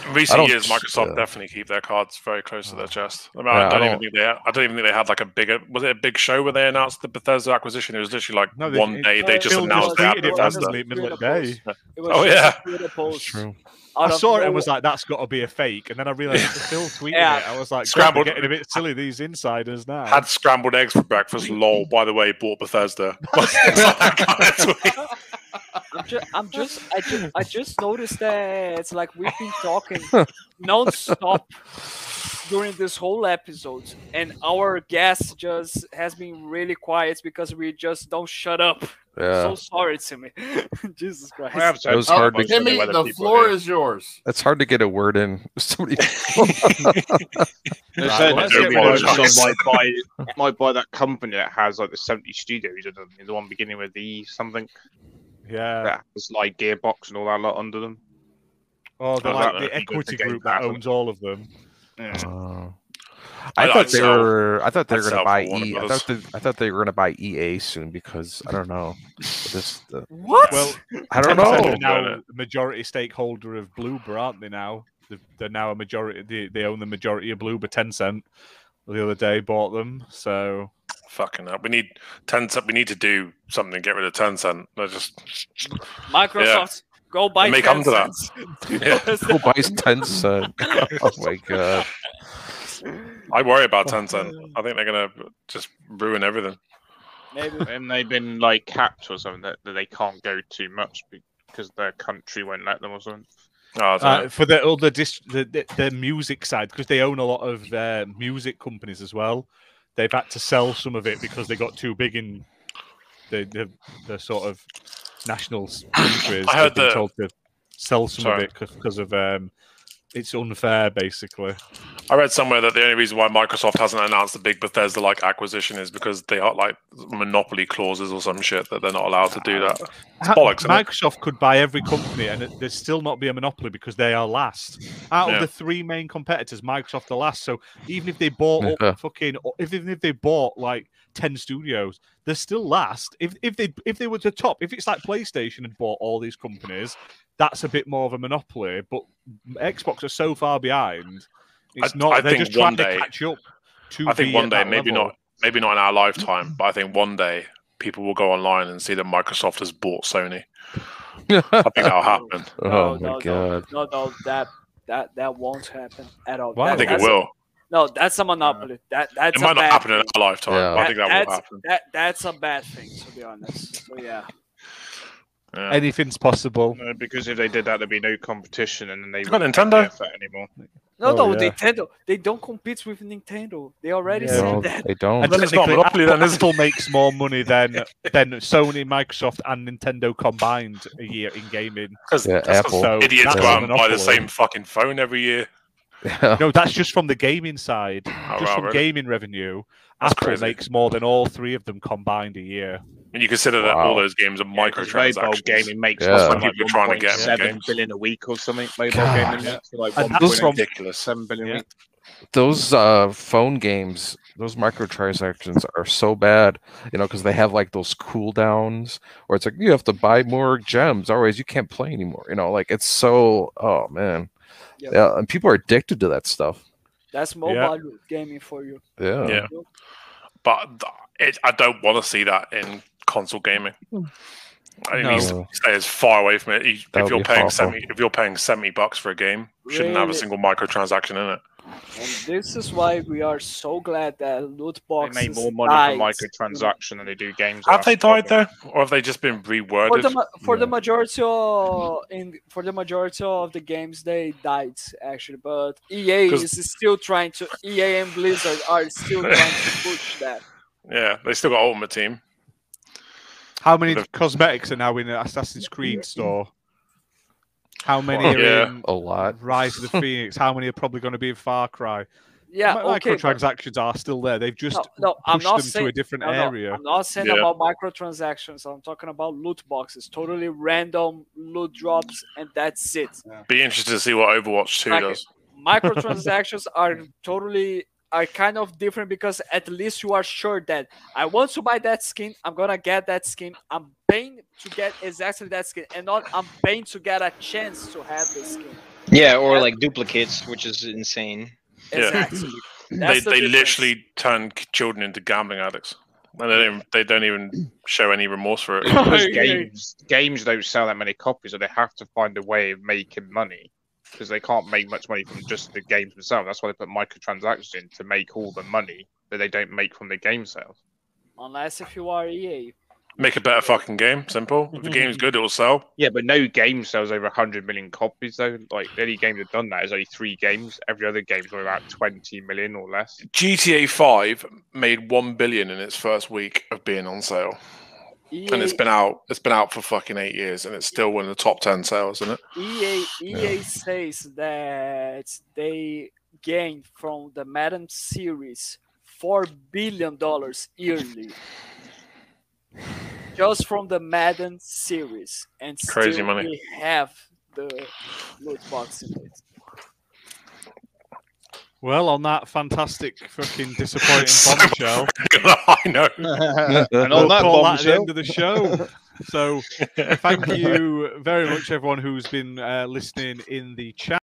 Speaker 5: In
Speaker 6: I
Speaker 5: recent
Speaker 6: don't-
Speaker 5: years, Microsoft
Speaker 6: yeah.
Speaker 5: definitely keep their cards very close to their chest. I mean,
Speaker 6: Yeah,
Speaker 5: I,
Speaker 6: I
Speaker 5: don't
Speaker 6: don't-
Speaker 5: even think they. I don't even think they had like a bigger. Was it a big show where they announced the Bethesda acquisition? It was literally like
Speaker 1: No,
Speaker 5: one day they just
Speaker 1: Phil
Speaker 5: announced they had
Speaker 1: tweeted it
Speaker 5: Bethesda.
Speaker 1: randomly middle of the
Speaker 2: Bethesda.
Speaker 1: day.
Speaker 2: It was
Speaker 5: Oh,
Speaker 2: just
Speaker 5: yeah.
Speaker 2: a Twitter
Speaker 6: That's
Speaker 2: post
Speaker 6: true.
Speaker 1: I
Speaker 2: out of
Speaker 1: saw it and
Speaker 2: nowhere.
Speaker 1: was like, "That's got to be a fake," and then I realized Phil tweeted
Speaker 2: Yeah.
Speaker 1: it. I was like, "Scrambled,
Speaker 5: Scrambled.
Speaker 1: getting a bit silly these insiders now."
Speaker 5: Had scrambled eggs for breakfast. Lol. By the way, bought Bethesda. It's like that kind of tweet.
Speaker 2: I'm just, I'm just, I just, I just noticed that it's like we've been talking non-stop during this whole episode, and our guest just has been really quiet because we just don't shut up.
Speaker 6: Yeah.
Speaker 2: So sorry to me, Jesus Christ.
Speaker 4: I have said
Speaker 6: It was
Speaker 4: that
Speaker 6: hard
Speaker 4: much
Speaker 6: to-
Speaker 4: to me
Speaker 3: Timmy,
Speaker 4: whether
Speaker 3: Oh, the
Speaker 4: people
Speaker 3: floor
Speaker 4: do.
Speaker 3: is yours.
Speaker 6: It's hard to get a word in. Somebody.
Speaker 4: They
Speaker 1: Right,
Speaker 4: said
Speaker 1: let's
Speaker 4: that
Speaker 1: get
Speaker 4: they might-
Speaker 5: apologise.
Speaker 4: might buy might buy that company that has like the seventy studios under them, the one beginning with E something
Speaker 1: yeah.
Speaker 4: that has like Gearbox and all that lot under them.
Speaker 1: Oh, they're
Speaker 5: Oh,
Speaker 1: like
Speaker 5: that-
Speaker 1: the
Speaker 5: that-
Speaker 1: equity
Speaker 4: that- that-
Speaker 1: group that
Speaker 4: that-
Speaker 1: owns all of them.
Speaker 6: Oh.
Speaker 5: I'd-
Speaker 6: I
Speaker 5: I'd
Speaker 6: thought they
Speaker 5: sell-
Speaker 6: were. I thought they
Speaker 5: I'd
Speaker 6: were going
Speaker 5: sell
Speaker 6: to buy
Speaker 5: for Warner
Speaker 6: E. I
Speaker 5: Brothers.
Speaker 6: thought they, I thought they were going to buy EA soon because I don't know. This the,
Speaker 2: What?
Speaker 1: Well,
Speaker 6: I don't
Speaker 1: Tencent
Speaker 6: know.
Speaker 1: are now a majority stakeholder of Bloober, aren't they? Now They've- they're now a majority. They, they own the majority of Bloober. Tencent the other day bought them. So
Speaker 5: Fucking up. We need Tencent. We need to do something. Get rid of Tencent. They're just
Speaker 2: Microsoft, go buy.
Speaker 5: Make up to that.
Speaker 2: Tencent.
Speaker 6: Who buys ten cent? Oh my god!
Speaker 5: I worry about Tencent. I think they're gonna just ruin everything.
Speaker 2: Maybe.
Speaker 4: And they've been like capped or something that, that they can't go too much because their country won't let them or something.
Speaker 5: Oh,
Speaker 1: Uh,
Speaker 5: sorry.
Speaker 1: for the other dis- the, the, the music side because they own a lot of uh, music companies as well. They've had to sell some of it because they got too big in the the, the sort of national s- countries.
Speaker 5: I
Speaker 1: They've
Speaker 5: heard
Speaker 1: been
Speaker 5: the-
Speaker 1: told to sell some of
Speaker 5: Sorry.
Speaker 1: it because of um, it's unfair basically.
Speaker 5: I read somewhere that the only reason why Microsoft hasn't announced the big Bethesda like acquisition is because they are like monopoly clauses or some shit that they're not allowed to do that. It's
Speaker 1: Ha-
Speaker 5: bollocks. isn't it?
Speaker 1: Microsoft could buy every company and it- there'd still not be a monopoly because they are last. Out
Speaker 5: Yeah.
Speaker 1: of the three main competitors, Microsoft are last. So even if they bought up fucking, or if, even if they bought like ten studios, they're still last. If if they if they were to top, if it's like PlayStation and bought all these companies, that's a bit more of a monopoly. But Xbox are so far behind. It's
Speaker 5: I-
Speaker 1: not.
Speaker 5: I
Speaker 1: they're
Speaker 5: think
Speaker 1: just trying
Speaker 5: one day-
Speaker 1: to catch up. To
Speaker 5: I think
Speaker 1: be
Speaker 5: one
Speaker 1: at
Speaker 5: day,
Speaker 1: that
Speaker 5: maybe
Speaker 1: level.
Speaker 5: not, maybe not in our lifetime, but I think one day people will go online and see that Microsoft has bought Sony.
Speaker 6: I
Speaker 5: think that'll happen.
Speaker 6: Oh
Speaker 2: no,
Speaker 6: my god.
Speaker 2: No, no, that that that won't happen at all.
Speaker 6: Why?
Speaker 2: That-
Speaker 5: I think it
Speaker 2: that's a-
Speaker 5: will.
Speaker 2: no, that's a monopoly. That that's
Speaker 5: It
Speaker 2: a
Speaker 5: might not
Speaker 2: bad
Speaker 5: happen in our lifetime.
Speaker 6: Yeah.
Speaker 5: but I think that will
Speaker 2: that's,
Speaker 5: happen.
Speaker 2: That that's a bad thing, to be honest. So yeah.
Speaker 1: Anything's possible.
Speaker 4: No, because if they did that, there'd be no competition, and then they
Speaker 5: Come on,
Speaker 4: wouldn't be
Speaker 5: Nintendo.
Speaker 4: there for it anymore.
Speaker 2: No,
Speaker 4: Oh,
Speaker 2: no,
Speaker 4: yeah.
Speaker 2: Nintendo. They don't compete with Nintendo. They already
Speaker 1: Yeah.
Speaker 2: said
Speaker 1: No,
Speaker 2: that.
Speaker 6: They don't.
Speaker 1: And
Speaker 5: Then it's not
Speaker 1: technically,
Speaker 5: monopoly, then, is it?
Speaker 1: Apple makes more money than than Sony, Microsoft, and Nintendo combined a year in gaming.
Speaker 5: Because
Speaker 6: Yeah, Apple.
Speaker 1: So
Speaker 5: idiots
Speaker 1: that's
Speaker 5: go
Speaker 1: a
Speaker 5: out and buy the
Speaker 1: monopoly.
Speaker 5: same fucking phone every year.
Speaker 1: No, that's just from the gaming side. just
Speaker 5: Oh, wow,
Speaker 1: from
Speaker 5: really?
Speaker 1: gaming revenue,
Speaker 5: That's
Speaker 1: Apple
Speaker 5: crazy.
Speaker 1: makes more than all three of them combined a year.
Speaker 5: And you consider that all
Speaker 6: Wow.
Speaker 5: those games are
Speaker 4: Because mobile
Speaker 5: microtransactions.
Speaker 4: gaming makes
Speaker 6: Yeah.
Speaker 4: something
Speaker 5: People
Speaker 4: like
Speaker 5: trying to get
Speaker 4: 1.7
Speaker 5: games.
Speaker 4: billion a week or something. Mobile
Speaker 6: God.
Speaker 4: gaming makes like
Speaker 1: And
Speaker 4: one
Speaker 1: that's
Speaker 4: point
Speaker 1: from-
Speaker 4: ridiculous, seven billion a
Speaker 1: Yeah.
Speaker 4: week.
Speaker 6: those uh phone games those microtransactions are so bad you know because they have like those cooldowns where it's like you have to buy more gems otherwise you can't play anymore you know like it's so oh man
Speaker 2: Yeah.
Speaker 6: yeah and people are addicted to that stuff
Speaker 2: That's mobile gaming for you.
Speaker 6: yeah,
Speaker 5: Yeah. But th- it, I don't want to see that in console gaming. I mean,
Speaker 6: No.
Speaker 5: it's- stay as far away from it. You-
Speaker 6: That
Speaker 5: If
Speaker 6: would
Speaker 5: you're
Speaker 6: be
Speaker 5: paying
Speaker 6: horrible.
Speaker 5: seventy, if you're paying seventy bucks for a game, you shouldn't have a
Speaker 2: Really?
Speaker 5: single microtransaction in it.
Speaker 2: And this is why we are so glad that loot
Speaker 4: They
Speaker 2: boxes
Speaker 4: make more money
Speaker 2: died.
Speaker 4: from microtransaction than they do games.
Speaker 5: Have they
Speaker 4: That's the
Speaker 5: died
Speaker 4: problem.
Speaker 5: though, or have they just been reworded?
Speaker 2: For the ma- for the majority of in for the majority of the games they died actually, but EA
Speaker 5: 'Cause-
Speaker 2: is still trying to EA and Blizzard are still trying to push that.
Speaker 5: yeah, they still got Ultimate Team.
Speaker 1: How many
Speaker 5: The-
Speaker 1: cosmetics are now in the Assassin's Creed store? How many
Speaker 5: Well,
Speaker 1: are
Speaker 5: yeah.
Speaker 1: in
Speaker 6: a lot
Speaker 1: Rise of the Phoenix? How many are probably going to be in Far Cry?
Speaker 2: Yeah,
Speaker 1: Mi-
Speaker 2: okay. but-
Speaker 1: microtransactions are still there. They've just
Speaker 2: No, no, I'm
Speaker 1: pushed
Speaker 2: not
Speaker 1: them
Speaker 2: saying
Speaker 1: to a different
Speaker 2: no, no,
Speaker 1: area.
Speaker 2: I'm not saying
Speaker 5: Yeah.
Speaker 2: about microtransactions. I'm talking about loot boxes, totally random loot drops, and that's it.
Speaker 5: Be interested to see what Overwatch Two
Speaker 2: Like it.
Speaker 5: does.
Speaker 2: microtransactions are totally are kind of different because at least you are sure that I want to buy that skin, I'm gonna get that skin. I'm paying to get exactly that skin, and not I'm paying to get a chance to have this skin.
Speaker 8: Yeah, or like duplicates, which is
Speaker 5: Yeah.
Speaker 8: insane.
Speaker 2: Exactly.
Speaker 5: They,
Speaker 2: That's the
Speaker 5: they
Speaker 2: difference.
Speaker 5: literally turn k- children into gambling addicts, and they don't, they don't even show any remorse for it.
Speaker 4: Because
Speaker 2: Yeah.
Speaker 4: games games don't sell that many copies, so they have to find a way of making money because they can't make much money from just the games themselves. That's why they put microtransactions in to make all the money that they don't make from the game sales.
Speaker 2: unless if you are E EA.
Speaker 5: Make a better fucking game. Simple. If the game's good, it'll sell.
Speaker 4: Yeah, but no game sells over 100 million copies though. Like the only game that's done that is only three games. Every other game's got about 20 million or less.
Speaker 5: GTA Five made one billion in its first week of being on sale,
Speaker 2: EA,
Speaker 5: and it's been out. It's been out for fucking eight years, and it's still one of the top ten sales, isn't it?
Speaker 2: EA, EA E says that they gained from the Madden series four billion dollars yearly, just from the Madden series, and
Speaker 5: Crazy
Speaker 2: still
Speaker 5: money.
Speaker 2: we have the loot box in it.
Speaker 1: Well, on that fantastic fucking disappointing bombshell,
Speaker 5: I know.
Speaker 4: and
Speaker 1: we'll
Speaker 4: on that
Speaker 1: call that the
Speaker 4: bombshell,
Speaker 1: end of the show. So, thank you very much, everyone who's been uh, listening in the chat.